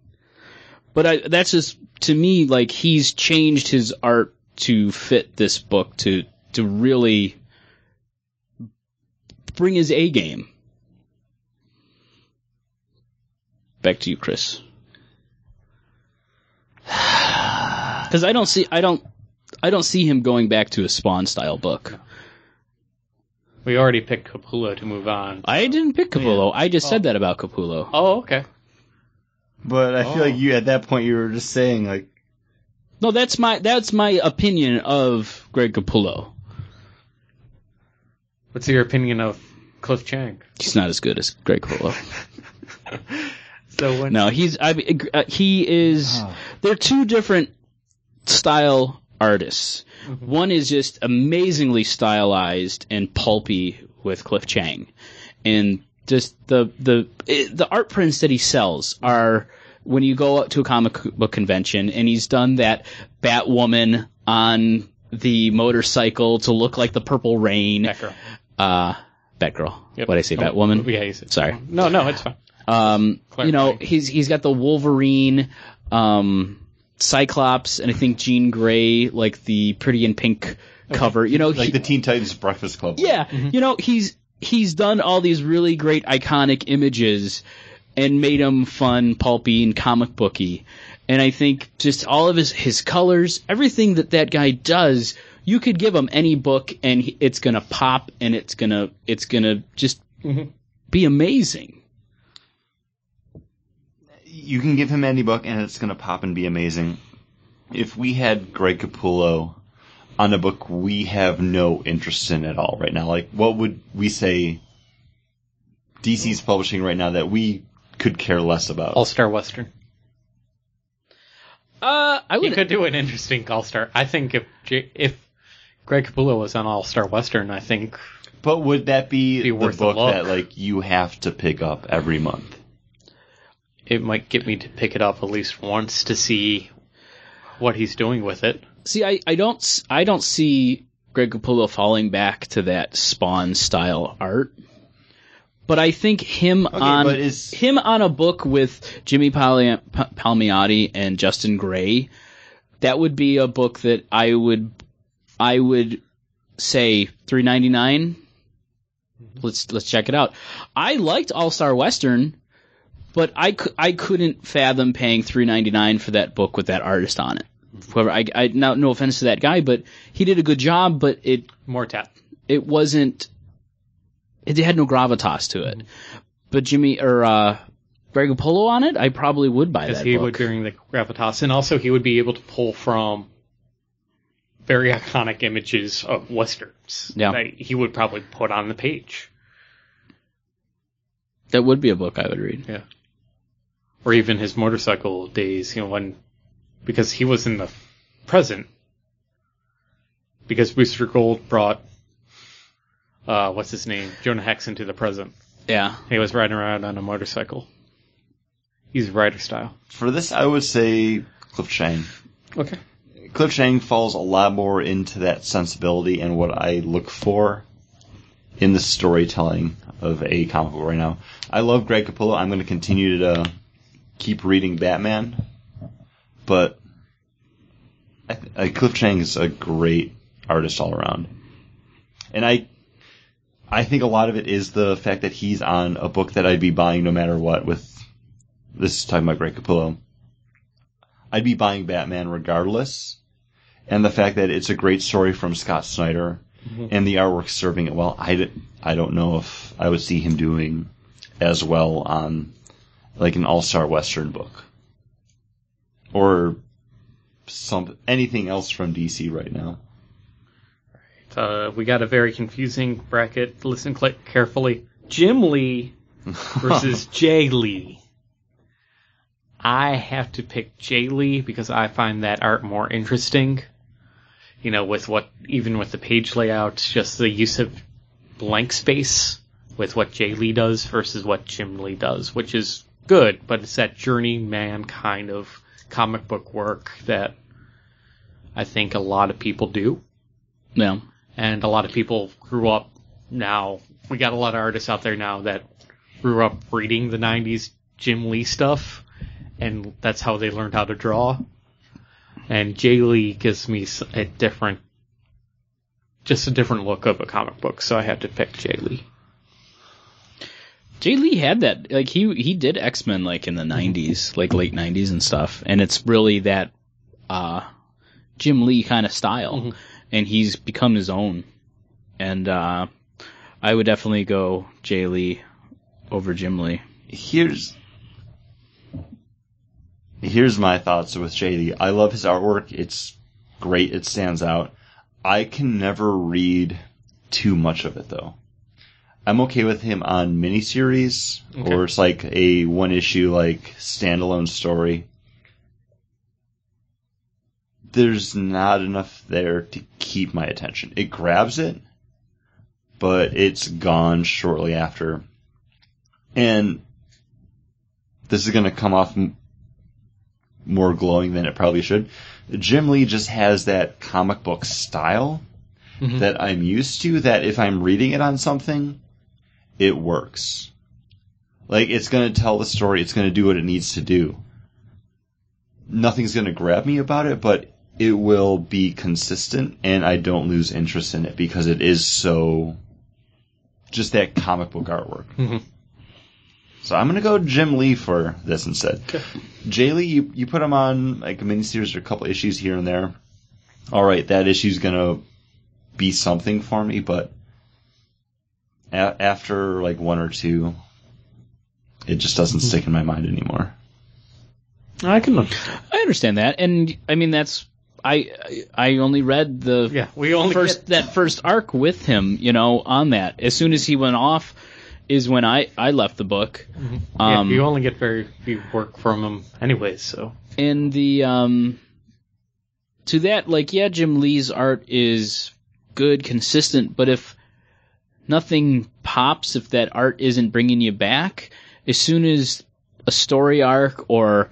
[SPEAKER 2] But I, that's just to me like he's changed his art to fit this book to to really bring his A game. Back to you, Chris. Because I don't see I don't I don't see him going back to a Spawn style book.
[SPEAKER 3] We already picked Capullo to move on.
[SPEAKER 2] I didn't pick Capullo. I just said that about Capullo.
[SPEAKER 3] oh, okay.
[SPEAKER 1] But I feel
[SPEAKER 3] Oh.
[SPEAKER 1] like you at that point you were just saying like
[SPEAKER 2] No, that's my that's my opinion of Greg Capullo.
[SPEAKER 3] What's your opinion of Cliff Chang?
[SPEAKER 2] He's not as good as Greg Capullo.
[SPEAKER 3] So when
[SPEAKER 2] No, he's I mean, uh, he is. They're two different style artists.
[SPEAKER 3] Mm-hmm.
[SPEAKER 2] One is just amazingly stylized and pulpy with Cliff Chang, and just the the it, the art prints that he sells are when you go out to a comic book convention, and he's done that Batwoman on the motorcycle to look like the Purple Rain,
[SPEAKER 3] Batgirl.
[SPEAKER 2] uh, Batgirl.
[SPEAKER 3] Yep.
[SPEAKER 2] What I say,
[SPEAKER 3] No,
[SPEAKER 2] Batwoman?
[SPEAKER 3] Yeah, he's
[SPEAKER 2] Sorry.
[SPEAKER 3] No, no, it's fine.
[SPEAKER 2] Um,
[SPEAKER 3] Clarifying.
[SPEAKER 2] you know, he's he's got the Wolverine, um, Cyclops, and I think Jean Grey, like the pretty in pink cover. You know,
[SPEAKER 1] like
[SPEAKER 2] he-
[SPEAKER 1] the Mm-hmm. Teen Titans Breakfast Club.
[SPEAKER 2] yeah, you know, he's he's done all these really great iconic images and made them fun, pulpy, and comic booky. And I think just all of his his colors, everything that that guy does, you could give him any book and he, it's gonna pop and it's gonna it's gonna just
[SPEAKER 1] Mm-hmm.
[SPEAKER 2] be amazing.
[SPEAKER 1] you can give him any book and it's going to pop and be amazing. If we had Greg Capullo on a book we have no interest in at all right now, like what would we say DC's publishing right now that we could care less about?
[SPEAKER 3] All Star Western.
[SPEAKER 2] Uh, I
[SPEAKER 3] He
[SPEAKER 2] would
[SPEAKER 3] could do an interesting All Star. I think if J- if Greg Capullo was on All Star Western, I think
[SPEAKER 1] but would that be,
[SPEAKER 3] Be
[SPEAKER 1] the
[SPEAKER 3] worth a
[SPEAKER 1] book
[SPEAKER 3] look.
[SPEAKER 1] that like you have to pick up every month?
[SPEAKER 3] it might get me to pick it up at least once to see what he's doing with it.
[SPEAKER 2] See, I, I don't s- I don't see Greg Capullo falling back to that Spawn style art. But I think him on
[SPEAKER 1] but is-
[SPEAKER 2] him on a book with Jimmy Pali- Pa- Palmiotti and Justin Gray, that would be a book that I would I would say three ninety nine.
[SPEAKER 1] Mm-hmm.
[SPEAKER 2] Let's let's check it out. I liked All Star Western, but I, cou- I couldn't fathom paying three ninety nine for that book with that artist on it. Whoever I, I now no offense to that guy, but he did a good job, but it
[SPEAKER 3] More tap.
[SPEAKER 2] it wasn't it had no gravitas to it. But Jimmy or uh Greg Polo on it, I probably would buy
[SPEAKER 3] Because
[SPEAKER 2] that
[SPEAKER 3] he
[SPEAKER 2] book.
[SPEAKER 3] would bring the gravitas, and also he would be able to pull from very iconic images of westerns
[SPEAKER 2] Yeah.
[SPEAKER 3] that he would probably put on the page,
[SPEAKER 2] that would be a book I would read.
[SPEAKER 3] or even his motorcycle days. You know, when because he was in the present, because Booster Gold brought uh, what's his name Jonah Hex into the present.
[SPEAKER 2] Yeah.
[SPEAKER 3] He was riding around on a motorcycle. He's rider style.
[SPEAKER 1] For this, I would say Cliff Chang.
[SPEAKER 3] Okay.
[SPEAKER 1] Cliff Chang falls a lot more into that sensibility and what I look for in the storytelling of a comic book right now. I love Greg Capullo. I'm going to continue to uh, keep reading Batman, but I th- uh, Cliff Chang is a great artist all around, and I. I think a lot of it is the fact that he's on a book that I'd be buying no matter what. With this is talking about Greg Capullo, I'd be buying Batman regardless. And the fact that it's a great story from Scott Snyder and the artwork serving it well, I, d- I don't know if I would see him doing as well on like an all star Western book or some anything else from DC right now.
[SPEAKER 3] Uh, we got a very confusing bracket. Listen cl- carefully. Jim Lee versus Jay Lee. I have to pick Jay Lee because I find that art more interesting. You know, with what, even with the page layout, just the use of blank space with what Jay Lee does versus what Jim Lee does, which is good, but it's that journeyman kind of comic book work that I think a lot of people do
[SPEAKER 2] Yeah.
[SPEAKER 3] and a lot of people grew up now. We got a lot of artists out there now that grew up reading the 90s Jim Lee stuff, and that's how they learned how to draw. and Jay Lee gives me s- a different, just a different look of a comic book, so I had to pick Jay Lee.
[SPEAKER 2] Jay Lee had that. Like he he did X Men like in the '90s, like late '90s and stuff. And it's really that uh, Jim Lee kind of style,
[SPEAKER 3] Mhm.
[SPEAKER 2] and he's become his own. And uh, I would definitely go Jay Lee over Jim Lee.
[SPEAKER 1] here's here's my thoughts with JD. I love his artwork. It's great. It stands out. I can never read too much of it though. I'm okay with him on miniseries
[SPEAKER 3] Okay.
[SPEAKER 1] or it's like a one issue like standalone story. There's not enough there to keep my attention. It grabs it, but it's gone shortly after. And this is going to come off m- more glowing than it probably should. Jim Lee just has that comic book style
[SPEAKER 3] Mhm.
[SPEAKER 1] that I'm used to. That if I'm reading it on something, it works. Like it's going to tell the story. It's going to do what it needs to do. Nothing's going to grab me about it, but it will be consistent, and I don't lose interest in it because it is so. Just that comic book artwork.
[SPEAKER 3] Mhm.
[SPEAKER 1] So I'm gonna go Jim Lee for this instead. Jay Lee, you, you put him on like a miniseries or a couple issues here and there. All right, that issue's gonna be something for me, but a- after like one or two, it just doesn't stick in my mind anymore.
[SPEAKER 3] I can.
[SPEAKER 2] I understand that, and I mean that's I I only read the
[SPEAKER 3] Yeah, we only
[SPEAKER 2] first that first arc with him, you know, on that. As soon as he went off, is when I I left the book.
[SPEAKER 3] Yeah,
[SPEAKER 2] Um,
[SPEAKER 3] you only get very few work from him, anyways. So
[SPEAKER 2] and the um to that like yeah jim lee's art is good consistent but if nothing pops if that art isn't bringing you back as soon as a story arc or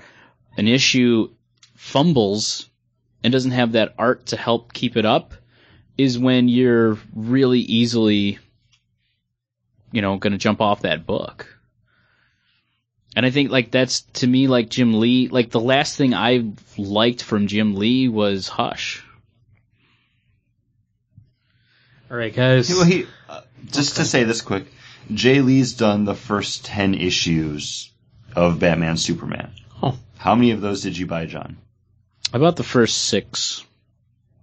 [SPEAKER 2] an issue fumbles and doesn't have that art to help keep it up is when you're really easily you know going to jump off that book and I think like that's to me like Jim Lee. Like the last thing I liked from Jim Lee was Hush.
[SPEAKER 3] all right, guys.
[SPEAKER 1] Well, he, uh, just to say this quick, Jay Lee's done the first ten issues of Batman Superman.
[SPEAKER 3] Oh.
[SPEAKER 1] How many of those did you buy, John?
[SPEAKER 2] About the first six,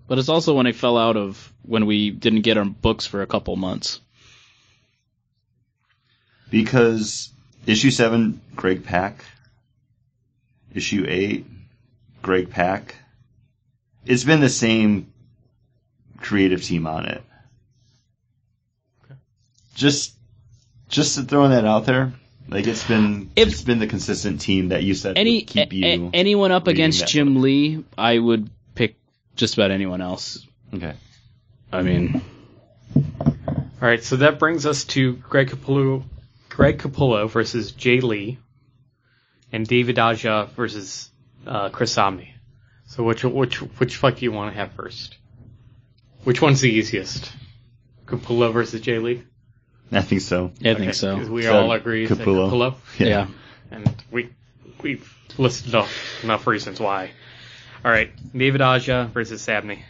[SPEAKER 2] but it's also when I fell out of when we didn't get our books for a couple months.
[SPEAKER 1] Because issue seven, Greg Pack. Issue eight, Greg Pack. It's been the same creative team on it. Just, just throwing that out there. Like it's been,
[SPEAKER 2] If-
[SPEAKER 1] it's been the consistent team that you said
[SPEAKER 2] Any
[SPEAKER 1] would keep
[SPEAKER 2] a-
[SPEAKER 1] you.
[SPEAKER 2] a- anyone up
[SPEAKER 1] reading
[SPEAKER 2] against
[SPEAKER 1] that
[SPEAKER 2] Jim Lee, I would pick just about anyone else.
[SPEAKER 1] okay.
[SPEAKER 2] I mean,
[SPEAKER 3] All right, so that brings us to Greg Capullo, Greg Capullo versus Jay Lee, and David Aja versus uh, Chris Omni. So which which which fight do you want to have first? Which one's the easiest? Capullo versus Jay Lee.
[SPEAKER 1] I think so.
[SPEAKER 2] I
[SPEAKER 3] Okay,
[SPEAKER 2] think
[SPEAKER 3] 'cause
[SPEAKER 2] so.
[SPEAKER 3] We
[SPEAKER 1] So,
[SPEAKER 3] all agree that
[SPEAKER 1] Capullo.
[SPEAKER 3] Capullo,
[SPEAKER 2] yeah.
[SPEAKER 3] and we we've listed off enough reasons why. All right, David Aja versus Sabney.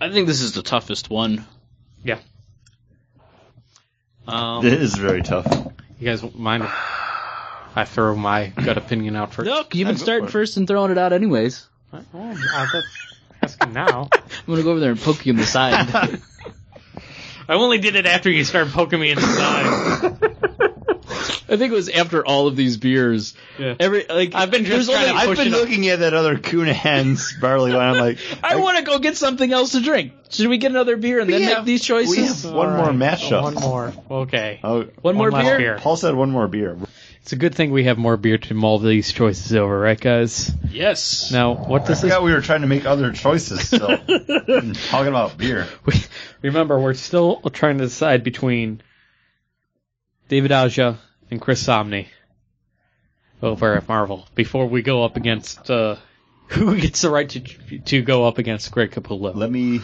[SPEAKER 2] I think this is the toughest one.
[SPEAKER 3] Yeah. Um,
[SPEAKER 1] This is very tough.
[SPEAKER 3] You guys mind if I throw my gut opinion out first?
[SPEAKER 2] Look, you've
[SPEAKER 1] Yeah,
[SPEAKER 2] been
[SPEAKER 1] go
[SPEAKER 2] starting
[SPEAKER 1] for it.
[SPEAKER 2] first and throwing it out anyways.
[SPEAKER 3] Well, I'm not asking now.
[SPEAKER 2] I'm gonna go over there and poke you in the side.
[SPEAKER 3] I only did it after you started poking me in the side.
[SPEAKER 2] I think it was after all of these beers.
[SPEAKER 3] Yeah.
[SPEAKER 2] Every like
[SPEAKER 3] I've been just
[SPEAKER 2] there's only-
[SPEAKER 3] trying to
[SPEAKER 2] I-
[SPEAKER 1] I've
[SPEAKER 3] push
[SPEAKER 1] been
[SPEAKER 3] it up.
[SPEAKER 1] looking at that other Coonan's barley wine. I'm like,
[SPEAKER 2] I, want to go get something else to drink. Should we get another beer and then
[SPEAKER 1] have-
[SPEAKER 2] make these choices?
[SPEAKER 1] we have one more matchup.
[SPEAKER 3] One more. Okay.
[SPEAKER 1] Oh,
[SPEAKER 2] One more
[SPEAKER 3] last
[SPEAKER 2] beer?
[SPEAKER 1] Paul said one more beer.
[SPEAKER 3] It's a good thing we have more beer to mull these choices over, right, guys?
[SPEAKER 2] Yes.
[SPEAKER 3] Now, what does this?
[SPEAKER 1] Yeah, we were trying to make other choices still. Talking about beer.
[SPEAKER 3] Remember, we're still trying to decide between David Aja and Chris Somney over at Marvel before we go up against uh, who gets the right to to go up against Greg Capullo.
[SPEAKER 1] Let me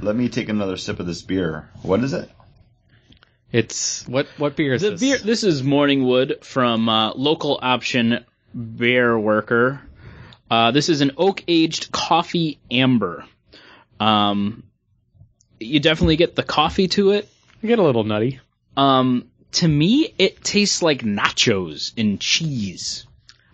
[SPEAKER 1] let me take another sip of this beer. What is it?
[SPEAKER 3] It's what what beer is
[SPEAKER 2] the
[SPEAKER 3] this?
[SPEAKER 2] beer. This is Morningwood from uh, local option beer worker. Uh, this is an oak aged coffee amber. Um, you definitely get the coffee to it.
[SPEAKER 3] I get a little nutty.
[SPEAKER 2] Um, to me, it tastes like nachos and cheese.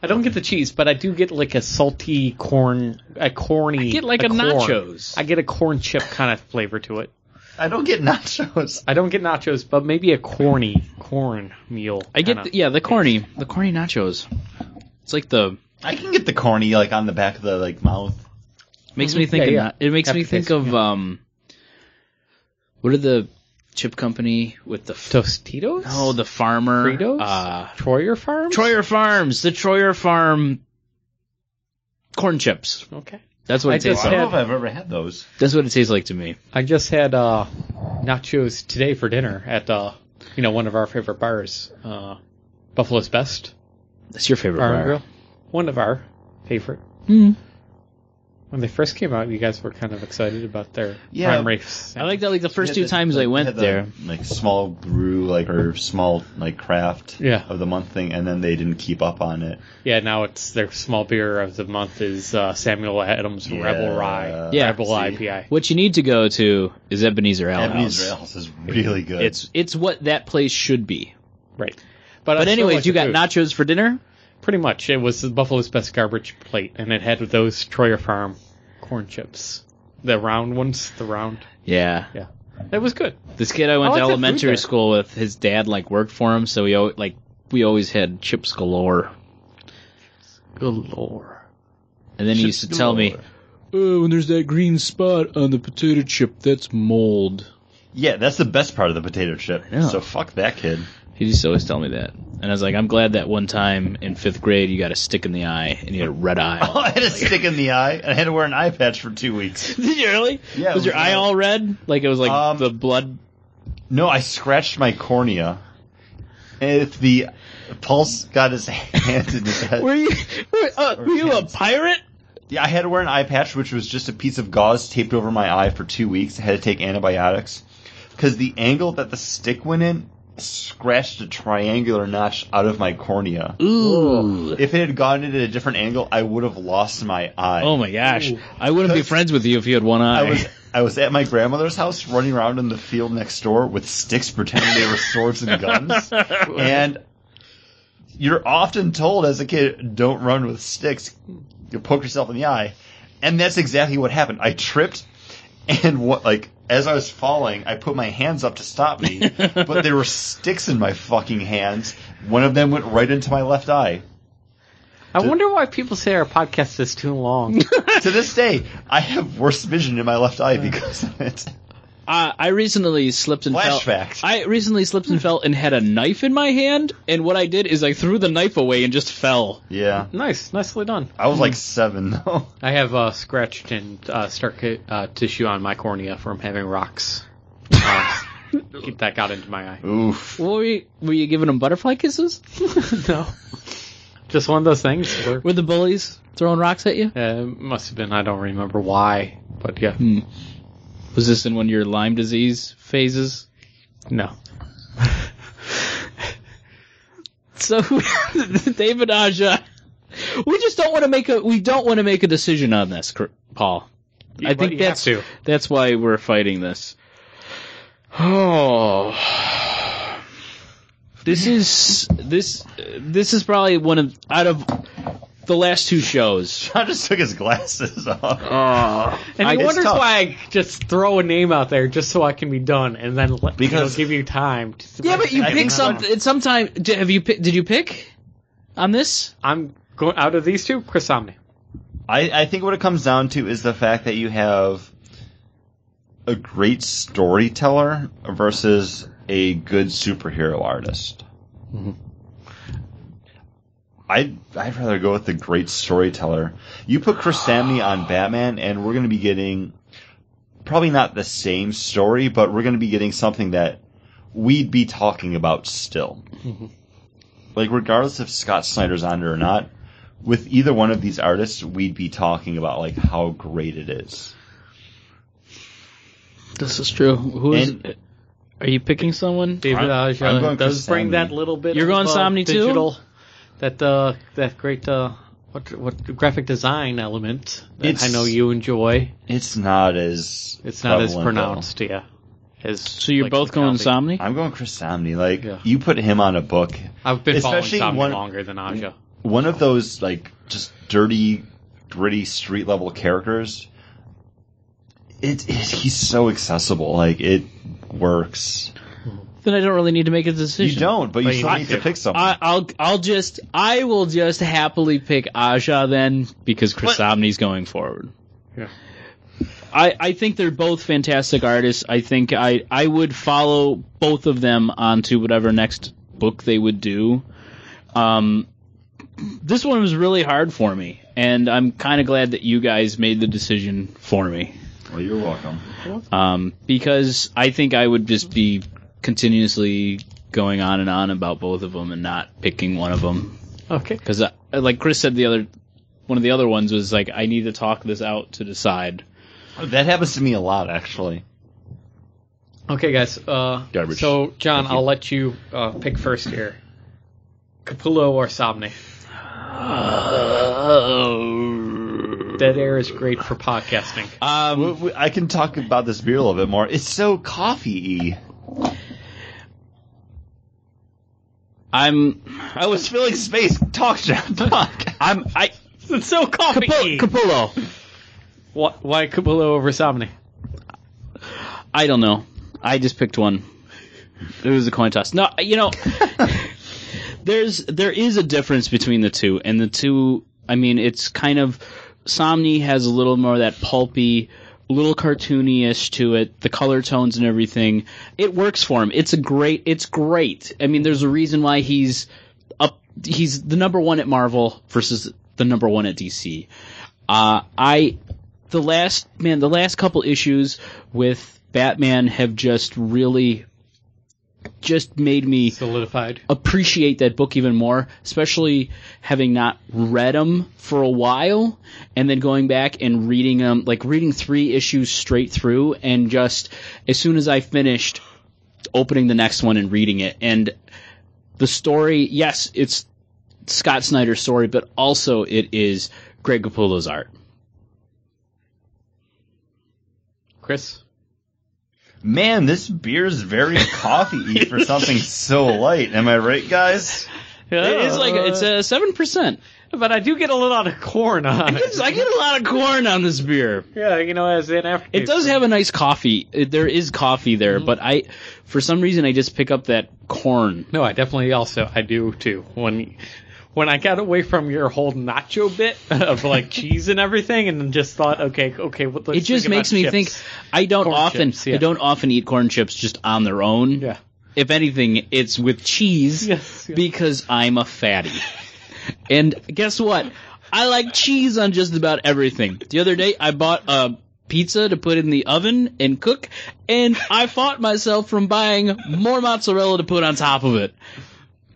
[SPEAKER 3] I don't get the cheese, but I do get like a salty corn, a corny.
[SPEAKER 2] I get like a
[SPEAKER 3] corn.
[SPEAKER 2] nachos.
[SPEAKER 3] I get a corn chip kind of flavor to it.
[SPEAKER 1] I don't get nachos.
[SPEAKER 3] I don't get nachos, but maybe a corny corn meal.
[SPEAKER 2] I get
[SPEAKER 3] kinda.
[SPEAKER 2] the, yeah the corny the corny nachos. It's like the
[SPEAKER 1] I can get the corny like on the back of the like mouth.
[SPEAKER 2] makes me think
[SPEAKER 3] Mm-hmm. Yeah,
[SPEAKER 2] of
[SPEAKER 3] yeah.
[SPEAKER 2] na- it makes me think
[SPEAKER 3] Aftertaste,
[SPEAKER 2] of um what are the chip company with the f-
[SPEAKER 3] Tostitos.
[SPEAKER 2] oh the farmer
[SPEAKER 3] Fritos?
[SPEAKER 2] uh
[SPEAKER 3] Troyer Farms.
[SPEAKER 2] Troyer Farms the Troyer Farm corn chips
[SPEAKER 3] Okay.
[SPEAKER 2] that's what
[SPEAKER 3] I
[SPEAKER 2] it tastes
[SPEAKER 3] just
[SPEAKER 1] I
[SPEAKER 2] like
[SPEAKER 1] don't know
[SPEAKER 3] had-
[SPEAKER 1] if I've ever had those.
[SPEAKER 2] that's what it tastes like to me
[SPEAKER 3] I just had uh, nachos today for dinner at uh, you know one of our favorite bars, uh, Buffalo's Best
[SPEAKER 2] that's your favorite
[SPEAKER 3] Bar and
[SPEAKER 2] bar.
[SPEAKER 3] Grill. One of our favorite.
[SPEAKER 2] Hmm.
[SPEAKER 3] When they first came out, you guys were kind of excited about their
[SPEAKER 1] Yeah.
[SPEAKER 3] prime ribs.
[SPEAKER 2] I like that like the first
[SPEAKER 1] Yeah,
[SPEAKER 2] two
[SPEAKER 1] the-
[SPEAKER 2] times
[SPEAKER 1] the-
[SPEAKER 2] I
[SPEAKER 1] had
[SPEAKER 2] went
[SPEAKER 1] the,
[SPEAKER 2] there
[SPEAKER 1] like small brew, like or small like craft
[SPEAKER 3] Yeah.
[SPEAKER 1] of the month thing, and then they didn't keep up on it.
[SPEAKER 3] Yeah, now it's their small beer of the month is uh, Samuel Adams Rebel
[SPEAKER 1] Yeah.
[SPEAKER 3] Rye,
[SPEAKER 2] Yeah.
[SPEAKER 3] Rebel
[SPEAKER 1] See?
[SPEAKER 3] IPA.
[SPEAKER 2] what you need to go to is Ebenezer Ale
[SPEAKER 1] Japanese
[SPEAKER 2] House.
[SPEAKER 1] Rails is really good.
[SPEAKER 2] it's it's what that place should be
[SPEAKER 3] Right. I
[SPEAKER 2] but
[SPEAKER 3] still
[SPEAKER 2] anyways
[SPEAKER 3] like
[SPEAKER 2] you
[SPEAKER 3] the
[SPEAKER 2] got
[SPEAKER 3] food.
[SPEAKER 2] nachos for dinner
[SPEAKER 3] Pretty much, it was the Buffalo's best garbage plate, and it had those Troyer Farm corn chips, the round ones, the round.
[SPEAKER 2] yeah
[SPEAKER 3] Yeah, it was good.
[SPEAKER 2] This kid I went
[SPEAKER 3] I like
[SPEAKER 2] to
[SPEAKER 3] that food there.
[SPEAKER 2] elementary school with, his dad like worked for him, so we al- like we always had chips galore. Galore. And then he used to tell me, "Oh, when there's that green spot on the potato chip, that's mold."
[SPEAKER 1] yeah, that's the best part of the potato chip.
[SPEAKER 2] know.
[SPEAKER 1] So fuck that kid.
[SPEAKER 2] He used to always tell me that, and I was like, "I'm glad that one time in fifth grade you got a stick in the eye and you had a red
[SPEAKER 1] Oh,
[SPEAKER 2] eye."
[SPEAKER 1] I had a stick in the eye, and I had to wear an eye patch for two weeks.
[SPEAKER 2] Did you really?
[SPEAKER 1] Yeah, it
[SPEAKER 2] Was your
[SPEAKER 1] was
[SPEAKER 2] eye
[SPEAKER 1] red.
[SPEAKER 2] all red? Like it was like
[SPEAKER 1] Um,
[SPEAKER 2] the blood.
[SPEAKER 1] No, I scratched my cornea. And If the pulse got his hand in his head,
[SPEAKER 2] Were you? Were, uh, were you a
[SPEAKER 1] hands.
[SPEAKER 2] pirate?
[SPEAKER 1] yeah, I had to wear an eye patch, which was just a piece of gauze taped over my eye for two weeks. I had to take antibiotics because the angle that the stick went in scratched a triangular notch out of my cornea.
[SPEAKER 2] Ooh.
[SPEAKER 1] If it had gone in at a different angle, I would have lost my eye.
[SPEAKER 2] Oh my gosh.
[SPEAKER 3] Ooh.
[SPEAKER 2] I wouldn't be
[SPEAKER 1] That's-
[SPEAKER 2] friends with you if you had one eye.
[SPEAKER 1] I was I was at my grandmother's house running around in the field next door with sticks pretending they were swords and guns. and you're often told as a kid, don't run with sticks. You'll poke yourself in the eye. And that's exactly what happened. I tripped and what like as I was falling, I put my hands up to stop me, but there were sticks in my fucking hands. One of them went right into my left eye.
[SPEAKER 3] I wonder why people say our podcast is too long.
[SPEAKER 1] to this day, I have worse vision in my left eye because of it.
[SPEAKER 2] Uh, I recently slipped and
[SPEAKER 1] Flashbacks.
[SPEAKER 2] fell. I recently slipped and fell and had a knife in my hand. And what I did is I threw the knife away and just fell.
[SPEAKER 1] Yeah.
[SPEAKER 3] nice, nicely done.
[SPEAKER 1] I was like seven though.
[SPEAKER 3] I have uh, scratched and uh, stark uh, tissue on my cornea from having rocks uh, that got into my eye.
[SPEAKER 1] Oof.
[SPEAKER 2] What were you, were you giving them butterfly kisses?
[SPEAKER 3] no, just one of those things. Where,
[SPEAKER 2] Were the bullies throwing rocks at you?
[SPEAKER 3] uh, it must have been. I don't remember why, but
[SPEAKER 2] Hmm.
[SPEAKER 3] yeah,
[SPEAKER 2] Was this in one of your Lyme disease phases?
[SPEAKER 3] no.
[SPEAKER 2] So, David Aja, we just don't want to make a we don't want to make a decision on this, cor- Paul. I
[SPEAKER 3] but
[SPEAKER 2] think
[SPEAKER 3] you have
[SPEAKER 2] that's
[SPEAKER 3] to.
[SPEAKER 2] that's why we're fighting this. Oh, this is this this is probably one of out of the last two shows.
[SPEAKER 1] John just took his glasses off.
[SPEAKER 2] Oh,
[SPEAKER 3] And
[SPEAKER 1] I-
[SPEAKER 3] he
[SPEAKER 1] it's
[SPEAKER 3] wonders
[SPEAKER 1] tough.
[SPEAKER 3] why I just throw a name out there just so I can be done, and then
[SPEAKER 1] Because-
[SPEAKER 3] let, because give you time. To
[SPEAKER 2] yeah, but you
[SPEAKER 1] I
[SPEAKER 2] pick
[SPEAKER 1] think-
[SPEAKER 2] something. It's sometime. d- Have you pick, did you pick on this?
[SPEAKER 3] I'm going out of these two, Chris Omni.
[SPEAKER 1] I, I think what it comes down to is the fact that you have a great storyteller versus a good superhero artist. I'd, I'd rather go with the great storyteller. You put Chris Samney on Batman, and we're going to be getting probably not the same story, but we're going to be getting something that we'd be talking about still. Like, regardless if Scott Snyder's on it or not, with either one of these artists, we'd be talking about like how great it is.
[SPEAKER 2] This is true. Who is?
[SPEAKER 1] And-
[SPEAKER 2] uh, are you picking someone?
[SPEAKER 3] David
[SPEAKER 1] I'm-
[SPEAKER 3] Aja
[SPEAKER 1] I'm going
[SPEAKER 3] uh, does
[SPEAKER 1] Chris
[SPEAKER 3] bring
[SPEAKER 1] Samney.
[SPEAKER 3] that little bit.
[SPEAKER 2] You're
[SPEAKER 3] of,
[SPEAKER 2] going
[SPEAKER 3] uh,
[SPEAKER 2] Samney too?
[SPEAKER 3] digital, That uh, that great uh, what what graphic design element that
[SPEAKER 1] It's-
[SPEAKER 3] I know you enjoy.
[SPEAKER 1] It's not as
[SPEAKER 3] It's not as
[SPEAKER 1] prevalent, though.
[SPEAKER 3] pronounced, yeah. As
[SPEAKER 2] So you're
[SPEAKER 3] like,
[SPEAKER 2] both going
[SPEAKER 3] Somni.
[SPEAKER 2] Somni?
[SPEAKER 1] I'm going Chris Samney. Like
[SPEAKER 3] Yeah.
[SPEAKER 1] you put him on a book,
[SPEAKER 3] I've been following
[SPEAKER 1] Especially
[SPEAKER 3] Somni
[SPEAKER 1] one-
[SPEAKER 3] longer than Aja.
[SPEAKER 1] one of those like just dirty, gritty street level characters. It, it he's so accessible. Like it works.
[SPEAKER 2] Then I don't really need to make a
[SPEAKER 1] You
[SPEAKER 2] decision.
[SPEAKER 1] don't, but you
[SPEAKER 3] But you
[SPEAKER 1] still
[SPEAKER 3] need
[SPEAKER 1] need to
[SPEAKER 3] to.
[SPEAKER 1] pick something.
[SPEAKER 2] I, I'll I'll just I will just happily pick Aja then because Chris Omni's going forward.
[SPEAKER 3] Yeah.
[SPEAKER 2] I, I think they're both fantastic artists. I think I, I would follow both of them onto whatever next book they would do. Um, this one was really hard for me, and I'm kind of glad that you guys made the decision for me
[SPEAKER 1] well, you're welcome.
[SPEAKER 2] um, because I think I would just be continuously going on and on about both of them and not picking one of them.
[SPEAKER 3] Okay.
[SPEAKER 2] Because like Chris said, the other one of the other ones was like I need to talk this out to decide.
[SPEAKER 1] That happens to me a lot, actually.
[SPEAKER 3] Okay, guys. Uh,
[SPEAKER 1] Garbage.
[SPEAKER 3] So, John, I'll let you uh, pick first here. Capullo or Somni? Dead air is great for podcasting.
[SPEAKER 1] W- w- I can talk about this beer a little bit more. It's so coffee-y.
[SPEAKER 2] I'm
[SPEAKER 1] I was filling space. Talk, John. Talk.
[SPEAKER 2] I'm I
[SPEAKER 3] It's so coffee.
[SPEAKER 2] Capul- Capullo.
[SPEAKER 3] why, why Capullo over Somni?
[SPEAKER 2] I don't know. I just picked one. It was a coin toss. No, you know, there's there is a difference between the two, and the two. I mean, it's kind of Somni has a little more of that pulpy, little cartoony-ish to it. The color tones and everything. It works for him. It's a great. It's great. I mean, there's a reason why he's up. He's the number one at Marvel versus the number one at DC. Uh, I the last man, the last couple issues with Batman have just really just made me
[SPEAKER 3] Solidified.
[SPEAKER 2] appreciate that book even more, especially having not read them for a while and then going back and reading them, like reading three issues straight through and just as soon as I finished opening the next one and reading it. And the story, yes, it's Scott Snyder's story, but also it is Greg Capullo's art.
[SPEAKER 3] Chris?
[SPEAKER 1] Man, this beer's very coffee-y for something so light. Am I right, guys?
[SPEAKER 2] It is like it's a seven percent.
[SPEAKER 3] But I do get a lot of corn on it.
[SPEAKER 2] I get a lot of corn on this beer.
[SPEAKER 3] Yeah, you know, as in after.
[SPEAKER 2] It does have a nice coffee. It- There is coffee there, but I, for some reason, I just pick up that corn.
[SPEAKER 3] No, I definitely also I do too. When when I got away from your whole nacho bit of like cheese and everything, and then just thought, okay, okay, what?
[SPEAKER 2] It just makes me think. I don't
[SPEAKER 3] Corn
[SPEAKER 2] often,
[SPEAKER 3] chips, yeah.
[SPEAKER 2] I don't often eat corn chips just on their own.
[SPEAKER 3] Yeah.
[SPEAKER 2] If anything, it's with cheese
[SPEAKER 3] Yes, yes.
[SPEAKER 2] because I'm a fatty. and guess what? I like cheese on just about everything. The other day, I bought a pizza to put in the oven and cook, and I fought myself from buying more mozzarella to put on top of it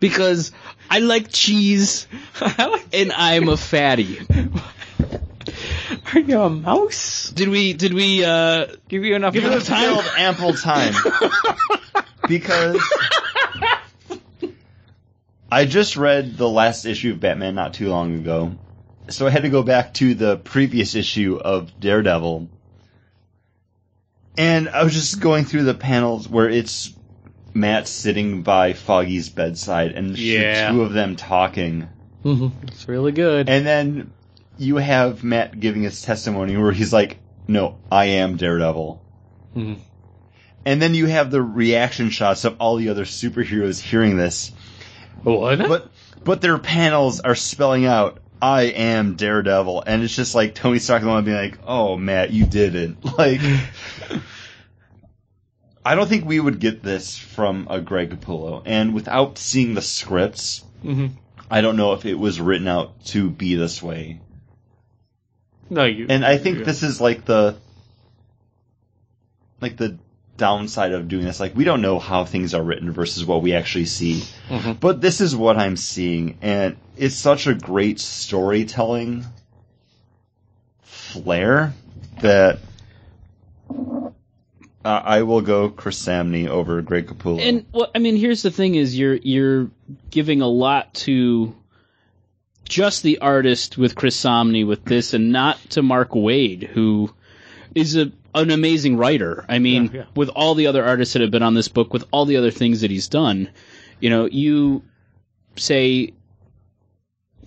[SPEAKER 2] because I like cheese
[SPEAKER 3] I like,
[SPEAKER 2] and I'm a fatty.
[SPEAKER 3] are you a mouse?
[SPEAKER 2] Did we? Did we? uh
[SPEAKER 3] Give you enough
[SPEAKER 1] Give it a
[SPEAKER 3] time?
[SPEAKER 1] filled ample time. because I just read the last issue of Batman not too long ago. So I had to go back to the previous issue of Daredevil. And I was just going through the panels where it's Matt sitting by Foggy's bedside and
[SPEAKER 3] Yeah.
[SPEAKER 1] the two of them talking.
[SPEAKER 2] Mm-hmm.
[SPEAKER 3] It's really good.
[SPEAKER 1] And then you have Matt giving his testimony where he's like, "No, I am Daredevil."
[SPEAKER 3] Mhm.
[SPEAKER 1] And then you have the reaction shots of all the other superheroes hearing this,
[SPEAKER 3] what?
[SPEAKER 1] but but their panels are spelling out, "I am Daredevil," and it's just like Tony Stark going to be like, "Oh, Matt, you didn't." Like, I don't think we would get this from a Greg Capullo, and without seeing the scripts,
[SPEAKER 3] hmm
[SPEAKER 1] I don't know if it was written out to be this way.
[SPEAKER 3] No, you.
[SPEAKER 1] And I think
[SPEAKER 3] yeah.
[SPEAKER 1] this is like the like the downside of doing this. Like we don't know how things are written versus what we actually see.
[SPEAKER 3] Mhm.
[SPEAKER 1] But this is what I'm seeing and it's such a great storytelling flair that uh, I will go Chris Samney over Greg Capullo.
[SPEAKER 2] And well, I mean, here's the thing: is you're you're giving a lot to just the artist with Chris Somney with this, and not to Mark Wade, who is a an amazing writer. I mean,
[SPEAKER 3] Yeah, yeah.
[SPEAKER 2] with all the other artists that have been on this book, with all the other things that he's done, you know, you say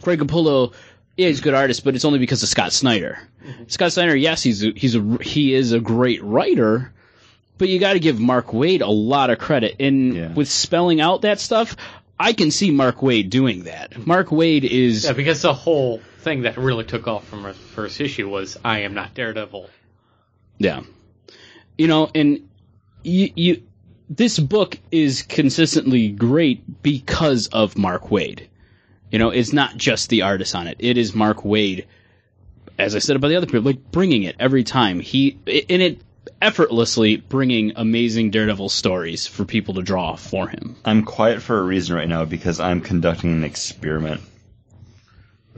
[SPEAKER 2] Greg Capullo, yeah, he's a good artist, but it's only because of Scott Snyder. Scott Snyder, yes, he's a, he's a he is a great writer, but you got to give Mark Wade a lot of credit. And
[SPEAKER 1] Yeah.
[SPEAKER 2] with spelling out that stuff, I can see Mark Wade doing that. Mark Wade is
[SPEAKER 3] Yeah, because the whole thing that really took off from the first issue was I am not Daredevil.
[SPEAKER 2] Yeah. You know, and you, you this book is consistently great because of Mark Wade. You know, it's not just the artist on it. It is Mark Wade, as I said about the other people, like bringing it every time. He in it effortlessly bringing amazing Daredevil stories for people to draw for him.
[SPEAKER 1] I'm quiet for a reason right now because I'm conducting an experiment.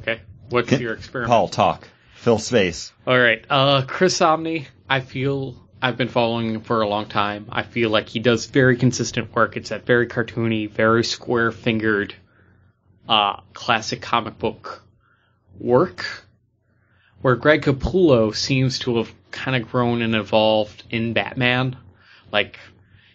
[SPEAKER 3] Okay. What's
[SPEAKER 1] Can-
[SPEAKER 3] your experiment?
[SPEAKER 1] Paul, talk. Fill space.
[SPEAKER 3] All right. Uh, Chris Omni, I feel I've been following him for a long time. I feel like he does very consistent work. It's that very cartoony, very square fingered, uh, classic comic book work. Where Greg Capullo seems to have kind of grown and evolved in Batman. Like,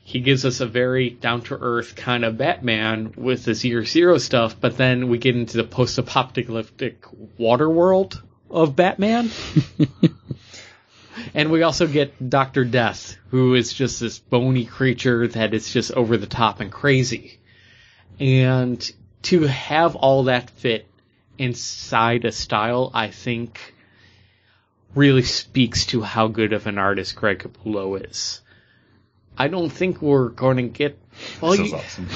[SPEAKER 3] he gives us a very down to earth kind of Batman with this year zero stuff, but then we get into the post apocalyptic water world of Batman. and we also get Dr. Death, who is just this bony creature that is just over the top and crazy. And to have all that fit inside a style, I think really speaks to how good of an artist Greg Capullo is. I don't think we're going to get. Well,
[SPEAKER 1] This
[SPEAKER 3] you-
[SPEAKER 1] is awesome.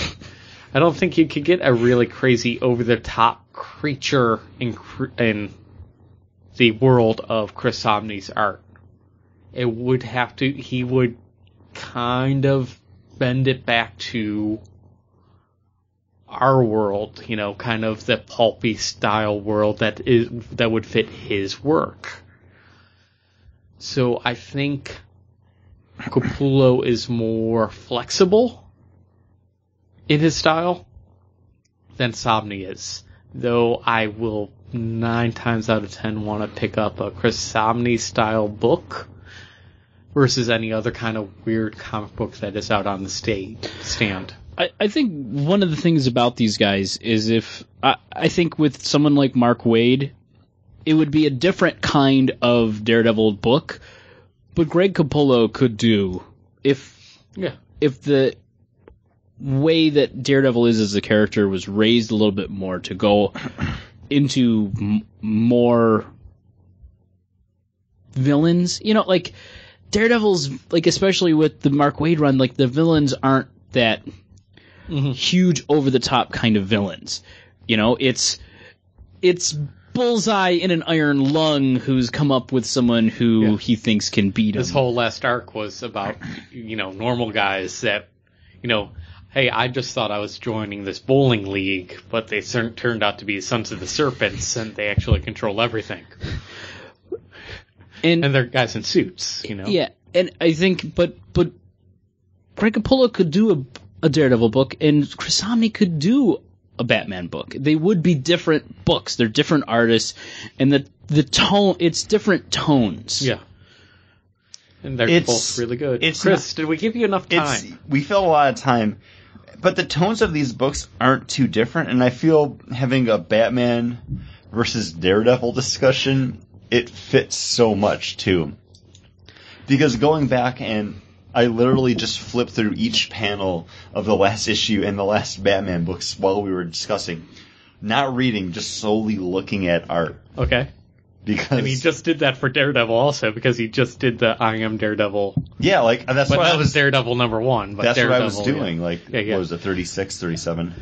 [SPEAKER 3] I don't think you could get a really crazy, over the top creature in cr- in the world of Chris Somney's art. It would have to. He would kind of bend it back to our world, you know, kind of the pulpy style world that is that would fit his work. So I think Capullo is more flexible in his style than Sobney is. Though I will nine times out of ten want to pick up a Chris Sobney style book versus any other kind of weird comic book that is out on the state stand.
[SPEAKER 2] I, I think one of the things about these guys is if I, I think with someone like Mark Wade, it would be a different kind of Daredevil book, but Greg Capullo could do if
[SPEAKER 3] Yeah.
[SPEAKER 2] if the way that Daredevil is as a character was raised a little bit more to go into m- more villains. You know, like Daredevil's like especially with the Mark Wade run, like the villains aren't that
[SPEAKER 3] Mm-hmm.
[SPEAKER 2] huge over the top kind of villains. You know, it's it's bullseye in an iron lung who's come up with someone who
[SPEAKER 3] Yeah.
[SPEAKER 2] he thinks can beat him.
[SPEAKER 3] This whole last arc was about, you know, normal guys that, you know, hey, I just thought I was joining this bowling league, but they cer- turned out to be Sons of the Serpents, and they actually control everything.
[SPEAKER 2] and
[SPEAKER 3] And they're guys in suits, you know?
[SPEAKER 2] Yeah, and I think, but but Greg Capullo could do a, a Daredevil book, and Chris Omni could do a Batman book. They would be different books. They're different artists, and the the tone it's different tones.
[SPEAKER 3] Yeah. And they're
[SPEAKER 1] It's-
[SPEAKER 3] both really good.
[SPEAKER 1] it's
[SPEAKER 3] Chris, did we give you enough
[SPEAKER 1] It's
[SPEAKER 3] time?
[SPEAKER 1] we fill a lot of time, but the tones of these books aren't too different. And I feel having a Batman versus Daredevil discussion, it fits so much too. Because going back and I literally just flipped through each panel of the last issue and the last Batman books while we were discussing, not reading, just solely looking at art.
[SPEAKER 3] Okay.
[SPEAKER 1] Because
[SPEAKER 3] And he just did that for Daredevil also, because he just did the I am Daredevil.
[SPEAKER 1] yeah, like that's
[SPEAKER 3] But
[SPEAKER 1] what I
[SPEAKER 3] that
[SPEAKER 1] was
[SPEAKER 3] was Daredevil number one. But
[SPEAKER 1] that's
[SPEAKER 3] Daredevil,
[SPEAKER 1] what I was
[SPEAKER 3] yeah.
[SPEAKER 1] doing. Like,
[SPEAKER 3] Yeah, yeah.
[SPEAKER 1] what was it, 36, 37?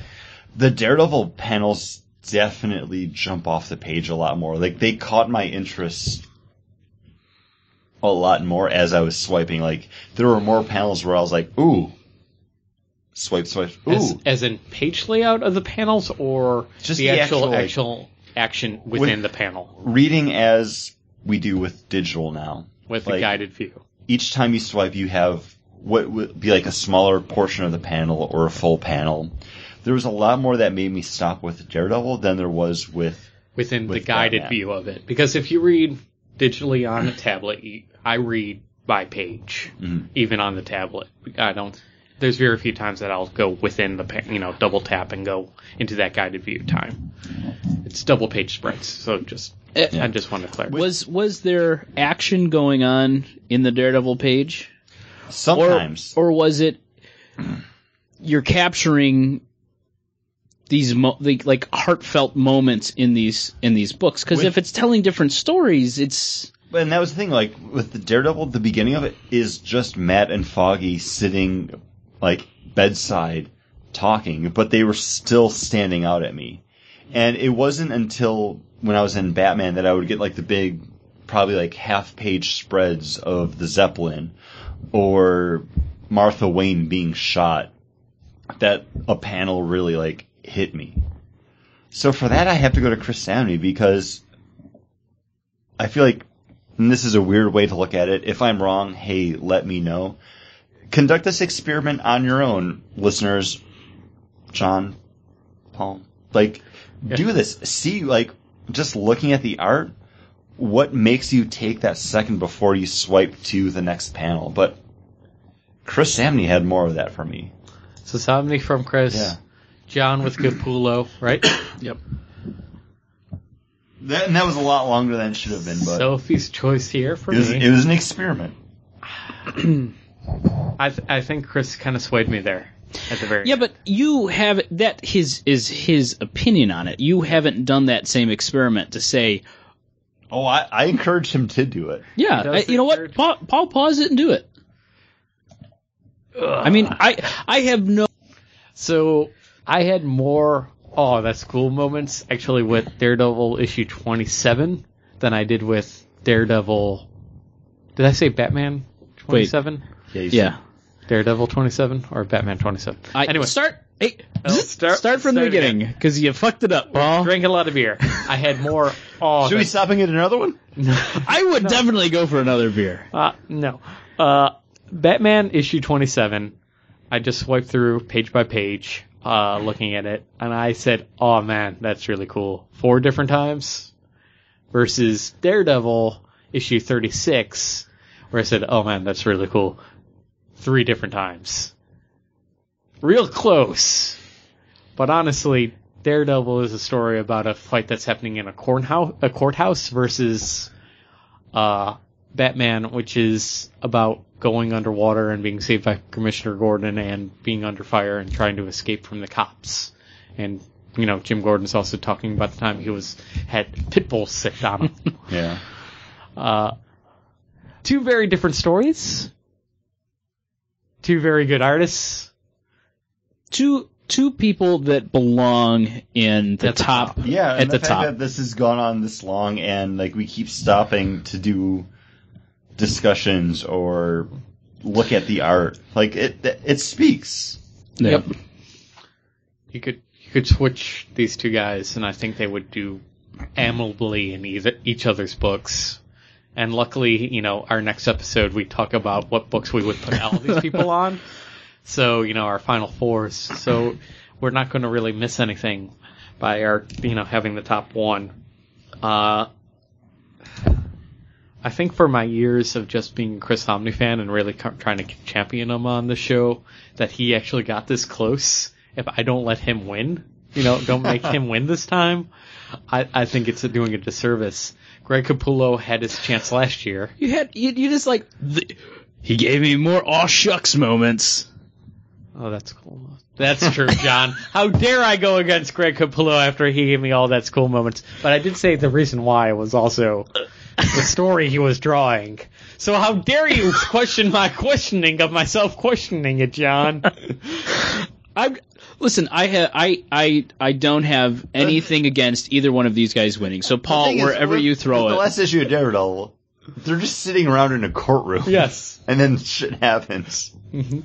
[SPEAKER 1] The Daredevil panels definitely jump off the page a lot more. Like, they caught my interest a lot more as I was swiping. Like, there were more panels where I was like, ooh, swipe, swipe, ooh.
[SPEAKER 3] As, as in page layout of the panels, or
[SPEAKER 1] Just
[SPEAKER 3] the,
[SPEAKER 1] the
[SPEAKER 3] actual
[SPEAKER 1] actual, like-
[SPEAKER 3] actual action within
[SPEAKER 1] With-
[SPEAKER 3] the panel
[SPEAKER 1] Reading as we do with digital now.
[SPEAKER 3] with the
[SPEAKER 1] Like-
[SPEAKER 3] guided view.
[SPEAKER 1] each time you swipe, you have what would be like a smaller portion of the panel or a full panel. There was a lot more that made me stop with Daredevil than there was with
[SPEAKER 3] within
[SPEAKER 1] With
[SPEAKER 3] the
[SPEAKER 1] that
[SPEAKER 3] guided
[SPEAKER 1] app.
[SPEAKER 3] view of it. Because if you read digitally on a tablet, you, I read by page,
[SPEAKER 1] Mhm.
[SPEAKER 3] even on the tablet. I don't. There's very few times that I'll go within the pa- you know double tap and go into that guided view time. It's double page spreads, so just
[SPEAKER 2] Eh,
[SPEAKER 3] I just want to clarify.
[SPEAKER 2] Was was there action going on in the Daredevil page? Or-
[SPEAKER 1] Sometimes.
[SPEAKER 2] or, was it you're capturing these mo- the, like heartfelt moments in these in these books because
[SPEAKER 1] With-
[SPEAKER 2] if it's telling different stories it's
[SPEAKER 1] But- And that was the thing, like with the Daredevil, the beginning of it is just Matt and Foggy sitting like bedside talking, but they were still standing out at me. And it wasn't until when I was in Batman that I would get like the big, probably like half page spreads of the Zeppelin or Martha Wayne being shot that a panel really like hit me. So for that, I have to go to Chris Samney because I feel like and this is a weird way to look at it. If I'm wrong, hey, let me know. Conduct this experiment on your own, listeners. John, Paul, like, do this. See, like, just looking at the art, what makes you take that second before you swipe to the next panel? But Chris Samney had more of that for me.
[SPEAKER 3] So Somni from Chris,
[SPEAKER 1] Yeah.
[SPEAKER 3] John with Capullo, right?
[SPEAKER 2] yep
[SPEAKER 1] That, and that was a lot longer than it should have been, but
[SPEAKER 3] Sophie's choice here for
[SPEAKER 1] it, was,
[SPEAKER 3] me.
[SPEAKER 1] it was an experiment.
[SPEAKER 3] I th- I think Chris kind of swayed me there at the very
[SPEAKER 2] yeah but you have that his is his opinion on it you haven't done that same experiment to say
[SPEAKER 1] Oh, I, I encouraged him to do it.
[SPEAKER 2] yeah
[SPEAKER 3] He does
[SPEAKER 2] I- you know
[SPEAKER 3] research.
[SPEAKER 2] what paul, paul pause it and do it i mean i i have no
[SPEAKER 3] So I had more oh that's cool moments actually with Daredevil issue twenty seven than I did with Daredevil. Did I say Batman twenty seven?
[SPEAKER 1] you said-
[SPEAKER 2] yeah
[SPEAKER 3] Daredevil twenty seven or Batman twenty seven?
[SPEAKER 2] I,
[SPEAKER 3] Anyway,
[SPEAKER 2] start hey,
[SPEAKER 3] Oh, start-
[SPEAKER 2] start, from the
[SPEAKER 3] start again.
[SPEAKER 2] beginning because you fucked it up paul
[SPEAKER 3] drink a lot of beer. I had more oh
[SPEAKER 1] Should we
[SPEAKER 3] that's-
[SPEAKER 1] stop and get another one?
[SPEAKER 2] I would definitely go for another beer.
[SPEAKER 3] Uh, no. Uh, Batman issue 27. I just swiped through page by page, uh, looking at it, and I said, oh man, that's really cool. Four different times versus Daredevil issue 36, where I said, oh man, that's really cool. Three different times. Real close. But honestly, Daredevil is a story about a fight that's happening in a cornhouse, a courthouse versus, uh, Batman, which is about going underwater and being saved by Commissioner Gordon and being under fire and trying to escape from the cops. And you know, Jim Gordon's also talking about the time he was had pit bulls sick on him.
[SPEAKER 1] Yeah.
[SPEAKER 3] uh, two very different stories, two very good artists.
[SPEAKER 2] Two two people that belong in the
[SPEAKER 3] At the
[SPEAKER 2] top.
[SPEAKER 1] Yeah, and
[SPEAKER 2] at the,
[SPEAKER 1] fact
[SPEAKER 2] top.
[SPEAKER 1] That this has gone on this long, and like we keep stopping to do discussions or look at the art. Like it, it speaks.
[SPEAKER 2] Yeah.
[SPEAKER 3] Yep. You could you could switch these two guys, and I think they would do admirably in either each other's books. And luckily, you know, our next episode we talk about what books we would put all these people on. So you know, our final fours. So we're not going to really miss anything by our you know having the top one. Uh, I think for my years of just being a Chris Omni fan and really co- trying to champion him on the show, that he actually got this close. If I don't let him win, you know, don't make him win this time, I, I think it's doing a disservice. Greg Capullo had his chance last year.
[SPEAKER 2] You had you, you just like the, he gave me more aw shucks moments.
[SPEAKER 3] Oh, that's cool. That's true, John. How dare I go against Greg Capullo after he gave me all that's cool moments? But I did say the reason why was also the story he was drawing. So how dare you question my questioning of myself questioning it, John?
[SPEAKER 2] I listen. I have I I I don't have anything against either one of these guys winning. So
[SPEAKER 1] Uh, The
[SPEAKER 2] Paul,
[SPEAKER 1] thing is,
[SPEAKER 2] wherever
[SPEAKER 1] with-
[SPEAKER 2] you
[SPEAKER 1] with the
[SPEAKER 2] throw it,
[SPEAKER 1] last issue of Daredevil, they're just sitting around in a courtroom.
[SPEAKER 3] Yes.
[SPEAKER 1] and then shit happens.
[SPEAKER 2] Mm-hmm.
[SPEAKER 3] Mhm.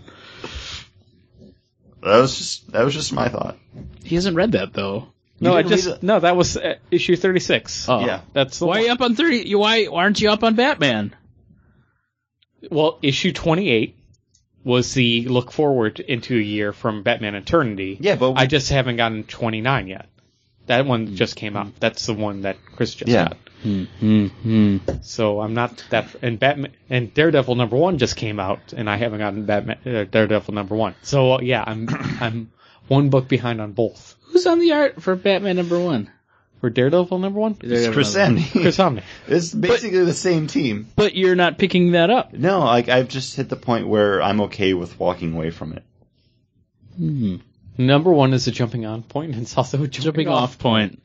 [SPEAKER 1] That was just that was just my thought.
[SPEAKER 2] he hasn't read that though.
[SPEAKER 3] No,
[SPEAKER 1] You
[SPEAKER 3] I
[SPEAKER 1] didn't
[SPEAKER 3] just
[SPEAKER 1] read the-
[SPEAKER 3] no. That was uh, issue thirty-six.
[SPEAKER 2] Oh.
[SPEAKER 1] Yeah.
[SPEAKER 3] That's the
[SPEAKER 2] Why are
[SPEAKER 3] one.
[SPEAKER 2] you up on thirty? You why aren't you up on Batman?
[SPEAKER 3] Well, issue twenty-eight was the look forward into a year from Batman Eternity.
[SPEAKER 1] Yeah, but
[SPEAKER 3] I just haven't gotten twenty-nine yet. That one just came out. That's the one that Chris just
[SPEAKER 1] Yeah.
[SPEAKER 3] got.
[SPEAKER 2] Mm-hmm.
[SPEAKER 3] So I'm not that. And Batman and Daredevil number one just came out, and I haven't gotten Batman uh, Daredevil number one. So uh, yeah, I'm I'm one book behind on both.
[SPEAKER 2] Who's on the art for Batman number one?
[SPEAKER 3] For Daredevil number one,
[SPEAKER 2] There you
[SPEAKER 1] It's Chris
[SPEAKER 2] go.
[SPEAKER 1] Andy.
[SPEAKER 3] Chris Omni.
[SPEAKER 1] It's basically the same team.
[SPEAKER 2] But you're not picking that up.
[SPEAKER 1] No, like I've just hit the point where I'm okay with walking away from it.
[SPEAKER 2] Hmm.
[SPEAKER 3] Number one is a jumping on point, and it's also a jumping,
[SPEAKER 2] Jumping
[SPEAKER 3] off.
[SPEAKER 2] off point.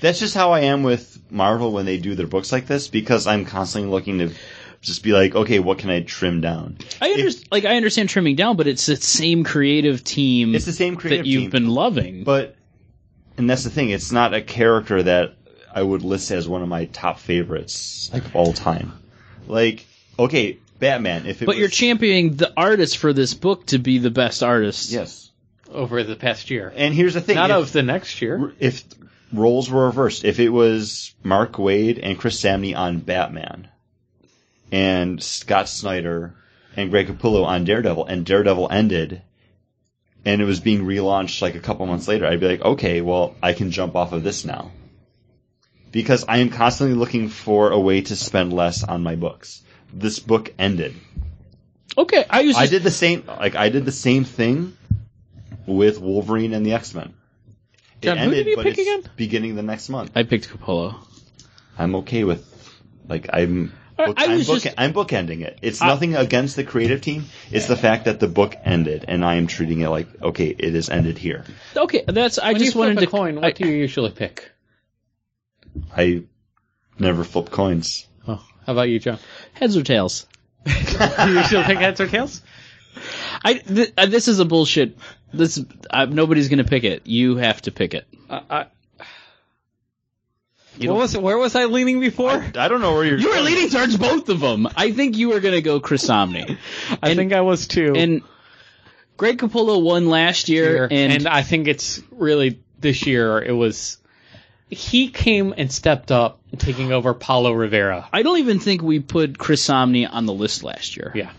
[SPEAKER 1] That's just how I am with Marvel when they do their books like this because I'm constantly looking to just be like, okay, what can I trim down?
[SPEAKER 2] I understand. Like I understand trimming down, but it's that same creative team
[SPEAKER 1] It's the same creative
[SPEAKER 2] that you've
[SPEAKER 1] team,
[SPEAKER 2] been loving.
[SPEAKER 1] but and that's the thing. It's not a character that I would list as one of my top favorites like of all time. Like, okay, Batman. If it
[SPEAKER 2] But
[SPEAKER 1] was,
[SPEAKER 2] you're championing the artist for this book to be the best artist.
[SPEAKER 1] yes.
[SPEAKER 3] over the past year.
[SPEAKER 1] And here's the thing:
[SPEAKER 3] Not
[SPEAKER 1] if,
[SPEAKER 3] of the next year.
[SPEAKER 1] if roles were reversed, if it was Mark Waid and Chris Samney on Batman, and Scott Snyder and Greg Capullo on Daredevil, and Daredevil ended, and it was being relaunched like a couple months later, I'd be like, okay, well, I can jump off of this now. Because I am constantly looking for a way to spend less on my books. This book ended.
[SPEAKER 2] Okay, I used
[SPEAKER 1] I
[SPEAKER 2] to
[SPEAKER 1] did the same. Like I did the same thing with Wolverine and the X Men.
[SPEAKER 3] John, who did you pick again?
[SPEAKER 1] Beginning the next month.
[SPEAKER 2] I picked Capullo.
[SPEAKER 1] I'm okay with. Like I'm.
[SPEAKER 2] I-
[SPEAKER 1] book-
[SPEAKER 2] I
[SPEAKER 1] I'm,
[SPEAKER 2] was
[SPEAKER 1] book,
[SPEAKER 2] just-
[SPEAKER 1] I'm bookending it. It's
[SPEAKER 2] I-
[SPEAKER 1] nothing against the creative team. It's the fact that the book ended, and I am treating it like okay, it is ended here.
[SPEAKER 2] Okay, that's. I
[SPEAKER 3] When
[SPEAKER 2] just
[SPEAKER 3] you flip
[SPEAKER 2] wanted
[SPEAKER 3] a
[SPEAKER 2] to
[SPEAKER 3] coin. What
[SPEAKER 2] I-
[SPEAKER 3] do you usually pick?
[SPEAKER 1] I never flip coins.
[SPEAKER 3] Oh, how about you, John?
[SPEAKER 2] heads or tails.
[SPEAKER 3] Do you usually pick heads or tails?
[SPEAKER 2] I th- uh, this is a bullshit. This uh, nobody's gonna pick it. You have to pick it.
[SPEAKER 3] Uh, I, what was where was I leaning before? I,
[SPEAKER 1] I don't know where you're.
[SPEAKER 2] You were leaning towards both of them. I think you were gonna go Chris Omni. and-
[SPEAKER 3] think I was too.
[SPEAKER 2] and Greg Capullo won last year, and,
[SPEAKER 3] and I think it's really this year. It was he came and stepped up, taking over Paulo Rivera.
[SPEAKER 2] I don't even think we put Chris Omni on the list last year.
[SPEAKER 3] Yeah,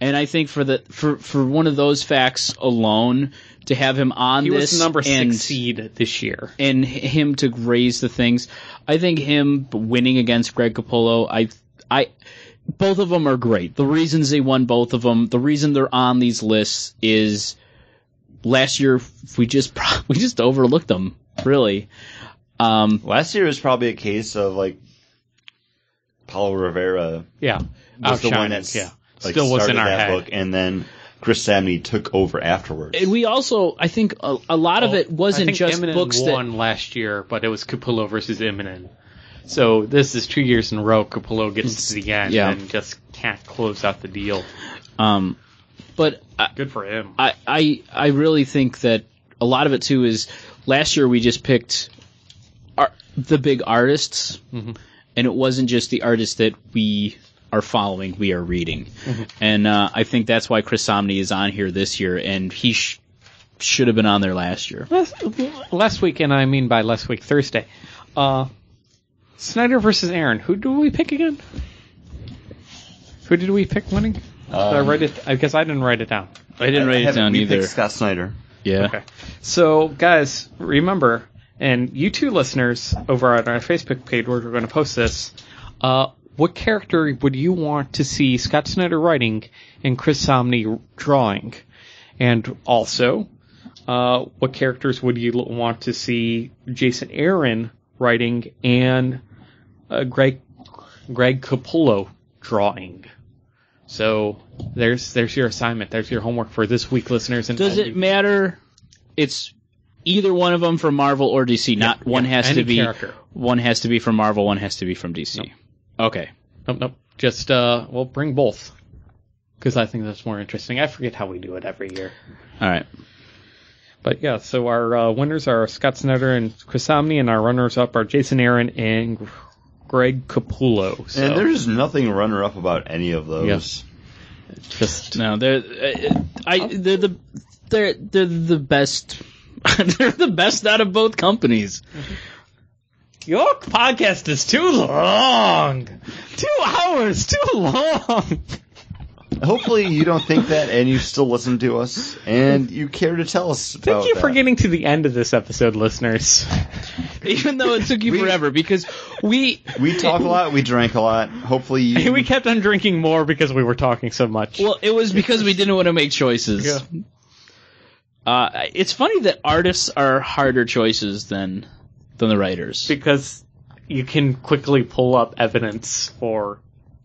[SPEAKER 2] And I think for the for for one of those facts alone, to have him on
[SPEAKER 3] he
[SPEAKER 2] this
[SPEAKER 3] was the number
[SPEAKER 2] and,
[SPEAKER 3] six seed this year.
[SPEAKER 2] and h- him to raise the things, I think him winning against Greg Capullo, I I both of them are great. The reasons they won both of them, the reason they're on these lists is last year we just pro- we just overlooked them really. Um,
[SPEAKER 1] Last year was probably a case of like. Paulo Rivera
[SPEAKER 3] Yeah,
[SPEAKER 1] was the one
[SPEAKER 3] Outshined,
[SPEAKER 1] that's
[SPEAKER 3] yeah
[SPEAKER 1] like,
[SPEAKER 3] still was
[SPEAKER 1] started
[SPEAKER 3] in our
[SPEAKER 1] that
[SPEAKER 3] head.
[SPEAKER 1] book, and then Chris Samney took over afterwards.
[SPEAKER 2] and we also I think a, a lot of it wasn't
[SPEAKER 3] I think
[SPEAKER 2] just
[SPEAKER 3] Eminem
[SPEAKER 2] books that
[SPEAKER 3] won last year, but it was Capullo versus Eminem. So this is two years in a row. Capullo gets to the end
[SPEAKER 2] yeah.
[SPEAKER 3] and just can't close out the deal.
[SPEAKER 2] um, but uh, I,
[SPEAKER 3] Good for him.
[SPEAKER 2] I, I I really think that a lot of it too is last year we just picked ar- the big artists, and it wasn't just the artists that we are following, we are reading, and uh, I think that's why Chris Somney is on here this year, and he sh- should have been on there last year.
[SPEAKER 3] last, last week, and I mean by last week, Thursday. Uh, Snyder versus Aaron. Who do we pick again? Who did we pick winning? Did I
[SPEAKER 1] Um,
[SPEAKER 3] write it. I guess I didn't write it down.
[SPEAKER 2] I didn't write it
[SPEAKER 1] haven't-
[SPEAKER 2] down
[SPEAKER 1] we
[SPEAKER 2] either.
[SPEAKER 1] picked Scott Snyder.
[SPEAKER 2] Yeah.
[SPEAKER 3] Okay. So, guys, remember, and you two listeners over on our Facebook page, where we're going to post this. Uh, what character would you want to see Scott Snyder writing and Chris Somney drawing? And also, uh, what characters would you l- want to see Jason Aaron writing and uh, Greg Greg Capullo drawing? So there's there's your assignment. There's your homework for this week, listeners. And
[SPEAKER 2] Does
[SPEAKER 3] all
[SPEAKER 2] it matter? It's either one of them from Marvel or DC. Not one
[SPEAKER 3] yeah,
[SPEAKER 2] has
[SPEAKER 3] any
[SPEAKER 2] to be
[SPEAKER 3] character.
[SPEAKER 2] one has to be from Marvel, one has to be from DC. Okay.
[SPEAKER 3] Nope, nope. Just uh, well, bring both, because I think that's more interesting. I forget how we do it every year,
[SPEAKER 2] All right.
[SPEAKER 3] but yeah. So our uh, winners are Scott Snyder and Chris Omni, and our runners up are Jason Aaron and Gr- Greg Capullo. So
[SPEAKER 1] And there's nothing runner up about any of those.
[SPEAKER 3] just
[SPEAKER 2] No, they're uh, I they're the they're they're the best. they're the best out of both companies.
[SPEAKER 3] your podcast is too long, two hours too long.
[SPEAKER 1] Hopefully you don't think that and you still listen to us and you care to tell us about
[SPEAKER 3] Thank you
[SPEAKER 1] that.
[SPEAKER 3] for getting to the end of this episode, listeners.
[SPEAKER 2] even though it took you
[SPEAKER 1] We-
[SPEAKER 2] forever because we
[SPEAKER 1] We talk a lot, we drank a lot. Hopefully you
[SPEAKER 3] we kept on drinking more because we were talking so much.
[SPEAKER 2] Well, it was because we didn't want to make choices.
[SPEAKER 3] Yeah.
[SPEAKER 2] Uh, it's funny that artists are harder choices than than the writers.
[SPEAKER 3] because you can quickly pull up evidence for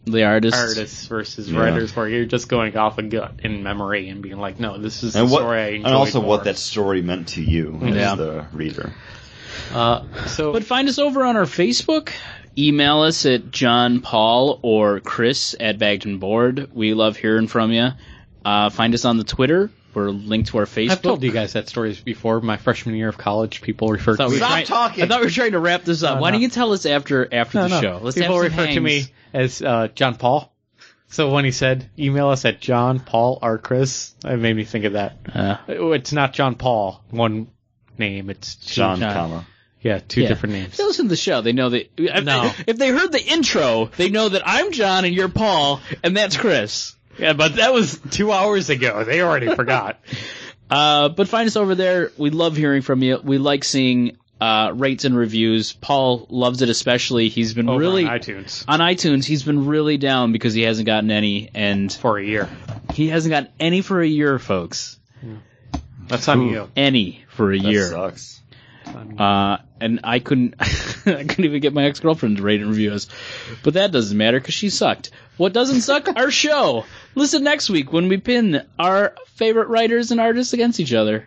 [SPEAKER 2] The artists.
[SPEAKER 3] artists versus
[SPEAKER 1] Yeah.
[SPEAKER 3] writers where you're just going off a gut in memory and being like, no, this is
[SPEAKER 1] and
[SPEAKER 3] the
[SPEAKER 1] what
[SPEAKER 3] story I
[SPEAKER 1] and
[SPEAKER 3] enjoyed
[SPEAKER 1] also
[SPEAKER 3] more.
[SPEAKER 1] what that story meant to you
[SPEAKER 2] Yeah.
[SPEAKER 1] as the reader.
[SPEAKER 3] Uh, so
[SPEAKER 2] But find us over on our Facebook. Email us at John Paul or Chris at Bagden Board. We love hearing from you. Uh, find us on the Twitter. We're linked to our Facebook.
[SPEAKER 3] I've told you guys that stories before. My freshman year of college, people refer
[SPEAKER 2] I
[SPEAKER 3] to
[SPEAKER 2] thought we
[SPEAKER 3] me.
[SPEAKER 2] were
[SPEAKER 1] Stop
[SPEAKER 2] trying-
[SPEAKER 1] talking.
[SPEAKER 2] I thought we were trying to wrap this up.
[SPEAKER 3] No,
[SPEAKER 2] Why
[SPEAKER 3] no.
[SPEAKER 2] don't you tell us after after
[SPEAKER 3] No,
[SPEAKER 2] the
[SPEAKER 3] no.
[SPEAKER 2] show? Let's
[SPEAKER 3] people
[SPEAKER 2] have some
[SPEAKER 3] refer to me
[SPEAKER 2] hangs.
[SPEAKER 3] as uh, John Paul. So when he said email us at John Paul or Chris, it made me think of that.
[SPEAKER 2] Uh,
[SPEAKER 3] Oh, It's not John Paul, one name. It's two-
[SPEAKER 1] John,
[SPEAKER 2] John.
[SPEAKER 1] comma.
[SPEAKER 3] Yeah, two
[SPEAKER 2] Yeah.
[SPEAKER 3] different
[SPEAKER 2] If
[SPEAKER 3] names.
[SPEAKER 2] they listen to the show, they know that. If,
[SPEAKER 3] No.
[SPEAKER 2] if they heard the intro, they know that I'm John and you're Paul, and that's Chris.
[SPEAKER 3] Yeah, but that was two hours ago. They already forgot.
[SPEAKER 2] Uh, but find us over there. We love hearing from you. We like seeing uh, rates and reviews. Paul loves it especially. He's been
[SPEAKER 3] Over
[SPEAKER 2] really
[SPEAKER 3] Oh, on iTunes
[SPEAKER 2] on iTunes. He's been really down because he hasn't gotten any, and
[SPEAKER 3] for a year.
[SPEAKER 2] he hasn't gotten any for a year, folks.
[SPEAKER 3] That's on you.
[SPEAKER 2] Any for a
[SPEAKER 1] That
[SPEAKER 2] year.
[SPEAKER 1] sucks.
[SPEAKER 2] Uh, and I couldn't, I couldn't even get my ex girlfriend to rate and review us. But that doesn't matter because she sucked. What doesn't suck? our show. Listen next week when we pin our favorite writers and artists against each other.